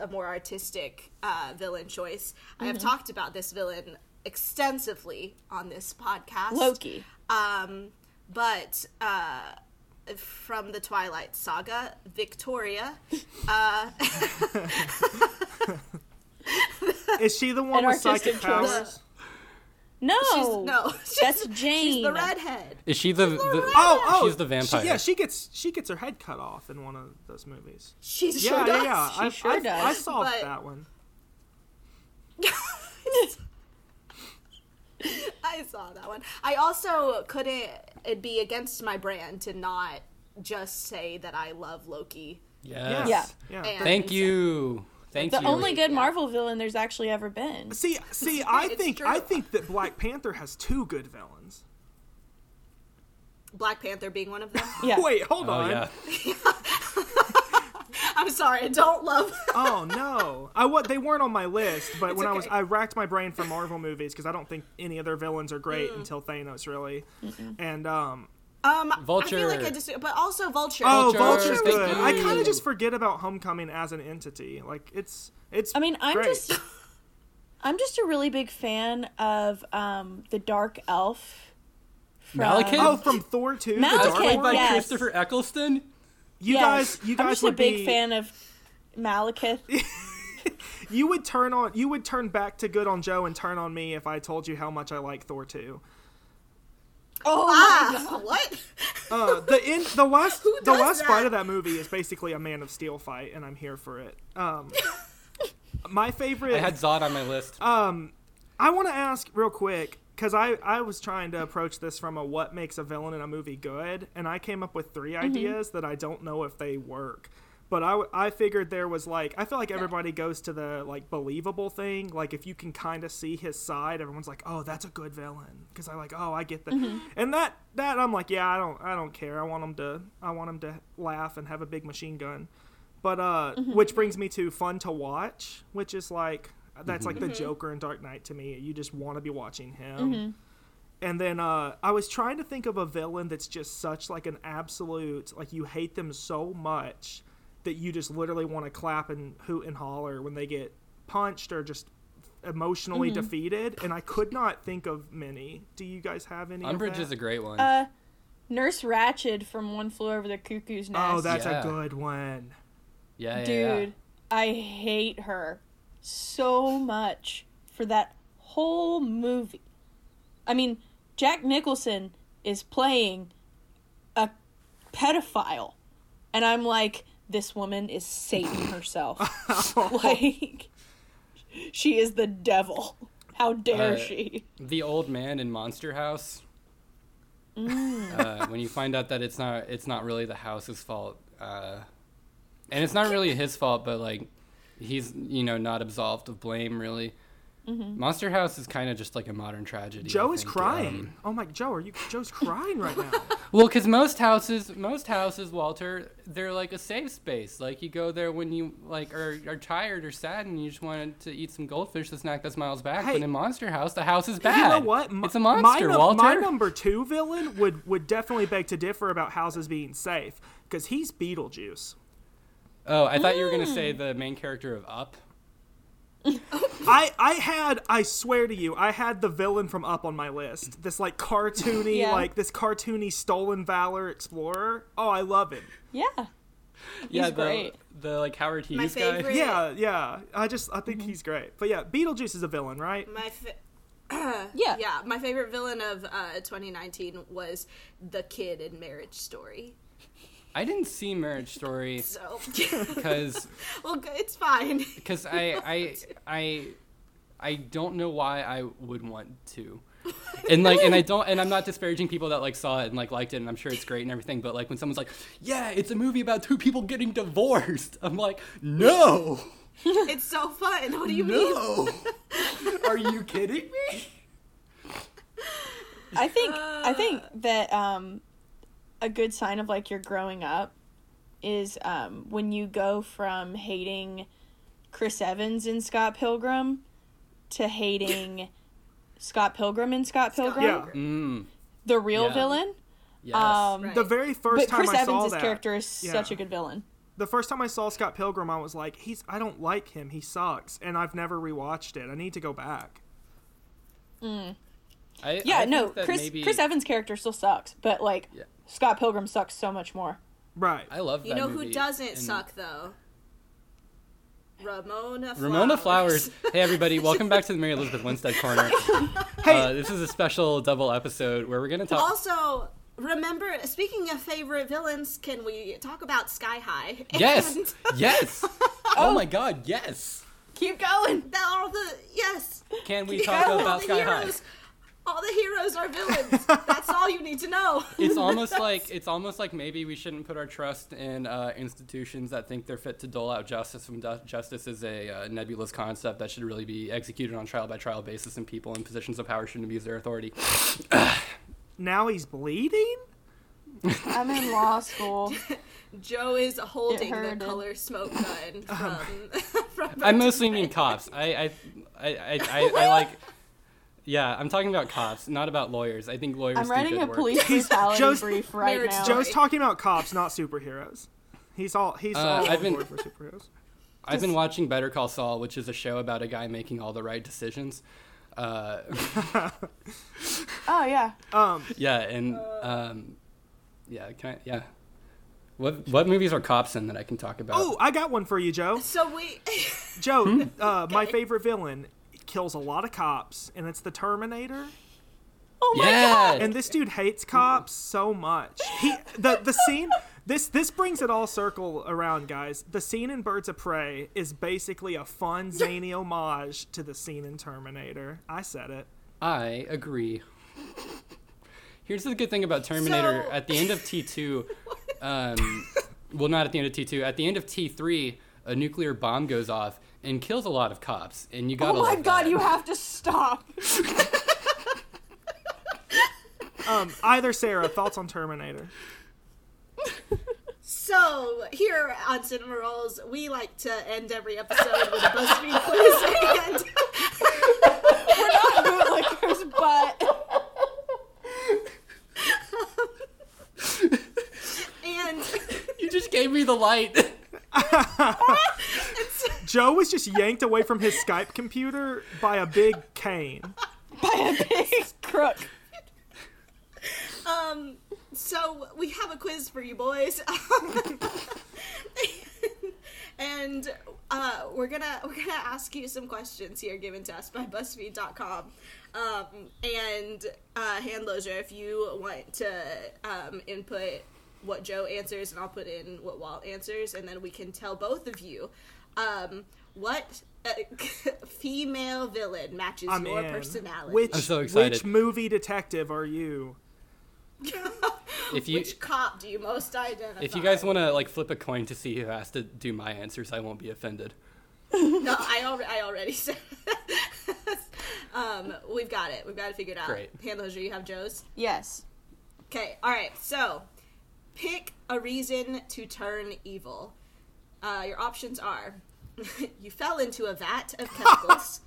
[SPEAKER 4] a more artistic uh, villain choice. I
[SPEAKER 5] Mm-hmm.
[SPEAKER 4] have talked about this villain extensively on this podcast.
[SPEAKER 5] Loki.
[SPEAKER 4] Um, but uh, from the Twilight Saga, Victoria.
[SPEAKER 1] Is she the one
[SPEAKER 5] An
[SPEAKER 1] with psychic
[SPEAKER 5] artistic choice.
[SPEAKER 1] powers?
[SPEAKER 5] No.
[SPEAKER 4] She's, no,
[SPEAKER 5] That's
[SPEAKER 4] she's-
[SPEAKER 5] Jane.
[SPEAKER 4] She's the redhead.
[SPEAKER 3] Is she the, the
[SPEAKER 1] Oh, oh,
[SPEAKER 3] She's the vampire.
[SPEAKER 1] She, yeah, she gets she gets her head cut off in one of those movies.
[SPEAKER 4] She
[SPEAKER 1] Yeah,
[SPEAKER 4] sure
[SPEAKER 1] yeah,
[SPEAKER 4] does.
[SPEAKER 1] yeah.
[SPEAKER 5] She
[SPEAKER 1] I,
[SPEAKER 5] sure
[SPEAKER 1] I,
[SPEAKER 5] does,
[SPEAKER 1] I saw
[SPEAKER 4] but-
[SPEAKER 1] that one.
[SPEAKER 4] I saw that one. I also couldn't. It'd be against my brand to not just say that I love Loki.
[SPEAKER 3] Yes.
[SPEAKER 5] Yeah.
[SPEAKER 1] yeah.
[SPEAKER 4] And-
[SPEAKER 3] Thank you. Thank
[SPEAKER 5] the
[SPEAKER 3] you.
[SPEAKER 5] only good Marvel villain there's actually ever been.
[SPEAKER 1] See, see, I
[SPEAKER 4] It's
[SPEAKER 1] think
[SPEAKER 4] true.
[SPEAKER 1] I think that Black Panther has two good villains.
[SPEAKER 4] Black Panther being one of them.
[SPEAKER 5] Yeah.
[SPEAKER 1] Wait, hold
[SPEAKER 3] Oh
[SPEAKER 1] on.
[SPEAKER 3] yeah.
[SPEAKER 4] I'm sorry. I don't love.
[SPEAKER 1] Oh no, I what they weren't on my list, but when I was
[SPEAKER 4] okay.
[SPEAKER 1] I racked my brain for Marvel movies because I don't think any other villains are great until Thanos really, and um
[SPEAKER 4] Um, I
[SPEAKER 3] Vulture.
[SPEAKER 4] feel like I just. But also Vulture.
[SPEAKER 1] oh
[SPEAKER 3] Vulture.
[SPEAKER 1] Vulture's
[SPEAKER 3] Vulture was
[SPEAKER 1] good. I
[SPEAKER 3] good.
[SPEAKER 5] Mm.
[SPEAKER 1] kind of just forget about Homecoming as an entity. Like it's it's.
[SPEAKER 5] I mean, I'm
[SPEAKER 1] great.
[SPEAKER 5] just I'm just a really big fan of um, the Dark Elf. from-
[SPEAKER 3] Malekith?
[SPEAKER 1] Oh, from Thor two, the
[SPEAKER 5] Malekith,
[SPEAKER 1] Dark
[SPEAKER 5] Okay,
[SPEAKER 3] Played
[SPEAKER 1] World.
[SPEAKER 3] by
[SPEAKER 5] yes.
[SPEAKER 3] Christopher Eccleston?
[SPEAKER 1] You
[SPEAKER 5] Yes.
[SPEAKER 1] guys, you
[SPEAKER 5] I'm
[SPEAKER 1] guys
[SPEAKER 5] just
[SPEAKER 1] would
[SPEAKER 5] a big
[SPEAKER 1] be.
[SPEAKER 5] fan of Malekith.
[SPEAKER 1] You would turn on. You would turn back to good on Joe and turn on me if I told you how much I like Thor two.
[SPEAKER 5] Oh, my God.
[SPEAKER 4] Ah, what?
[SPEAKER 1] Uh, the in the last the
[SPEAKER 4] does
[SPEAKER 1] last
[SPEAKER 4] that?
[SPEAKER 1] fight of that movie is basically a Man of Steel fight, and I'm here for it. Um, my favorite.
[SPEAKER 3] I had Zod on my list.
[SPEAKER 5] Um,
[SPEAKER 1] I want to ask real quick because I, I was trying to approach this from a what makes a villain in a movie good, and I came up with 3 ideas that I don't know if they work. But I, w- I figured there was like I feel like everybody goes to the like believable thing like if you can kind of see his side everyone's like oh that's a good villain because I like oh I get that and that that I'm like yeah I don't I don't care I want him to I want him to laugh and have a big machine gun but uh, which brings me to fun to watch, which is like that's like the Joker in Dark Knight to me. You just want to be watching him. And then uh, I was trying to think of a villain that's just such like an absolute like you hate them so much that you just literally want to clap and hoot and holler when they get punched or just emotionally defeated. And I could not think of many. Do you guys have any? of
[SPEAKER 3] Umbridge
[SPEAKER 1] that?
[SPEAKER 3] is a great one.
[SPEAKER 5] Uh, Nurse Ratched from One Flew Over the Cuckoo's Nest.
[SPEAKER 1] oh, that's
[SPEAKER 3] Yeah.
[SPEAKER 1] a good one.
[SPEAKER 3] yeah, yeah, yeah.
[SPEAKER 5] Dude, I hate her so much for that whole movie. I mean, Jack Nicholson is playing a pedophile, and I'm like, this woman is Satan herself. like, she is the devil. How dare
[SPEAKER 3] Uh,
[SPEAKER 5] she?
[SPEAKER 3] The old man in Monster House.
[SPEAKER 5] Mm.
[SPEAKER 3] Uh, when you find out that it's not it's not really the house's fault, uh, and it's not really his fault, but like he's you know not absolved of blame really.
[SPEAKER 5] Mm-hmm.
[SPEAKER 3] Monster House is kind of just like a modern tragedy. I
[SPEAKER 1] Joe is
[SPEAKER 3] think.
[SPEAKER 1] crying.
[SPEAKER 3] Um,
[SPEAKER 1] oh my, Joe, are you? Joe's crying right now.
[SPEAKER 3] well, because most houses, most houses, Walter, they're like a safe space. Like you go there when you like are, are tired or sad, and you just wanted to eat some goldfish to snack us miles back.
[SPEAKER 1] Hey.
[SPEAKER 3] but in Monster House, the house is bad.
[SPEAKER 1] You know what? M-
[SPEAKER 3] it's a monster,
[SPEAKER 1] my, nu-
[SPEAKER 3] Walter.
[SPEAKER 1] My number two villain would would definitely beg to differ about houses being safe because he's Beetlejuice.
[SPEAKER 3] Oh, I thought you were gonna
[SPEAKER 1] Mm.
[SPEAKER 3] say the main character of Up.
[SPEAKER 1] I I had I swear to you I had the villain from Up on my list. This like cartoony
[SPEAKER 5] Yeah.
[SPEAKER 1] like this cartoony stolen valor explorer. Oh, I love him.
[SPEAKER 5] Yeah.
[SPEAKER 3] yeah, the,
[SPEAKER 5] great.
[SPEAKER 3] the like Howard Hughes
[SPEAKER 4] My
[SPEAKER 3] guy.
[SPEAKER 4] favorite.
[SPEAKER 1] Yeah, yeah. I just I
[SPEAKER 5] Mm-hmm.
[SPEAKER 1] think he's great. But yeah, Beetlejuice is a villain, right?
[SPEAKER 4] My fa-
[SPEAKER 5] Yeah.
[SPEAKER 4] yeah, my favorite villain of uh, 2019 was the kid in Marriage Story.
[SPEAKER 3] I didn't see Marriage Story
[SPEAKER 4] So,
[SPEAKER 3] because
[SPEAKER 4] well, g- it's fine.
[SPEAKER 3] because I I I I don't know why I would want to. And like, and I don't, and I'm not disparaging people that like saw it and like liked it, and I'm sure it's great and everything. But like, when someone's like, "Yeah, it's a movie about two people getting divorced," I'm like, "No,
[SPEAKER 4] It's so fun. What do you mean?
[SPEAKER 3] no, are you kidding me?"
[SPEAKER 5] I think I think that um, a good sign of like you're growing up is um, when you go from hating Chris Evans in Scott Pilgrim to hating Scott Pilgrim in Scott Pilgrim,
[SPEAKER 1] Yeah.
[SPEAKER 3] Mm,
[SPEAKER 5] the real
[SPEAKER 3] Yeah.
[SPEAKER 5] villain.
[SPEAKER 3] yes.
[SPEAKER 5] Um,
[SPEAKER 4] Right.
[SPEAKER 1] The very first
[SPEAKER 5] But
[SPEAKER 1] time
[SPEAKER 5] Chris
[SPEAKER 1] I saw
[SPEAKER 5] Evans'
[SPEAKER 1] that
[SPEAKER 5] character is
[SPEAKER 1] Yeah.
[SPEAKER 5] such a good villain.
[SPEAKER 1] the first time I saw Scott Pilgrim, I was like, he's I don't like him. He sucks, and I've never rewatched it. I need to go back.
[SPEAKER 3] I- I
[SPEAKER 5] Yeah,
[SPEAKER 3] think
[SPEAKER 5] no,
[SPEAKER 3] that
[SPEAKER 5] Chris
[SPEAKER 3] maybe-
[SPEAKER 5] Chris Evans' character still sucks, but like
[SPEAKER 3] Yeah.
[SPEAKER 5] Scott Pilgrim sucks so much more.
[SPEAKER 1] Right.
[SPEAKER 3] I love
[SPEAKER 4] You
[SPEAKER 3] that
[SPEAKER 4] know
[SPEAKER 3] movie,
[SPEAKER 4] who doesn't
[SPEAKER 3] and-
[SPEAKER 4] suck though? Ramona. Flowers.
[SPEAKER 3] Ramona Flowers. Hey, everybody, welcome back to the Mary Elizabeth Winstead Corner. Uh, this is a special double episode where we're going to talk.
[SPEAKER 4] Also, remember. Speaking of favorite villains, can we talk about Sky High?
[SPEAKER 3] yes!
[SPEAKER 4] And-
[SPEAKER 3] Yes! Oh my god, yes!
[SPEAKER 5] Keep going.
[SPEAKER 4] that all the yes.
[SPEAKER 3] Can we talk
[SPEAKER 4] all
[SPEAKER 3] about
[SPEAKER 4] the
[SPEAKER 3] Sky High?
[SPEAKER 4] heroes, All the heroes are villains. That's all you need to know.
[SPEAKER 3] It's almost like it's almost like maybe we shouldn't put our trust in uh, institutions that think they're fit to dole out justice. When du- justice is a uh, nebulous concept that should really be executed on trial by trial basis, and people in positions of power shouldn't abuse their authority.
[SPEAKER 1] Now he's bleeding.
[SPEAKER 5] I'm in law school.
[SPEAKER 4] Joe is holding the
[SPEAKER 5] herded.
[SPEAKER 4] color smoke gun from. from
[SPEAKER 3] I mostly mean cops. I I, I, I, I, I like. Yeah, I'm talking about cops, not about lawyers. I think lawyers.
[SPEAKER 5] I'm
[SPEAKER 3] do
[SPEAKER 5] writing
[SPEAKER 3] good
[SPEAKER 5] a
[SPEAKER 3] work.
[SPEAKER 5] police brutality
[SPEAKER 1] Joe's-
[SPEAKER 5] brief right
[SPEAKER 4] Marriage
[SPEAKER 5] now.
[SPEAKER 4] Joe-
[SPEAKER 1] Joe's talking about cops, not superheroes. He's all he's all
[SPEAKER 3] I've
[SPEAKER 1] on
[SPEAKER 3] been-
[SPEAKER 1] board for superheroes.
[SPEAKER 3] I've been watching Better Call Saul, which is a show about a guy making all the right decisions. Uh,
[SPEAKER 5] Oh yeah.
[SPEAKER 1] Um,
[SPEAKER 3] yeah, and um, yeah, can I, yeah. What what movies are cops in that I can talk about?
[SPEAKER 1] oh, I got one for you, Joe.
[SPEAKER 4] So we.
[SPEAKER 1] Joe, uh, my favorite villain kills a lot of cops, and it's the Terminator.
[SPEAKER 5] Oh my
[SPEAKER 3] yeah,
[SPEAKER 5] god.
[SPEAKER 1] And this dude hates cops so much. He the the scene this this brings it all circle around, guys. The scene in Birds of Prey is basically a fun zany homage to the scene in Terminator. I said it.
[SPEAKER 3] I agree. Here's the good thing about Terminator.
[SPEAKER 4] So-
[SPEAKER 3] At the end of T2, um, well, not at the end of T2, at the end of T3, a nuclear bomb goes off and kills a lot of cops. And you got
[SPEAKER 5] oh my god, you have to stop.
[SPEAKER 1] Um, either Sarah, thoughts on Terminator?
[SPEAKER 4] So here on Cinema Rolls, we like to end every episode with a BuzzFeed quiz. And
[SPEAKER 5] We're not bootlickers, but
[SPEAKER 4] and
[SPEAKER 3] You just gave me the light.
[SPEAKER 1] Joe was just yanked away from his Skype computer by a big cane.
[SPEAKER 5] by a big crook.
[SPEAKER 4] um, so we have a quiz for you boys, and uh, we're gonna we're gonna ask you some questions here given to us by BuzzFeed.com. Um, and uh, hand Lozier, if you want to um, input what Joe answers, and I'll put in what Walt answers, and then we can tell both of you um, what uh, female villain matches
[SPEAKER 1] I'm
[SPEAKER 4] your
[SPEAKER 1] in.
[SPEAKER 4] personality.
[SPEAKER 1] Which
[SPEAKER 3] I'm so excited.
[SPEAKER 1] which movie detective are you?
[SPEAKER 3] If you
[SPEAKER 4] Which cop do you most identify?
[SPEAKER 3] if you guys want to like flip a coin to see who has to do my answers, I won't be offended.
[SPEAKER 4] no, I already, I already said. um, we've got it. We've got it figured out.
[SPEAKER 3] Great.
[SPEAKER 4] Handler, you have Joe's.
[SPEAKER 5] Yes.
[SPEAKER 4] Okay. All right. So, pick a reason to turn evil. Uh, your options are: you fell into a vat of chemicals,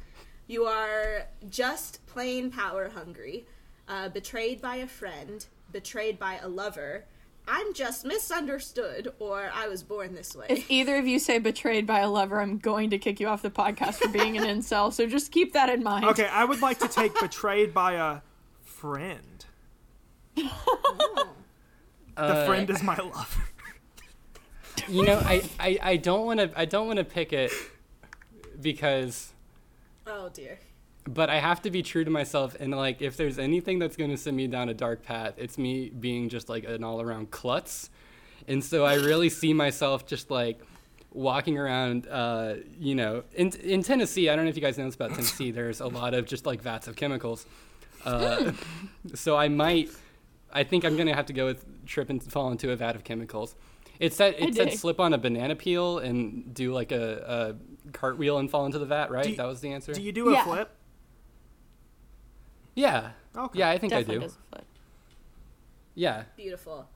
[SPEAKER 4] you are just plain power hungry, uh, betrayed by a friend, betrayed by a lover. I'm just misunderstood, or I was born this way.
[SPEAKER 5] If either of you say betrayed by a lover, I'm going to kick you off the podcast for being an incel. So just keep that in mind.
[SPEAKER 1] Okay, I would like to take betrayed by a friend. The
[SPEAKER 3] Uh,
[SPEAKER 1] friend is my lover.
[SPEAKER 3] You know, I, I, I don't want to I don't want to pick it because
[SPEAKER 4] oh dear.
[SPEAKER 3] but I have to be true to myself. And like, if there's anything that's going to send me down a dark path, it's me being just like an all around klutz. And so I really see myself just like walking around, uh, you know, in, in Tennessee. I don't know if you guys know this about Tennessee. There's a lot of just like vats of chemicals. Uh, so I might, I think I'm going to have to go with trip and fall into a vat of chemicals. It said
[SPEAKER 5] I
[SPEAKER 3] it said
[SPEAKER 5] dig.
[SPEAKER 3] slip on a banana peel and do like a, a cartwheel and fall into the vat, right?
[SPEAKER 1] Do you-
[SPEAKER 3] that was the answer.
[SPEAKER 1] Do you do a
[SPEAKER 5] Yeah.
[SPEAKER 1] flip?
[SPEAKER 3] Yeah.
[SPEAKER 1] Okay.
[SPEAKER 3] Yeah, I think I do.
[SPEAKER 5] Definitely doesn't fit.
[SPEAKER 3] Yeah.
[SPEAKER 4] Beautiful.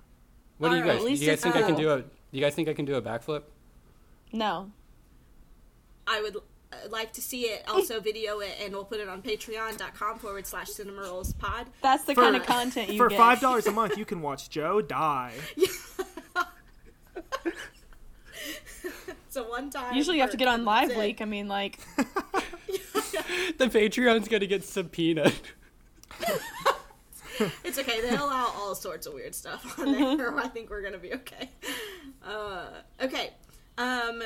[SPEAKER 3] What do you
[SPEAKER 4] Alright,
[SPEAKER 3] guys?
[SPEAKER 5] at
[SPEAKER 3] Do
[SPEAKER 5] least
[SPEAKER 3] you guys
[SPEAKER 5] it's
[SPEAKER 3] think I can
[SPEAKER 5] cool.
[SPEAKER 3] do a? Do you guys think I can do a backflip?
[SPEAKER 5] No.
[SPEAKER 4] I would uh, like to see it, also video it, and we'll put it on patreon.com forward slash cinema rolls pod.
[SPEAKER 5] That's the
[SPEAKER 1] For-
[SPEAKER 5] kind of content you
[SPEAKER 1] For
[SPEAKER 5] get.
[SPEAKER 1] five dollars a month, you can watch Joe die.
[SPEAKER 4] It's a one time.
[SPEAKER 5] Usually you have to get on
[SPEAKER 4] That's
[SPEAKER 5] Live
[SPEAKER 4] it.
[SPEAKER 5] Leak. I mean, like,
[SPEAKER 3] The Patreon's gonna get subpoenaed.
[SPEAKER 4] It's okay. They allow all sorts of weird stuff on
[SPEAKER 5] Mm-hmm.
[SPEAKER 4] there. I think we're going to be okay. Uh, okay. Um,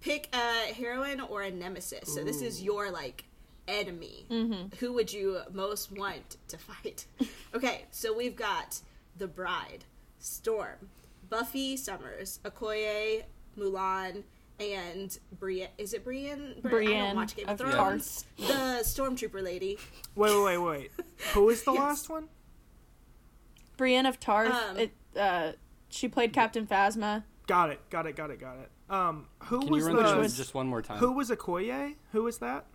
[SPEAKER 4] pick a heroine or a nemesis. So this is your, like, enemy.
[SPEAKER 5] Mm-hmm.
[SPEAKER 4] Who would you most want to fight? okay. So we've got The Bride, Storm, Buffy Summers, Okoye, Mulan, and Brienne. Is it Brienne? Bri- I don't
[SPEAKER 5] Brienne
[SPEAKER 4] watch Game of,
[SPEAKER 5] of
[SPEAKER 4] Thrones.
[SPEAKER 5] Tarth.
[SPEAKER 4] The Stormtrooper lady.
[SPEAKER 1] Wait, wait, wait, wait. Who is the last one?
[SPEAKER 5] Brienne of Tarth.
[SPEAKER 4] Um,
[SPEAKER 5] it, uh, she played Captain Phasma.
[SPEAKER 1] Got it, got it, got it, got it. Um, who
[SPEAKER 3] Can you
[SPEAKER 1] was
[SPEAKER 3] run
[SPEAKER 1] the
[SPEAKER 3] through this just one more time?
[SPEAKER 1] who was Okoye? Who was that?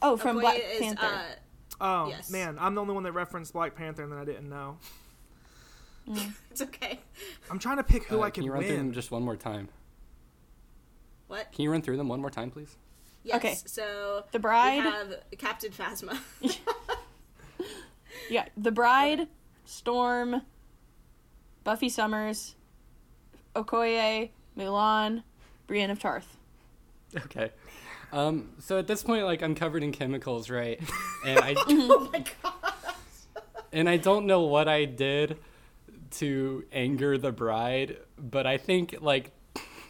[SPEAKER 5] Oh, from
[SPEAKER 4] Okoye
[SPEAKER 5] Black
[SPEAKER 4] is,
[SPEAKER 5] Panther.
[SPEAKER 4] uh,
[SPEAKER 1] Oh
[SPEAKER 4] Yes.
[SPEAKER 1] man, I'm the only one that referenced Black Panther and then I didn't know.
[SPEAKER 4] it's okay.
[SPEAKER 1] I'm trying to pick who
[SPEAKER 3] Uh,
[SPEAKER 1] I
[SPEAKER 3] can
[SPEAKER 1] could
[SPEAKER 3] you run through them
[SPEAKER 1] win.
[SPEAKER 3] just one more time?
[SPEAKER 4] What?
[SPEAKER 3] Can you run through them one more time, please?
[SPEAKER 4] Yes.
[SPEAKER 5] Okay.
[SPEAKER 4] So
[SPEAKER 5] The Bride.
[SPEAKER 4] We have Captain Phasma.
[SPEAKER 5] Yeah, The Bride, Storm, Buffy Summers, Okoye, Mulan, Brienne of Tarth.
[SPEAKER 3] Okay. Um, so at this point, like I'm covered in chemicals, right? And I
[SPEAKER 4] Oh my god.
[SPEAKER 3] and I don't know what I did to anger the bride, but I think like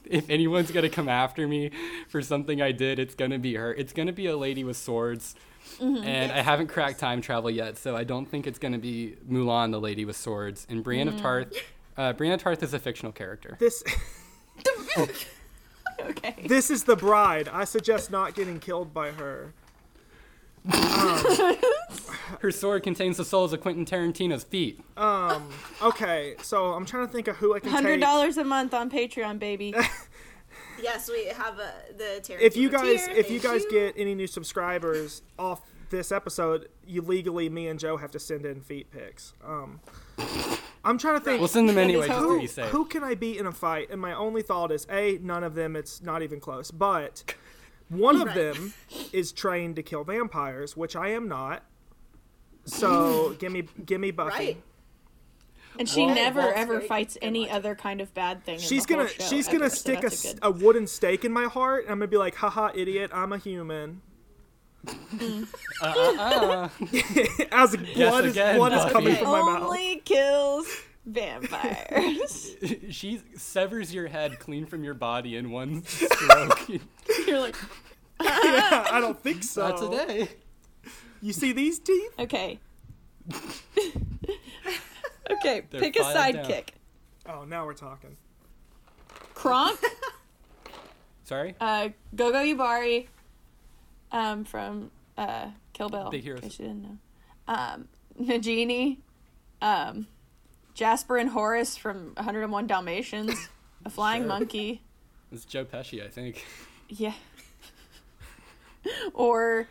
[SPEAKER 3] if anyone's gonna come after me for something I did, it's gonna be her. It's gonna be a lady with swords.
[SPEAKER 4] Mm-hmm.
[SPEAKER 3] And I haven't cracked time travel yet, so I don't think it's gonna be Mulan, the lady with swords, and Brienne
[SPEAKER 4] Mm.
[SPEAKER 3] of Tarth. Uh, Brienne of Tarth is a fictional character.
[SPEAKER 1] This
[SPEAKER 5] Okay.
[SPEAKER 1] this is the bride. I suggest not getting killed by her.
[SPEAKER 3] Her sword contains the souls of Quentin Tarantino's feet.
[SPEAKER 1] Okay, so I'm trying to think of who I can
[SPEAKER 5] Hundred
[SPEAKER 1] take.
[SPEAKER 5] dollars a month on Patreon, baby.
[SPEAKER 4] Yes, we have uh, the Tarantino
[SPEAKER 1] If you guys
[SPEAKER 4] tier.
[SPEAKER 1] if you
[SPEAKER 4] Thank
[SPEAKER 1] guys get any new subscribers off this episode, you legally me and Joe have to send in feet pics. Um, I'm trying to think.
[SPEAKER 3] We'll send them anyway, just to
[SPEAKER 1] who,
[SPEAKER 3] be safe.
[SPEAKER 1] who can I beat in a fight? And my only thought is A, none of them, it's not even close. But one of
[SPEAKER 4] Right.
[SPEAKER 1] them is trained to kill vampires, which I am not. So give me give me Buffy.
[SPEAKER 4] right.
[SPEAKER 5] And she
[SPEAKER 3] Well,
[SPEAKER 5] never
[SPEAKER 4] that's
[SPEAKER 5] ever
[SPEAKER 4] very
[SPEAKER 5] fights
[SPEAKER 4] good
[SPEAKER 5] any
[SPEAKER 4] logic.
[SPEAKER 5] other kind of bad thing. in
[SPEAKER 1] She's
[SPEAKER 5] the whole
[SPEAKER 1] gonna
[SPEAKER 5] show
[SPEAKER 1] she's
[SPEAKER 5] ever,
[SPEAKER 1] gonna
[SPEAKER 5] so
[SPEAKER 1] stick a,
[SPEAKER 5] that's
[SPEAKER 1] s-
[SPEAKER 5] good-
[SPEAKER 1] a wooden stake in my heart, and I'm gonna be like, haha, idiot, I'm a human.
[SPEAKER 3] Uh,
[SPEAKER 1] As blood, is,
[SPEAKER 3] again,
[SPEAKER 1] blood is
[SPEAKER 3] Buffy.
[SPEAKER 1] coming
[SPEAKER 4] Okay.
[SPEAKER 1] from my mouth.
[SPEAKER 5] only kills vampires.
[SPEAKER 3] she severs your head clean from your body in one stroke.
[SPEAKER 5] You're like,
[SPEAKER 1] Yeah, I don't think so.
[SPEAKER 3] Not today.
[SPEAKER 1] You see these teeth?
[SPEAKER 5] okay, okay,
[SPEAKER 3] They're
[SPEAKER 5] pick a
[SPEAKER 3] filed down.
[SPEAKER 5] sidekick.
[SPEAKER 1] Oh, now we're talking.
[SPEAKER 5] Kronk,
[SPEAKER 3] Sorry?
[SPEAKER 5] uh, Gogo Yubari, um, from uh, Kill Bill.
[SPEAKER 3] Big heroes.
[SPEAKER 5] In case you didn't know. Um, Nagini, um, Jasper and Horace from 101 Dalmatians, a flying
[SPEAKER 3] Sure.
[SPEAKER 5] monkey.
[SPEAKER 3] It's Joe Pesci, I think.
[SPEAKER 5] Yeah. or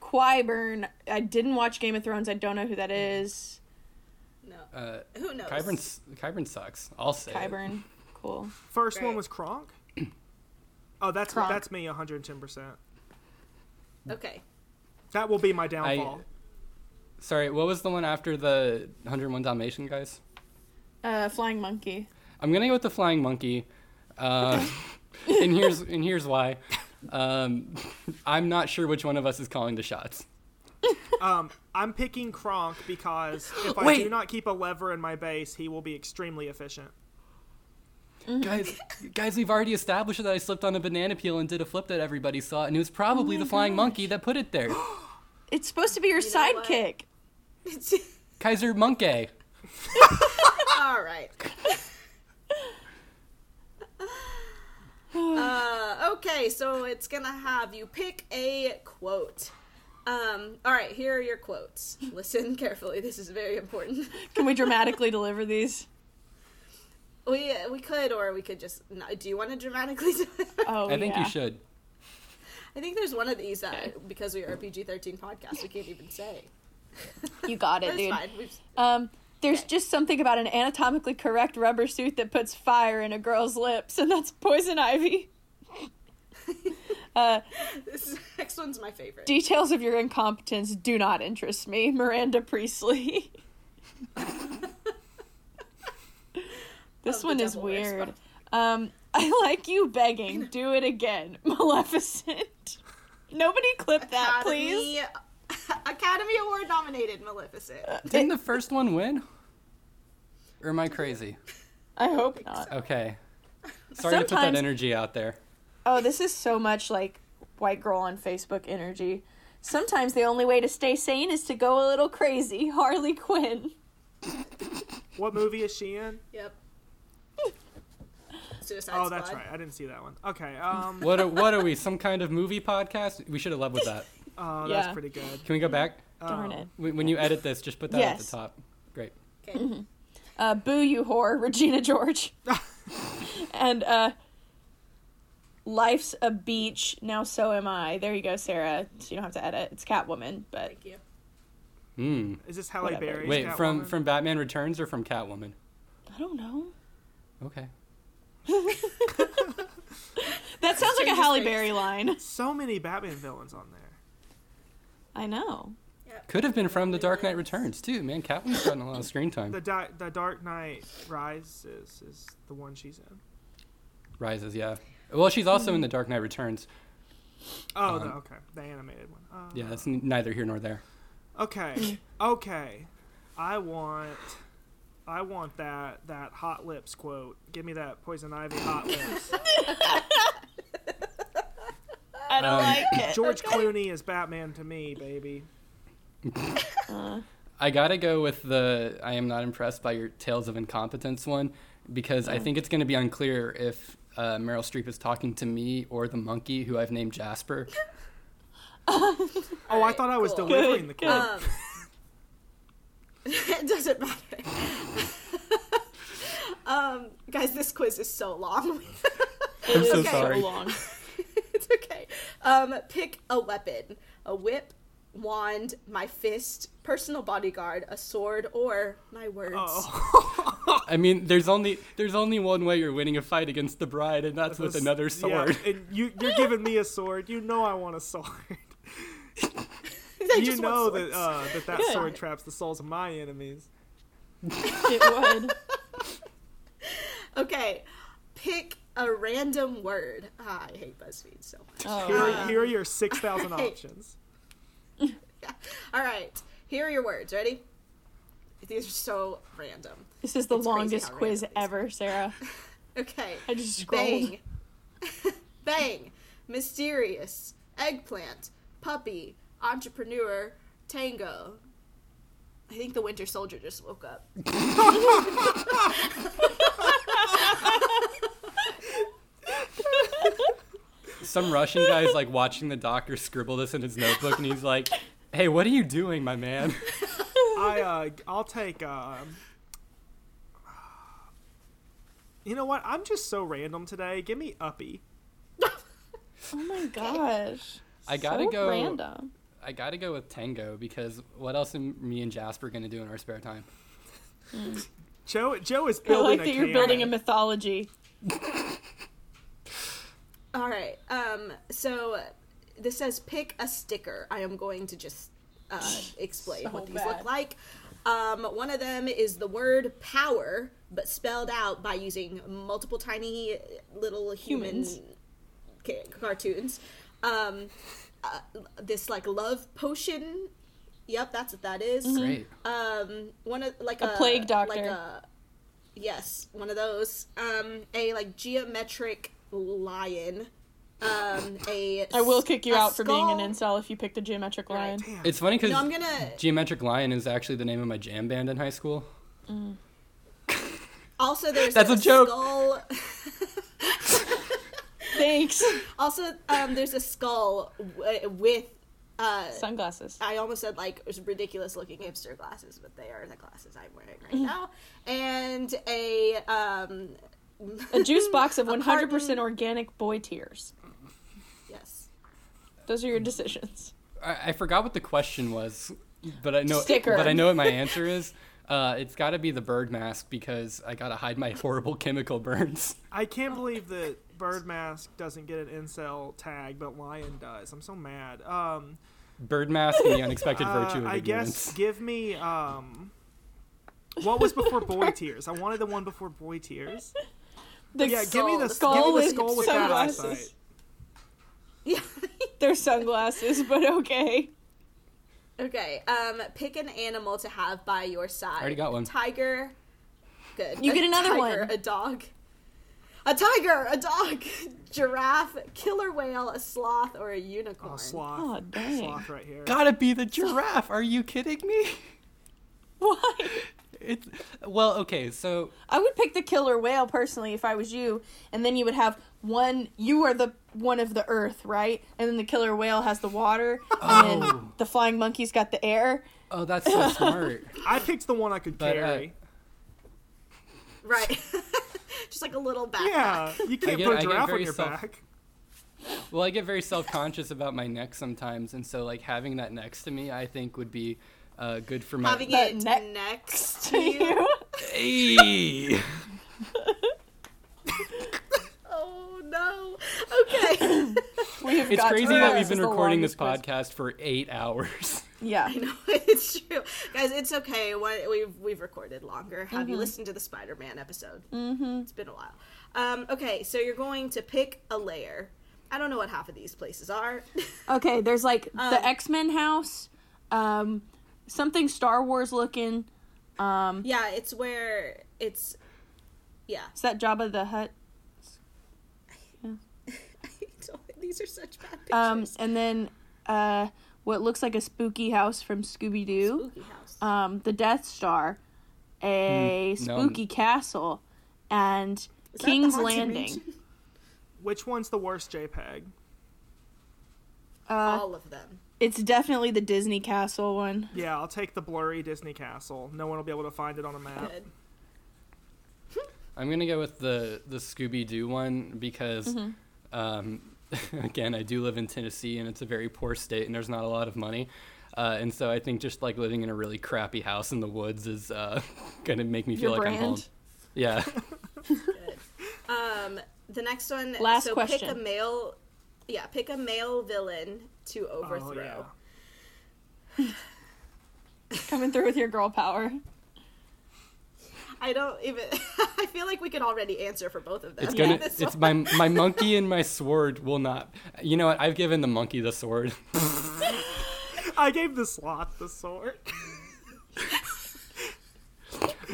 [SPEAKER 5] Quiburn. I didn't watch Game of Thrones. I don't know who that is.
[SPEAKER 4] No.
[SPEAKER 3] Uh,
[SPEAKER 4] Who knows?
[SPEAKER 3] Kyburn, s- Kyburn sucks. I'll say. it.
[SPEAKER 5] Qyburn. Cool.
[SPEAKER 1] First one
[SPEAKER 4] Right.
[SPEAKER 1] was Kronk. Oh, that's
[SPEAKER 5] Kronk.
[SPEAKER 1] that's me, 110. percent
[SPEAKER 4] Okay.
[SPEAKER 1] That will be my
[SPEAKER 3] I,
[SPEAKER 1] downfall.
[SPEAKER 3] sorry, what was the one after the 101 Dalmatian guys?
[SPEAKER 5] Uh, flying monkey.
[SPEAKER 3] I'm gonna go with the flying monkey, uh, and here's and here's why. Um, I'm not sure which one of us is calling the shots.
[SPEAKER 1] um, I'm picking Kronk because if I
[SPEAKER 3] Wait.
[SPEAKER 1] do not keep a lever in my base, he will be extremely efficient.
[SPEAKER 3] guys, guys, we've already established that I slipped on a banana peel and did a flip that everybody saw, and it was probably the flying monkey that put it there.
[SPEAKER 5] It's supposed to be your
[SPEAKER 4] know what?
[SPEAKER 5] sidekick.
[SPEAKER 3] Kaiser Monkey.
[SPEAKER 4] All right. uh, okay, so it's gonna have you pick a quote. Um, all right, here are your quotes. Listen carefully. This is very important.
[SPEAKER 5] Can we dramatically deliver these?
[SPEAKER 4] We we could, or we could just. No, do you want to dramatically? do it?
[SPEAKER 5] Oh,
[SPEAKER 3] I think
[SPEAKER 5] yeah.
[SPEAKER 3] you should.
[SPEAKER 4] I think there's one of these that
[SPEAKER 5] Okay.
[SPEAKER 4] because we are a PG-13 podcast, we can't even say.
[SPEAKER 5] You got it,
[SPEAKER 4] That's
[SPEAKER 5] dude.
[SPEAKER 4] fine. We've,
[SPEAKER 5] Um, there's just something about an anatomically correct rubber suit that puts fire in a girl's lips, and that's poison ivy. uh,
[SPEAKER 4] this next one's my favorite.
[SPEAKER 5] details of your incompetence do not interest me, Miranda Priestley.
[SPEAKER 4] Of
[SPEAKER 5] this
[SPEAKER 4] Oh, the
[SPEAKER 5] one is
[SPEAKER 4] Devil Wears
[SPEAKER 5] weird.
[SPEAKER 4] Prada.
[SPEAKER 5] Um, I like you begging. Do it again, Maleficent. Nobody clip that, please. Uh.
[SPEAKER 4] Academy, Academy Award nominated Maleficent.
[SPEAKER 3] Didn't the first one win? Or am I crazy?
[SPEAKER 5] I hope not.
[SPEAKER 3] Okay. Sorry to put that
[SPEAKER 5] Sometimes-
[SPEAKER 3] energy out there.
[SPEAKER 5] Oh, this is so much like white girl on Facebook energy. Sometimes the only way to stay sane is to go a little crazy, Harley Quinn.
[SPEAKER 1] What movie is she in?
[SPEAKER 4] Yep. Suicide
[SPEAKER 1] Oh,
[SPEAKER 4] Squad.
[SPEAKER 1] that's right. I didn't see that one. Okay. Um.
[SPEAKER 3] What are, what are we? Some kind of movie podcast? We should have led with that.
[SPEAKER 1] Oh,
[SPEAKER 5] Yeah.
[SPEAKER 1] that's pretty good.
[SPEAKER 3] Can we go back?
[SPEAKER 5] Darn
[SPEAKER 1] Oh.
[SPEAKER 5] it.
[SPEAKER 3] When when you edit this, just put that at
[SPEAKER 5] Yes.
[SPEAKER 3] the top. Great.
[SPEAKER 4] Okay.
[SPEAKER 5] uh, Boo You Whore, Regina George. and uh, Life's a Beach, Now So Am I. There you go, Sarah. So you don't have to edit. It's Catwoman, but
[SPEAKER 4] Thank you.
[SPEAKER 3] Hmm.
[SPEAKER 1] Is this Halle
[SPEAKER 5] Whatever.
[SPEAKER 1] Berry?
[SPEAKER 3] Wait, from, from Batman Returns or from Catwoman?
[SPEAKER 5] I don't know.
[SPEAKER 3] Okay.
[SPEAKER 5] That sounds like
[SPEAKER 4] Change
[SPEAKER 5] a
[SPEAKER 4] his
[SPEAKER 5] Halle
[SPEAKER 4] face.
[SPEAKER 5] Berry line.
[SPEAKER 1] so many Batman villains on there.
[SPEAKER 5] I know.
[SPEAKER 3] Could have been from The Dark Knight Returns, too. Man, Catwoman's gotten a lot of screen
[SPEAKER 1] The
[SPEAKER 3] time.
[SPEAKER 1] di- the Dark Knight Rises is the one she's in.
[SPEAKER 3] Rises, yeah. Well, she's also in The Dark Knight Returns.
[SPEAKER 1] Oh, the,
[SPEAKER 3] Uh-huh.
[SPEAKER 1] okay. The animated one. Uh,
[SPEAKER 3] Yeah, that's n- neither here nor there.
[SPEAKER 1] Okay. okay. I want. I want that that hot lips quote. Give me that poison ivy hot lips.
[SPEAKER 5] I don't
[SPEAKER 3] Um,
[SPEAKER 5] like it.
[SPEAKER 1] George Clooney is Batman to me, baby.
[SPEAKER 3] I gotta go with the I am not impressed by your tales of incompetence one because I think it's gonna be unclear if uh, Meryl Streep is talking to me or the monkey who I've named Jasper.
[SPEAKER 1] Oh, I thought I was
[SPEAKER 4] cool.
[SPEAKER 1] delivering the quote.
[SPEAKER 4] Um, it doesn't matter. um, guys, this quiz is so long.
[SPEAKER 3] I'm so
[SPEAKER 4] Okay.
[SPEAKER 3] sorry.
[SPEAKER 5] long.
[SPEAKER 4] it's okay. Um, pick a weapon: a whip, wand, my fist, personal bodyguard, a sword, or my words.
[SPEAKER 1] Oh.
[SPEAKER 3] I mean, there's only there's only one way you're winning a fight against the bride, and that's with
[SPEAKER 1] This-
[SPEAKER 3] another sword.
[SPEAKER 1] Yeah, and you you're giving me a sword. You know I want a sword.
[SPEAKER 4] I
[SPEAKER 1] you
[SPEAKER 4] just want
[SPEAKER 1] know that
[SPEAKER 4] swords.
[SPEAKER 1] uh, that, that
[SPEAKER 5] Good.
[SPEAKER 1] sword traps the souls of my enemies.
[SPEAKER 5] It would.
[SPEAKER 1] uh,
[SPEAKER 4] Okay, pick a random word. Ah, I hate BuzzFeed so much.
[SPEAKER 1] Here,
[SPEAKER 5] Oh,
[SPEAKER 1] are- here are your six thousand
[SPEAKER 4] Right.
[SPEAKER 1] options.
[SPEAKER 4] All right, here are your words. Ready? These are so random.
[SPEAKER 5] this is the
[SPEAKER 4] It's crazy
[SPEAKER 5] longest
[SPEAKER 4] how
[SPEAKER 5] quiz
[SPEAKER 4] random these
[SPEAKER 5] ever, Sarah.
[SPEAKER 4] Okay.
[SPEAKER 5] I just scrolled.
[SPEAKER 4] Bang. Bang. Mysterious. Eggplant. Puppy. Entrepreneur. Tango. I think the Winter Soldier just woke up.
[SPEAKER 3] Some Russian guy's like watching the doctor scribble this in his notebook, and he's like, "Hey, what are you doing, my man?"
[SPEAKER 1] I uh, I'll take. Um, you know what? I'm just so random today. Give me Uppy.
[SPEAKER 5] Oh my gosh.
[SPEAKER 3] I gotta
[SPEAKER 5] So
[SPEAKER 3] go.
[SPEAKER 5] Random.
[SPEAKER 3] I gotta go with Tango because what else am me and Jasper gonna do in our spare time?
[SPEAKER 1] Joe Joe is
[SPEAKER 5] I
[SPEAKER 1] building
[SPEAKER 5] like
[SPEAKER 1] a
[SPEAKER 5] that you're
[SPEAKER 1] cannon.
[SPEAKER 5] building a mythology.
[SPEAKER 4] All right. Um, so this says pick a sticker. I am going to just uh, explain
[SPEAKER 5] So
[SPEAKER 4] what these
[SPEAKER 5] bad.
[SPEAKER 4] look like. Um, one of them is the word power, but spelled out by using multiple tiny little human
[SPEAKER 5] Humans.
[SPEAKER 4] ca- cartoons. Um, uh, this like love potion. Yep, that's what that is.
[SPEAKER 3] Great.
[SPEAKER 4] Um, one of like
[SPEAKER 5] A
[SPEAKER 4] a,
[SPEAKER 5] plague doctor.
[SPEAKER 4] Like a, yes, one of those. Um, a like geometric lion. Um, a
[SPEAKER 5] I will kick you
[SPEAKER 4] a
[SPEAKER 5] out for being an
[SPEAKER 4] skull.
[SPEAKER 5] incel if you pick the geometric line.
[SPEAKER 1] Damn.
[SPEAKER 3] It's funny because
[SPEAKER 4] No, I'm gonna.
[SPEAKER 3] Geometric Lion is actually the name of my jam band in high school.
[SPEAKER 4] Also, there's
[SPEAKER 3] That's
[SPEAKER 4] a,
[SPEAKER 3] a joke.
[SPEAKER 4] skull.
[SPEAKER 5] Thanks.
[SPEAKER 4] Also, um, there's a skull w- with. Uh,
[SPEAKER 5] Sunglasses.
[SPEAKER 4] I almost said like ridiculous looking hipster glasses, but they are the glasses I'm wearing
[SPEAKER 5] Mm.
[SPEAKER 4] right now. And a um,
[SPEAKER 5] A juice box of
[SPEAKER 4] A
[SPEAKER 5] 100% organic boy tears.
[SPEAKER 4] yes.
[SPEAKER 5] Those are your decisions.
[SPEAKER 3] I, I forgot what the question was, but I know
[SPEAKER 5] Sticker.
[SPEAKER 3] but I know what my answer is. Uh, it's got to be the bird mask because I gotta hide my horrible chemical burns.
[SPEAKER 1] I can't believe that Bird Mask doesn't get an incel tag, but Lion does. I'm so mad. Um,
[SPEAKER 3] Bird mask and the unexpected
[SPEAKER 1] uh,
[SPEAKER 3] virtue of
[SPEAKER 1] I
[SPEAKER 3] ignorance.
[SPEAKER 1] guess give me um, what was before Boy Tears? I wanted the one before Boy Tears.
[SPEAKER 5] The
[SPEAKER 1] Yeah, give me the
[SPEAKER 5] skull,
[SPEAKER 1] give me the
[SPEAKER 5] with
[SPEAKER 1] skull with bad
[SPEAKER 5] sunglasses.
[SPEAKER 1] eyesight.
[SPEAKER 4] Yeah.
[SPEAKER 5] They're sunglasses, but okay.
[SPEAKER 4] okay. Um, pick an animal to have by your side.
[SPEAKER 3] already got one.
[SPEAKER 4] Tiger. Good.
[SPEAKER 5] You
[SPEAKER 4] A
[SPEAKER 5] get another
[SPEAKER 4] tiger,
[SPEAKER 5] one.
[SPEAKER 4] A dog. A tiger, a dog, giraffe, killer whale, a sloth, or a unicorn.
[SPEAKER 1] Oh, sloth.
[SPEAKER 5] Aw, dang.
[SPEAKER 1] Sloth right here.
[SPEAKER 3] Gotta be the giraffe. Are you kidding me?
[SPEAKER 5] Why?
[SPEAKER 3] It's well, okay. So
[SPEAKER 5] I would pick the killer whale personally if I was you, and then you would have one. You are the one of the earth, right? And then the killer whale has the water, and then
[SPEAKER 3] Oh.
[SPEAKER 5] the flying monkey's got the air.
[SPEAKER 3] oh, that's so smart.
[SPEAKER 1] I picked the one I could
[SPEAKER 3] But, uh,
[SPEAKER 1] carry.
[SPEAKER 4] Right. Just like a little backpack.
[SPEAKER 1] yeah, you can't
[SPEAKER 3] get-
[SPEAKER 1] put
[SPEAKER 3] I
[SPEAKER 1] a
[SPEAKER 3] get
[SPEAKER 1] giraffe on
[SPEAKER 3] very
[SPEAKER 1] your
[SPEAKER 3] self-
[SPEAKER 1] back.
[SPEAKER 3] Well, I get very self-conscious about my neck sometimes, and so like having that next to me, I think would be uh, good for my.
[SPEAKER 4] Having
[SPEAKER 5] But
[SPEAKER 4] it
[SPEAKER 5] ne-
[SPEAKER 4] next
[SPEAKER 5] To
[SPEAKER 4] to you.
[SPEAKER 5] you,
[SPEAKER 3] Hey!
[SPEAKER 4] Oh no. Okay.
[SPEAKER 5] we have
[SPEAKER 3] It's
[SPEAKER 5] got to
[SPEAKER 3] crazy
[SPEAKER 5] remember
[SPEAKER 3] that we've
[SPEAKER 5] this
[SPEAKER 3] been
[SPEAKER 5] is the
[SPEAKER 3] recording this
[SPEAKER 5] longest quiz.
[SPEAKER 3] podcast for eight hours.
[SPEAKER 5] Yeah.
[SPEAKER 4] I know it's true, guys. It's okay. Why- We've we've recorded longer. Have
[SPEAKER 5] Mm-hmm.
[SPEAKER 4] you listened to the Spider-Man episode? Mm-hmm. It's been a while. Um, okay, so you're going to pick a layer. I don't know what half of these places are.
[SPEAKER 5] Okay, there's like the X Men house, um, something Star Wars looking. Um,
[SPEAKER 4] yeah, it's where it's. Yeah,
[SPEAKER 5] is that Jabba the Hutt?
[SPEAKER 4] I don't- these are such bad pictures.
[SPEAKER 5] Um, and then uh, what looks like a spooky house from Scooby Doo,
[SPEAKER 4] Spooky house.
[SPEAKER 5] um, the Death Star, a
[SPEAKER 3] Hmm, no.
[SPEAKER 5] spooky castle, and
[SPEAKER 4] Is that the
[SPEAKER 5] King's
[SPEAKER 4] Haunted
[SPEAKER 5] Landing.
[SPEAKER 4] Mansion?
[SPEAKER 1] Which one's the worst JPEG?
[SPEAKER 5] Uh,
[SPEAKER 4] All of them.
[SPEAKER 5] it's definitely the Disney Castle one.
[SPEAKER 1] Yeah, I'll take the blurry Disney castle. No one will be able to find it on a
[SPEAKER 5] oh.
[SPEAKER 1] map.
[SPEAKER 4] Good.
[SPEAKER 3] I'm gonna go with the the Scooby Doo one because,
[SPEAKER 5] Mm-hmm.
[SPEAKER 3] um, again, I do live in Tennessee and it's a very poor state and there's not a lot of money, uh, and so I think just like living in a really crappy house in the woods is uh, gonna make me feel
[SPEAKER 5] Your
[SPEAKER 3] like I'm home.
[SPEAKER 5] brand?
[SPEAKER 3] Yeah,
[SPEAKER 4] Um, the next one.
[SPEAKER 5] Last
[SPEAKER 4] so Pick a
[SPEAKER 5] question.
[SPEAKER 4] male. Yeah, pick a male villain to
[SPEAKER 1] Oh,
[SPEAKER 4] overthrow.
[SPEAKER 1] yeah.
[SPEAKER 5] Coming through with your girl power.
[SPEAKER 4] I don't even. I feel like we could already answer for both of them.
[SPEAKER 3] it's gonna.
[SPEAKER 4] This
[SPEAKER 3] It's
[SPEAKER 4] one-
[SPEAKER 3] my my monkey and my sword will not. You know what? I've given the monkey the sword.
[SPEAKER 1] I gave the sloth the sword.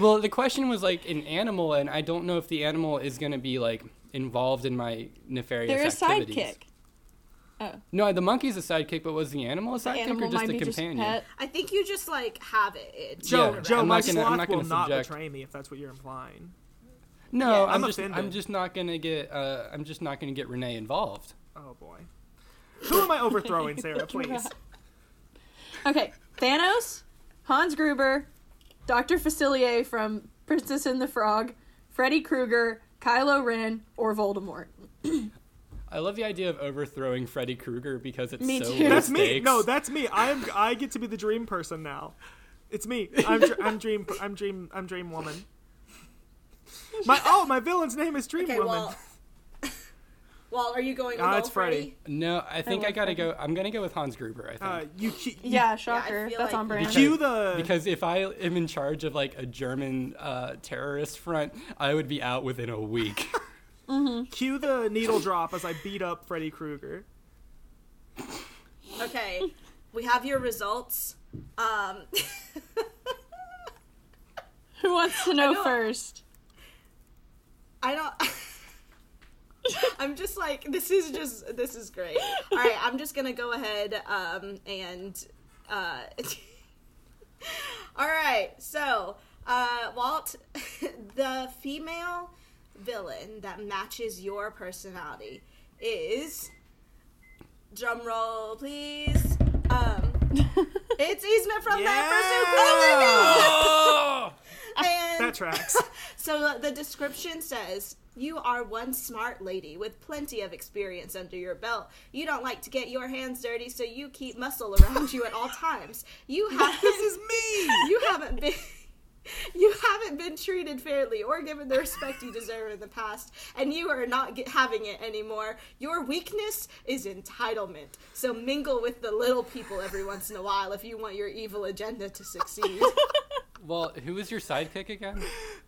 [SPEAKER 3] Well, the question was like an animal, and I don't know if the animal is going to be like involved in my nefarious
[SPEAKER 5] They're a
[SPEAKER 3] activities.
[SPEAKER 5] sidekick.
[SPEAKER 3] No, the monkey's a sidekick, but was the animal a sidekick
[SPEAKER 5] Animal
[SPEAKER 3] or just
[SPEAKER 5] might
[SPEAKER 3] a
[SPEAKER 5] be just a
[SPEAKER 3] companion?
[SPEAKER 5] pet.
[SPEAKER 4] I think you just like have it. It's
[SPEAKER 1] Joe,
[SPEAKER 3] Yeah,
[SPEAKER 1] Joe,
[SPEAKER 3] I'm
[SPEAKER 1] my
[SPEAKER 3] not gonna- I'm
[SPEAKER 1] sloth
[SPEAKER 3] not
[SPEAKER 1] will
[SPEAKER 3] gonna
[SPEAKER 1] not
[SPEAKER 3] subject-
[SPEAKER 1] betray me if that's what you're implying.
[SPEAKER 3] No,
[SPEAKER 4] Yeah.
[SPEAKER 3] I'm,
[SPEAKER 1] I'm
[SPEAKER 3] just I'm
[SPEAKER 1] offended.
[SPEAKER 3] just not gonna get uh, I'm just not gonna get Renee involved.
[SPEAKER 1] Oh boy. Who am I overthrowing, Sarah? Please.
[SPEAKER 5] Okay, Thanos, Hans Gruber, Dr. Facilier from Princess and the Frog, Freddy Krueger, Kylo Ren, or Voldemort.
[SPEAKER 3] I love the idea of overthrowing Freddy Krueger because it's
[SPEAKER 5] Me
[SPEAKER 3] so
[SPEAKER 5] too.
[SPEAKER 3] low
[SPEAKER 1] That's me.
[SPEAKER 3] stakes.
[SPEAKER 1] No, that's me. I am. I get to be the dream person now. It's me. I'm. dr- I'm dream. I'm dream. I'm dream woman. My oh, my villain's name is Dream
[SPEAKER 4] okay.
[SPEAKER 1] Woman.
[SPEAKER 4] Well, well, are you going?
[SPEAKER 1] Ah,
[SPEAKER 4] with
[SPEAKER 1] it's
[SPEAKER 4] all
[SPEAKER 1] Freddy.
[SPEAKER 3] no, I think I,
[SPEAKER 5] love
[SPEAKER 3] gotta go. I'm gonna go with Hans Gruber. I think.
[SPEAKER 1] uh, you. cu- you
[SPEAKER 5] Yeah, shocker.
[SPEAKER 4] feel
[SPEAKER 5] That's
[SPEAKER 4] like-
[SPEAKER 5] on brand.
[SPEAKER 3] Because-
[SPEAKER 1] Cue the.
[SPEAKER 3] because if I am in charge of like a German uh, terrorist front, I would be out within a week.
[SPEAKER 1] cue the needle drop as I beat up Freddy Krueger.
[SPEAKER 4] Okay, we have your results. Um,
[SPEAKER 5] Who wants to know,
[SPEAKER 4] know.
[SPEAKER 5] first?
[SPEAKER 4] I don't. I'm just like this is just this is great. All right, I'm just gonna go ahead um, and. Uh, all right, so uh, Walt, the female villain that matches your personality is. Drum roll, please. Um, it's Yzma from yeah!
[SPEAKER 3] Oh!
[SPEAKER 4] and
[SPEAKER 1] That tracks.
[SPEAKER 4] so uh, the description says, You are one smart lady with plenty of experience under your belt. You don't like to get your hands dirty, so you keep muscle around you at all times. You have
[SPEAKER 1] this is me.
[SPEAKER 4] you haven't been you haven't been treated fairly or given the respect you deserve in the past and you are not get, having it anymore your weakness is entitlement so mingle with the little people every once in a while if you want your evil agenda to succeed
[SPEAKER 3] Well, who was your sidekick again?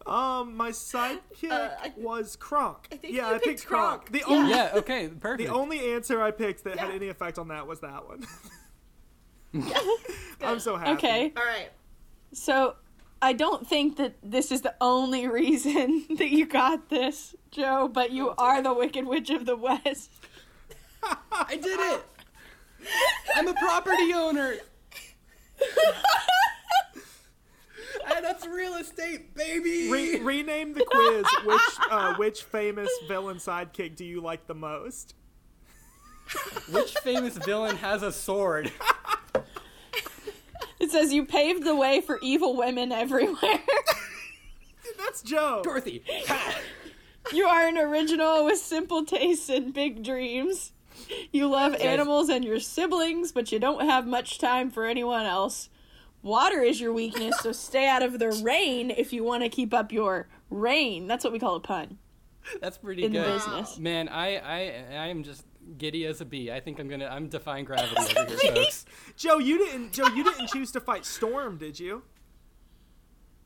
[SPEAKER 1] Um, my sidekick
[SPEAKER 4] Uh, I-
[SPEAKER 1] was Kronk.
[SPEAKER 4] think
[SPEAKER 1] yeah,
[SPEAKER 4] you
[SPEAKER 1] I picked
[SPEAKER 4] picked
[SPEAKER 1] Kronk.
[SPEAKER 4] Kronk.
[SPEAKER 1] The
[SPEAKER 4] Yeah.
[SPEAKER 1] only
[SPEAKER 3] Yeah, okay, perfect.
[SPEAKER 1] the only answer I picked that had
[SPEAKER 4] Yeah.
[SPEAKER 1] any effect on that was that one. I'm so happy.
[SPEAKER 5] Okay,
[SPEAKER 4] all right
[SPEAKER 5] so I don't think that this is the only reason that you got this, Joe, but you are the Wicked Witch of the West.
[SPEAKER 3] I did it! I'm a property owner! and that's real estate, baby!
[SPEAKER 1] Re- rename the quiz. Which uh, which famous villain sidekick do you like the most?
[SPEAKER 3] Which famous villain has a sword?
[SPEAKER 5] It says you paved the way for evil women everywhere.
[SPEAKER 1] That's Joe.
[SPEAKER 3] Dorothy!
[SPEAKER 5] you are an original with simple tastes and big dreams. You love animals and your siblings, but you don't have much time for anyone else. Water is your weakness, so stay out of the rain if you want to keep up your reign. That's what we call a pun
[SPEAKER 3] That's pretty
[SPEAKER 5] in
[SPEAKER 3] good.
[SPEAKER 5] the business.
[SPEAKER 3] Man, I, I I am just giddy as a bee. I think I'm gonna. I'm defying gravity over here, folks.
[SPEAKER 1] Joe, you didn't. Joe, you didn't choose to fight Storm, did you?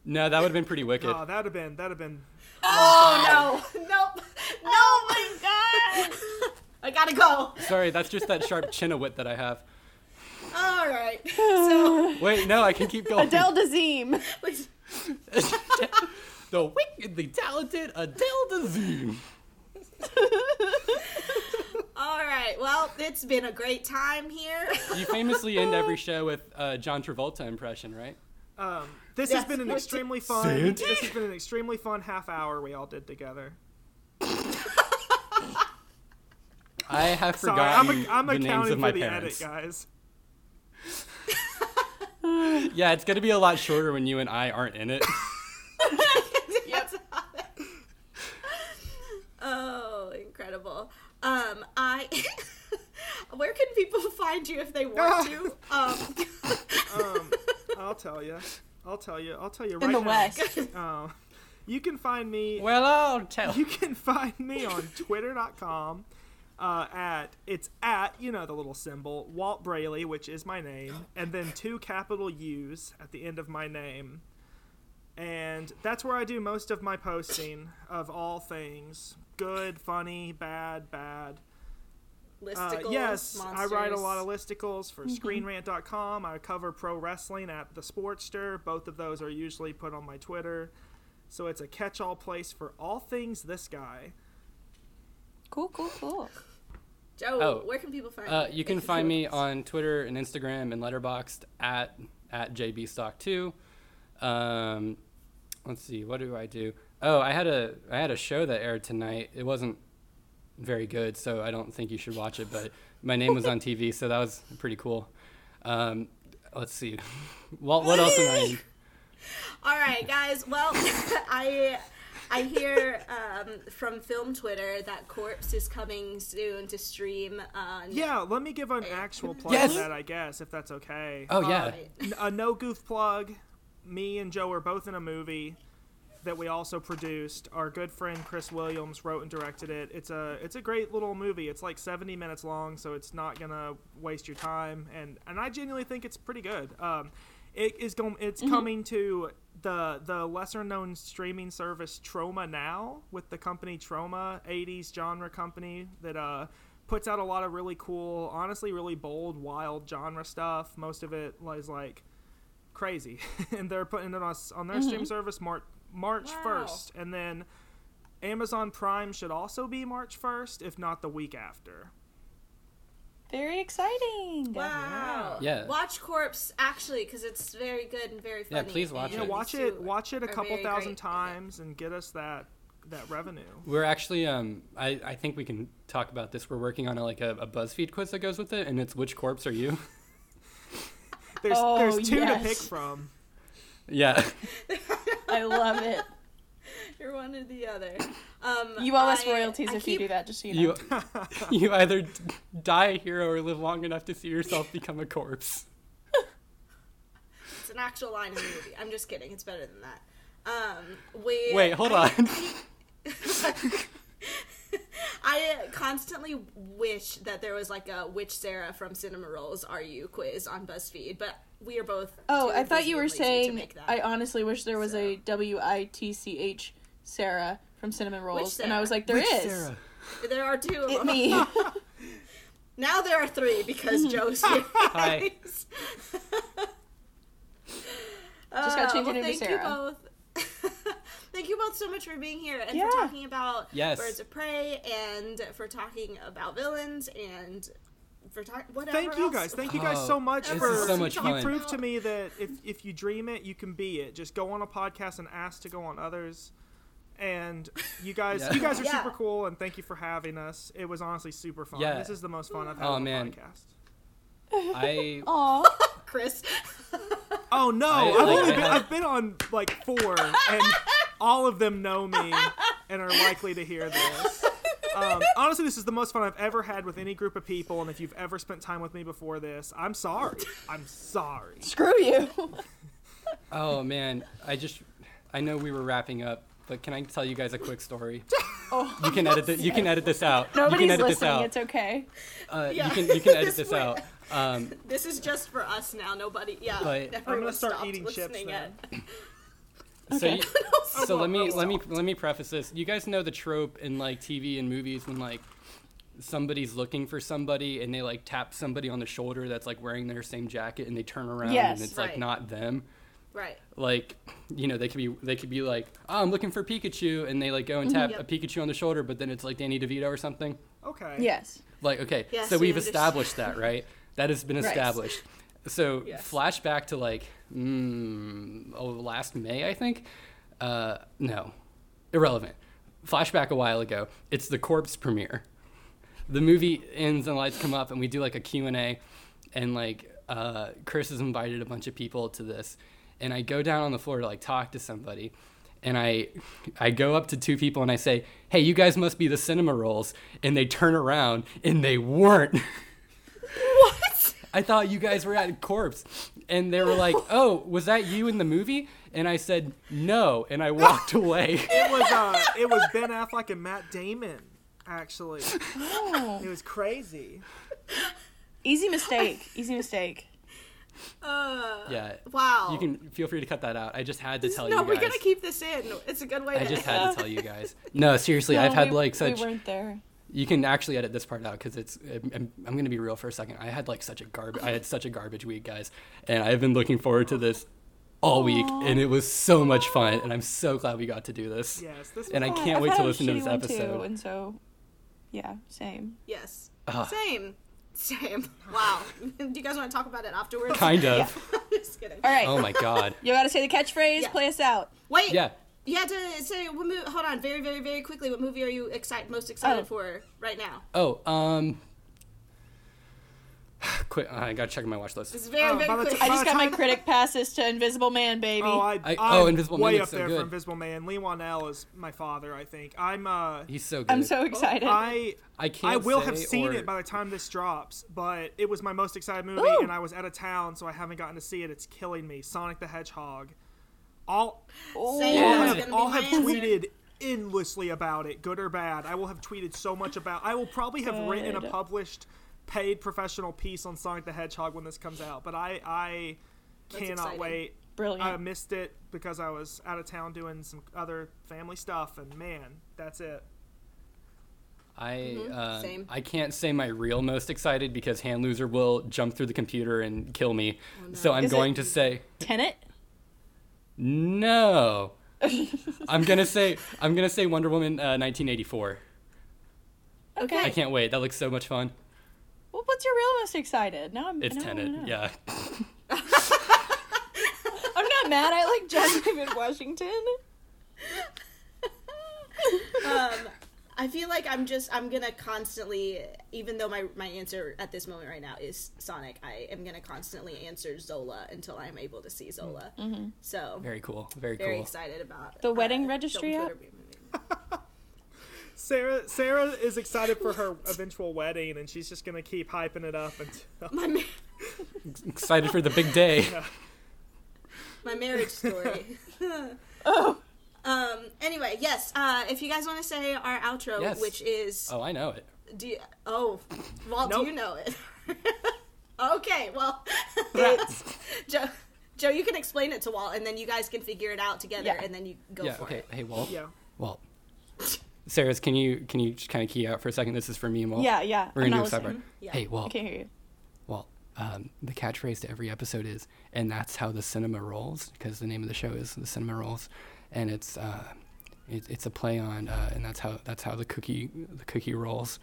[SPEAKER 3] No, that would have been pretty wicked.
[SPEAKER 1] Oh, that'd have been. That'd have been.
[SPEAKER 4] Oh no, nope,
[SPEAKER 5] Oh my god!
[SPEAKER 4] I gotta go.
[SPEAKER 3] Sorry, that's just that sharp chinnawit that I have.
[SPEAKER 4] All right, so
[SPEAKER 3] Wait, no, I can keep going.
[SPEAKER 5] Adele Dazeem.
[SPEAKER 4] please.
[SPEAKER 3] the wickedly talented Adele Dazeem.
[SPEAKER 4] All right, well, it's been a great time here.
[SPEAKER 1] Uh,
[SPEAKER 3] You famously end every show with uh, John Travolta impression, right?
[SPEAKER 1] Um, this
[SPEAKER 4] Yes,
[SPEAKER 1] has been an
[SPEAKER 4] we're-
[SPEAKER 1] extremely fun.
[SPEAKER 3] Sandy?
[SPEAKER 1] This has been an extremely fun half hour we all did together.
[SPEAKER 3] I have
[SPEAKER 1] Sorry, I'm,
[SPEAKER 3] forgotten
[SPEAKER 1] a, I'm
[SPEAKER 3] the names
[SPEAKER 1] accounting
[SPEAKER 3] of my
[SPEAKER 1] for the
[SPEAKER 3] parents.
[SPEAKER 1] edit, guys.
[SPEAKER 3] Yeah, it's gonna be a lot shorter when you and I aren't in it.
[SPEAKER 4] yep. oh, incredible. Um, I. Where can people find you if they
[SPEAKER 5] Ah.
[SPEAKER 4] want to? Um,
[SPEAKER 1] Um, I'll tell you. I'll tell you. I'll tell you right
[SPEAKER 5] In the
[SPEAKER 1] now.
[SPEAKER 5] West.
[SPEAKER 1] Um, you can find me.
[SPEAKER 3] well, I'll tell.
[SPEAKER 1] You can find me on Twitter.com. Uh, at it's at you know the little symbol Walt Brayley, which is my name, and then two capital U's at the end of my name, and that's where I do most of my posting of all things good, funny, bad, bad. Uh,
[SPEAKER 4] listicles,
[SPEAKER 1] yes, I write a
[SPEAKER 4] monsters. Mm-hmm.
[SPEAKER 1] lot of listicles for ScreenRant.com. I cover pro wrestling at the Sportster. Both of those are usually put on my Twitter, so it's a catch-all place for all things this guy.
[SPEAKER 5] Cool, cool, cool.
[SPEAKER 4] Joe,
[SPEAKER 3] Oh.
[SPEAKER 4] where can people find
[SPEAKER 3] Uh, you can find me on Twitter and Instagram and Letterboxd at at jbstock2. Um, let's see, what do I do? Oh, I had a I had a show that aired tonight. It wasn't very good, so I don't think you should watch it. But my name was on TV, so that was pretty cool. Um, let's see, what what else am I? In?
[SPEAKER 4] All right, guys. Well, I I hear um, from film Twitter that Corpse is coming soon to stream on.
[SPEAKER 1] Yeah, let me give an actual plug
[SPEAKER 3] Yes.
[SPEAKER 1] for that, I guess, if that's okay.
[SPEAKER 3] Oh yeah,
[SPEAKER 1] N- a no goof plug. Me and Joe are both in a movie that we also produced. Our good friend Chris Williams wrote and directed it. It's a it's a great little movie. It's like 70 minutes long, so it's not gonna waste your time. And and I genuinely think it's pretty good. Um, it is going. It's coming to the the lesser known streaming service Troma now with the company Troma, 80s genre company that uh puts out a lot of really cool, honestly really bold, wild genre stuff. Most of it is like crazy, and they're putting it on s- on their stream service March March
[SPEAKER 4] Wow.
[SPEAKER 1] first, and then Amazon Prime should also be March first, if not the week after.
[SPEAKER 5] Very exciting.
[SPEAKER 4] Wow.
[SPEAKER 3] Yeah.
[SPEAKER 4] Watch Corpse actually because it's very good and very
[SPEAKER 3] Yeah,
[SPEAKER 4] funny.
[SPEAKER 3] please watch
[SPEAKER 1] Yeah,
[SPEAKER 4] and
[SPEAKER 3] it.
[SPEAKER 1] watch
[SPEAKER 4] these two
[SPEAKER 1] it watch it a
[SPEAKER 4] are
[SPEAKER 1] couple
[SPEAKER 4] very
[SPEAKER 1] thousand
[SPEAKER 4] great.
[SPEAKER 1] times and get us that that revenue.
[SPEAKER 3] we're actually um I, I think we can talk about this. We're working on a, like a, a BuzzFeed quiz that goes with it, and it's which corpse are you?
[SPEAKER 1] There's
[SPEAKER 5] Oh,
[SPEAKER 1] there's two
[SPEAKER 5] yes.
[SPEAKER 1] to pick from.
[SPEAKER 3] yeah.
[SPEAKER 5] I love it.
[SPEAKER 4] You're one or the other. Um,
[SPEAKER 5] You owe us
[SPEAKER 4] I-
[SPEAKER 5] royalties
[SPEAKER 4] I
[SPEAKER 5] if
[SPEAKER 4] keep-
[SPEAKER 5] you do that, just so you know.
[SPEAKER 3] You, you either d- die a hero or live long enough to see yourself become a corpse.
[SPEAKER 4] It's an actual line in the movie. I'm just kidding. It's better than that. Um, we
[SPEAKER 3] Wait, hold on.
[SPEAKER 4] I uh, constantly wish that there was like a "Which Sarah from Cinema Rolls are you?" quiz on BuzzFeed, but we are both.
[SPEAKER 5] Oh,
[SPEAKER 4] too
[SPEAKER 5] I thought
[SPEAKER 4] busy
[SPEAKER 5] you were
[SPEAKER 4] and lazy to
[SPEAKER 5] saying.
[SPEAKER 4] make that.
[SPEAKER 5] I honestly wish there was a
[SPEAKER 4] So.
[SPEAKER 5] W I T C H Sarah from Cinnamon Rolls, and I was
[SPEAKER 4] Sarah?
[SPEAKER 5] like, there is.
[SPEAKER 4] there are two. Of
[SPEAKER 5] It
[SPEAKER 4] them.
[SPEAKER 5] me.
[SPEAKER 4] Now there are three because Joe's here.
[SPEAKER 3] Hi.
[SPEAKER 4] Just
[SPEAKER 5] gotta change your name to
[SPEAKER 4] Oh, Uh, thank
[SPEAKER 5] Sarah.
[SPEAKER 4] You both. thank you both so much for being here and
[SPEAKER 5] Yeah.
[SPEAKER 4] for talking about
[SPEAKER 3] Yes.
[SPEAKER 4] Birds of Prey and for talking about villains and for talking whatever.
[SPEAKER 1] Thank you
[SPEAKER 4] else.
[SPEAKER 1] guys. Thank you guys
[SPEAKER 3] Oh,
[SPEAKER 1] so much
[SPEAKER 3] this
[SPEAKER 1] for
[SPEAKER 4] is so much
[SPEAKER 1] you
[SPEAKER 4] fun.
[SPEAKER 1] proved to me that if if you dream it, you can be it. Just go on a podcast and ask to go on others. And you guys,
[SPEAKER 3] Yeah.
[SPEAKER 1] you guys are
[SPEAKER 4] Yeah.
[SPEAKER 1] super cool, and thank you for having us. It was honestly super fun.
[SPEAKER 3] Yeah.
[SPEAKER 1] This is the most fun I've had
[SPEAKER 3] Oh,
[SPEAKER 1] on
[SPEAKER 3] man.
[SPEAKER 1] the podcast.
[SPEAKER 3] I
[SPEAKER 5] Aw.
[SPEAKER 4] Chris.
[SPEAKER 1] Oh no,
[SPEAKER 3] I-
[SPEAKER 1] I,
[SPEAKER 3] like,
[SPEAKER 1] have only
[SPEAKER 3] I
[SPEAKER 1] been,
[SPEAKER 3] had-
[SPEAKER 1] I've been on like four, and all of them know me and are likely to hear this. Um, honestly, this is the most fun I've ever had with any group of people, and if you've ever spent time with me before this, I'm sorry. I'm sorry.
[SPEAKER 5] Screw you.
[SPEAKER 3] oh man, I just I know we were wrapping up But can I tell you guys a quick story?
[SPEAKER 5] Oh,
[SPEAKER 3] You can edit. The, you can edit this out. you
[SPEAKER 5] nobody's
[SPEAKER 3] can edit this
[SPEAKER 5] listening.
[SPEAKER 3] out.
[SPEAKER 5] It's okay.
[SPEAKER 3] Uh,
[SPEAKER 4] Yeah.
[SPEAKER 3] You can you can edit
[SPEAKER 4] This
[SPEAKER 3] this
[SPEAKER 4] way.
[SPEAKER 3] out. Um,
[SPEAKER 4] This is just for us now. Nobody. Yeah.
[SPEAKER 3] But-
[SPEAKER 1] I'm
[SPEAKER 4] everyone
[SPEAKER 1] gonna start
[SPEAKER 4] stopped
[SPEAKER 1] eating chips
[SPEAKER 4] listening
[SPEAKER 1] now.
[SPEAKER 4] at-
[SPEAKER 3] So,
[SPEAKER 5] Okay.
[SPEAKER 3] you,
[SPEAKER 4] No,
[SPEAKER 3] so
[SPEAKER 4] stop.
[SPEAKER 3] let me
[SPEAKER 4] No,
[SPEAKER 3] let me
[SPEAKER 4] stop.
[SPEAKER 3] let me preface this. You guys know the trope in like TV and movies when like somebody's looking for somebody and they like tap somebody on the shoulder that's like wearing their same jacket and they turn around
[SPEAKER 5] Yes.
[SPEAKER 3] and it's like
[SPEAKER 4] Right.
[SPEAKER 3] not them.
[SPEAKER 4] Right.
[SPEAKER 3] Like you know they could be they could be like oh, I'm looking for Pikachu and they like go and tap
[SPEAKER 4] Mm-hmm. Yep.
[SPEAKER 3] a Pikachu on the shoulder but then it's like Danny DeVito or something.
[SPEAKER 1] Okay.
[SPEAKER 5] Yes.
[SPEAKER 3] Like, okay,
[SPEAKER 4] Yes,
[SPEAKER 3] so
[SPEAKER 4] we
[SPEAKER 3] we've
[SPEAKER 4] understand.
[SPEAKER 3] established that, right? That has been
[SPEAKER 5] Right.
[SPEAKER 3] established. So
[SPEAKER 4] Yes.
[SPEAKER 3] flashback to like, mm, oh, last May, I think. Uh, no, irrelevant. Flashback a while ago. It's the corpse premiere. The movie ends and lights come up, and we do like a Q and A, and like uh, Chris has invited a bunch of people to this, and I go down on the floor to like talk to somebody, and I I go up to two people and I say, "Hey, you guys must be the cinema rolls," and they turn around and they weren't.
[SPEAKER 4] What?
[SPEAKER 3] I thought you guys were at Corpse, and they were like, "Oh, was that you in the movie?" And I said, "No," and I walked away.
[SPEAKER 1] It was uh, it was Ben Affleck and Matt Damon. Actually,
[SPEAKER 5] Oh,
[SPEAKER 1] it was crazy.
[SPEAKER 5] easy mistake. Easy mistake.
[SPEAKER 4] Uh,
[SPEAKER 3] Yeah.
[SPEAKER 4] Wow.
[SPEAKER 3] You can feel free to cut that out. I just had to tell
[SPEAKER 4] no,
[SPEAKER 3] you guys.
[SPEAKER 4] we're gonna keep this in. It's a good way
[SPEAKER 3] I
[SPEAKER 4] to
[SPEAKER 3] just had to tell you guys. No, seriously,
[SPEAKER 5] No,
[SPEAKER 3] I've had
[SPEAKER 5] we-
[SPEAKER 3] like such.
[SPEAKER 5] We weren't there.
[SPEAKER 3] You can actually edit this part out because it's. I'm, I'm- I'm gonna be real for a second. I had like such a garbage. I had such a garbage week, guys, and I've been looking forward to this all week, and it was so much fun, and I'm so glad we got to do this.
[SPEAKER 1] Yes, this was
[SPEAKER 3] And I
[SPEAKER 1] fun.
[SPEAKER 3] can't
[SPEAKER 5] I've
[SPEAKER 3] wait
[SPEAKER 5] had
[SPEAKER 3] to
[SPEAKER 5] a
[SPEAKER 3] listen to
[SPEAKER 5] shitty
[SPEAKER 3] this
[SPEAKER 5] one, too,
[SPEAKER 3] episode.
[SPEAKER 5] and so, yeah, same.
[SPEAKER 4] Yes.
[SPEAKER 3] Ah.
[SPEAKER 4] Same. Same. Wow. Do you guys want to talk about it afterwards?
[SPEAKER 3] Kind of.
[SPEAKER 4] just kidding.
[SPEAKER 5] All right.
[SPEAKER 3] Oh my god.
[SPEAKER 5] You gotta say the catchphrase.
[SPEAKER 4] Yeah.
[SPEAKER 5] Play us out.
[SPEAKER 4] Wait.
[SPEAKER 3] Yeah.
[SPEAKER 4] You had to say what movie. Hold on, very, very, very quickly. What movie are you excited most excited
[SPEAKER 5] Oh. Uh,
[SPEAKER 4] for right now?
[SPEAKER 3] Oh, um. Quick, I gotta check my watch list.
[SPEAKER 4] It's very,
[SPEAKER 1] Oh, by
[SPEAKER 4] very
[SPEAKER 1] the
[SPEAKER 4] quick.
[SPEAKER 1] time-
[SPEAKER 5] I just got my
[SPEAKER 1] time-
[SPEAKER 5] critic passes to Invisible Man, baby.
[SPEAKER 1] Oh, I,
[SPEAKER 3] I-
[SPEAKER 1] I,
[SPEAKER 3] oh,
[SPEAKER 1] am
[SPEAKER 3] Invisible Man
[SPEAKER 1] way
[SPEAKER 3] looks
[SPEAKER 1] up
[SPEAKER 3] so
[SPEAKER 1] there
[SPEAKER 3] good.
[SPEAKER 1] for Invisible Man. Lee Wanell is my father, I think. I'm uh,
[SPEAKER 3] He's so good.
[SPEAKER 5] I'm so excited.
[SPEAKER 1] I
[SPEAKER 3] I can't
[SPEAKER 1] I will have
[SPEAKER 3] say
[SPEAKER 1] seen
[SPEAKER 3] or-
[SPEAKER 1] it by the time this drops, but it was my most excited movie,
[SPEAKER 5] Ooh.
[SPEAKER 1] and I was out of town, so I haven't gotten to see it. It's killing me. Sonic the Hedgehog. All
[SPEAKER 5] Oh.
[SPEAKER 4] Same.
[SPEAKER 1] all
[SPEAKER 4] That's
[SPEAKER 1] have,
[SPEAKER 4] gonna be
[SPEAKER 1] all
[SPEAKER 4] my
[SPEAKER 1] have
[SPEAKER 4] answer.
[SPEAKER 1] tweeted endlessly about it, good or bad. I will have tweeted so much about. I will probably have written a
[SPEAKER 5] Good.
[SPEAKER 1] published, paid professional piece on Sonic the Hedgehog when this comes out. But I I cannot
[SPEAKER 4] exciting.
[SPEAKER 1] wait.
[SPEAKER 5] Brilliant.
[SPEAKER 1] I missed it because I was out of town doing some other family stuff, and man, that's it.
[SPEAKER 3] I
[SPEAKER 5] Mm-hmm.
[SPEAKER 3] um,
[SPEAKER 4] same.
[SPEAKER 3] I can't say my real most excited because hand loser will jump through the computer and kill me. So I'm
[SPEAKER 5] Oh, Is it-
[SPEAKER 3] going to say
[SPEAKER 5] Tenet.
[SPEAKER 3] no. I'm gonna say I'm gonna say Wonder Woman uh, 1984.
[SPEAKER 5] Okay.
[SPEAKER 3] I can't wait. That looks so much fun.
[SPEAKER 5] Well, what's your real most excited? Now I'm.
[SPEAKER 3] It's
[SPEAKER 5] now I wanna
[SPEAKER 3] Tenet.
[SPEAKER 5] know.
[SPEAKER 3] Yeah.
[SPEAKER 5] I'm not mad. I like Jasmine Washington.
[SPEAKER 4] um, I feel like I'm just I'm gonna constantly, even though my my answer at this moment right now is Sonic, I am gonna constantly answer Zola until I'm able to see Zola. So very,
[SPEAKER 3] Very cool. Very, cool.
[SPEAKER 4] excited about
[SPEAKER 5] Mm-hmm. The wedding
[SPEAKER 4] film
[SPEAKER 5] registry
[SPEAKER 4] Twitter
[SPEAKER 5] app?
[SPEAKER 4] being moving.
[SPEAKER 1] Sarah Sarah is excited for her eventual wedding, and she's just gonna keep hyping it up until
[SPEAKER 4] My ma-
[SPEAKER 3] Excited for the big day.
[SPEAKER 4] my marriage story.
[SPEAKER 5] Oh.
[SPEAKER 4] Um. Anyway, yes. Uh, if you guys want to say our outro,
[SPEAKER 3] Yes.
[SPEAKER 4] which is
[SPEAKER 3] Oh, I know it.
[SPEAKER 4] do you, oh, Walt,
[SPEAKER 1] Nope.
[SPEAKER 4] do you know it? okay. Well,
[SPEAKER 5] It's-
[SPEAKER 4] Joe, Joe, you can explain it to Walt, and then you guys can figure it out together,
[SPEAKER 5] Yeah.
[SPEAKER 4] and then you go
[SPEAKER 3] yeah.
[SPEAKER 4] for
[SPEAKER 3] Okay.
[SPEAKER 4] it.
[SPEAKER 3] Hey, Walt.
[SPEAKER 1] yeah.
[SPEAKER 3] Walt. Sarah's, can you can you just kind of key out for a second? This is for me and Walt.
[SPEAKER 5] yeah, yeah.
[SPEAKER 3] We're gonna do
[SPEAKER 5] I'm not
[SPEAKER 3] a
[SPEAKER 5] listening.
[SPEAKER 3] separate.
[SPEAKER 4] Yeah.
[SPEAKER 3] Hey,
[SPEAKER 5] I
[SPEAKER 3] Walt.
[SPEAKER 5] can't hear you.
[SPEAKER 3] Well, um, the catchphrase to every episode is, and that's how the cinema rolls, because the name of the show is the cinema rolls, and it's uh, it, it's a play on, uh, and that's how that's how the cookie the cookie rolls,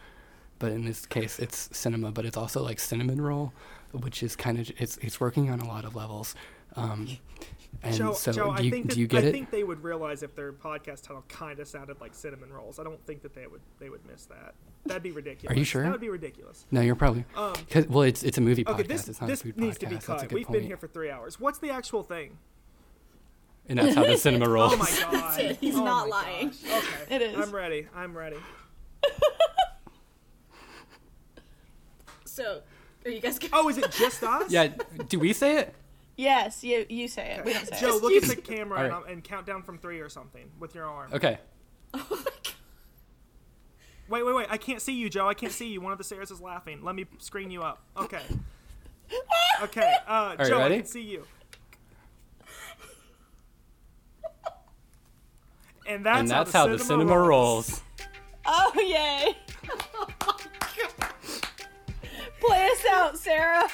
[SPEAKER 3] but in this case it's cinema, but it's also like cinnamon roll, which is kind of it's it's working on a lot of levels, um, and
[SPEAKER 1] Joe,
[SPEAKER 3] so
[SPEAKER 1] Joe
[SPEAKER 3] do
[SPEAKER 1] I
[SPEAKER 3] you
[SPEAKER 1] think that,
[SPEAKER 3] do you get
[SPEAKER 1] I
[SPEAKER 3] it?
[SPEAKER 1] think they would realize if their podcast title kind of sounded like cinnamon rolls. I don't think that they would they would miss that. That'd be ridiculous.
[SPEAKER 3] sure?
[SPEAKER 1] That would be ridiculous.
[SPEAKER 3] no, you're probably. 'cause- well, it's it's a movie podcast.
[SPEAKER 1] Um, Okay, this
[SPEAKER 3] it's not a
[SPEAKER 1] this
[SPEAKER 3] food
[SPEAKER 1] needs
[SPEAKER 3] podcast.
[SPEAKER 1] to be
[SPEAKER 3] That's a
[SPEAKER 1] cut.
[SPEAKER 3] good
[SPEAKER 1] We've
[SPEAKER 3] point.
[SPEAKER 1] been here for three hours. What's the actual thing?
[SPEAKER 3] and that's how the cinema rolls.
[SPEAKER 1] Oh my god!
[SPEAKER 4] it. He's
[SPEAKER 1] Oh
[SPEAKER 4] not
[SPEAKER 1] my
[SPEAKER 4] lying.
[SPEAKER 1] gosh. Okay,
[SPEAKER 5] It is.
[SPEAKER 1] I'm ready. I'm ready.
[SPEAKER 4] So, are you guys?
[SPEAKER 1] Oh, is it just us?
[SPEAKER 3] Yeah, do we say it?
[SPEAKER 5] Yes, you you say it. We don't say
[SPEAKER 1] Joe,
[SPEAKER 5] it.
[SPEAKER 1] look at the camera and,
[SPEAKER 3] All right.
[SPEAKER 1] and count down from three or something with your arm.
[SPEAKER 3] Okay.
[SPEAKER 4] Oh my god.
[SPEAKER 1] Wait, wait, wait. I can't see you, Joe. I can't see you. One of the Sarahs is laughing. Let me screen you up. Okay. Okay. Uh,
[SPEAKER 3] right,
[SPEAKER 1] Joe,
[SPEAKER 3] ready?
[SPEAKER 1] I can see you. And that's,
[SPEAKER 3] and that's how the cinema, rolls.
[SPEAKER 5] Oh
[SPEAKER 3] Oh
[SPEAKER 5] yay! Play us out, Sarah.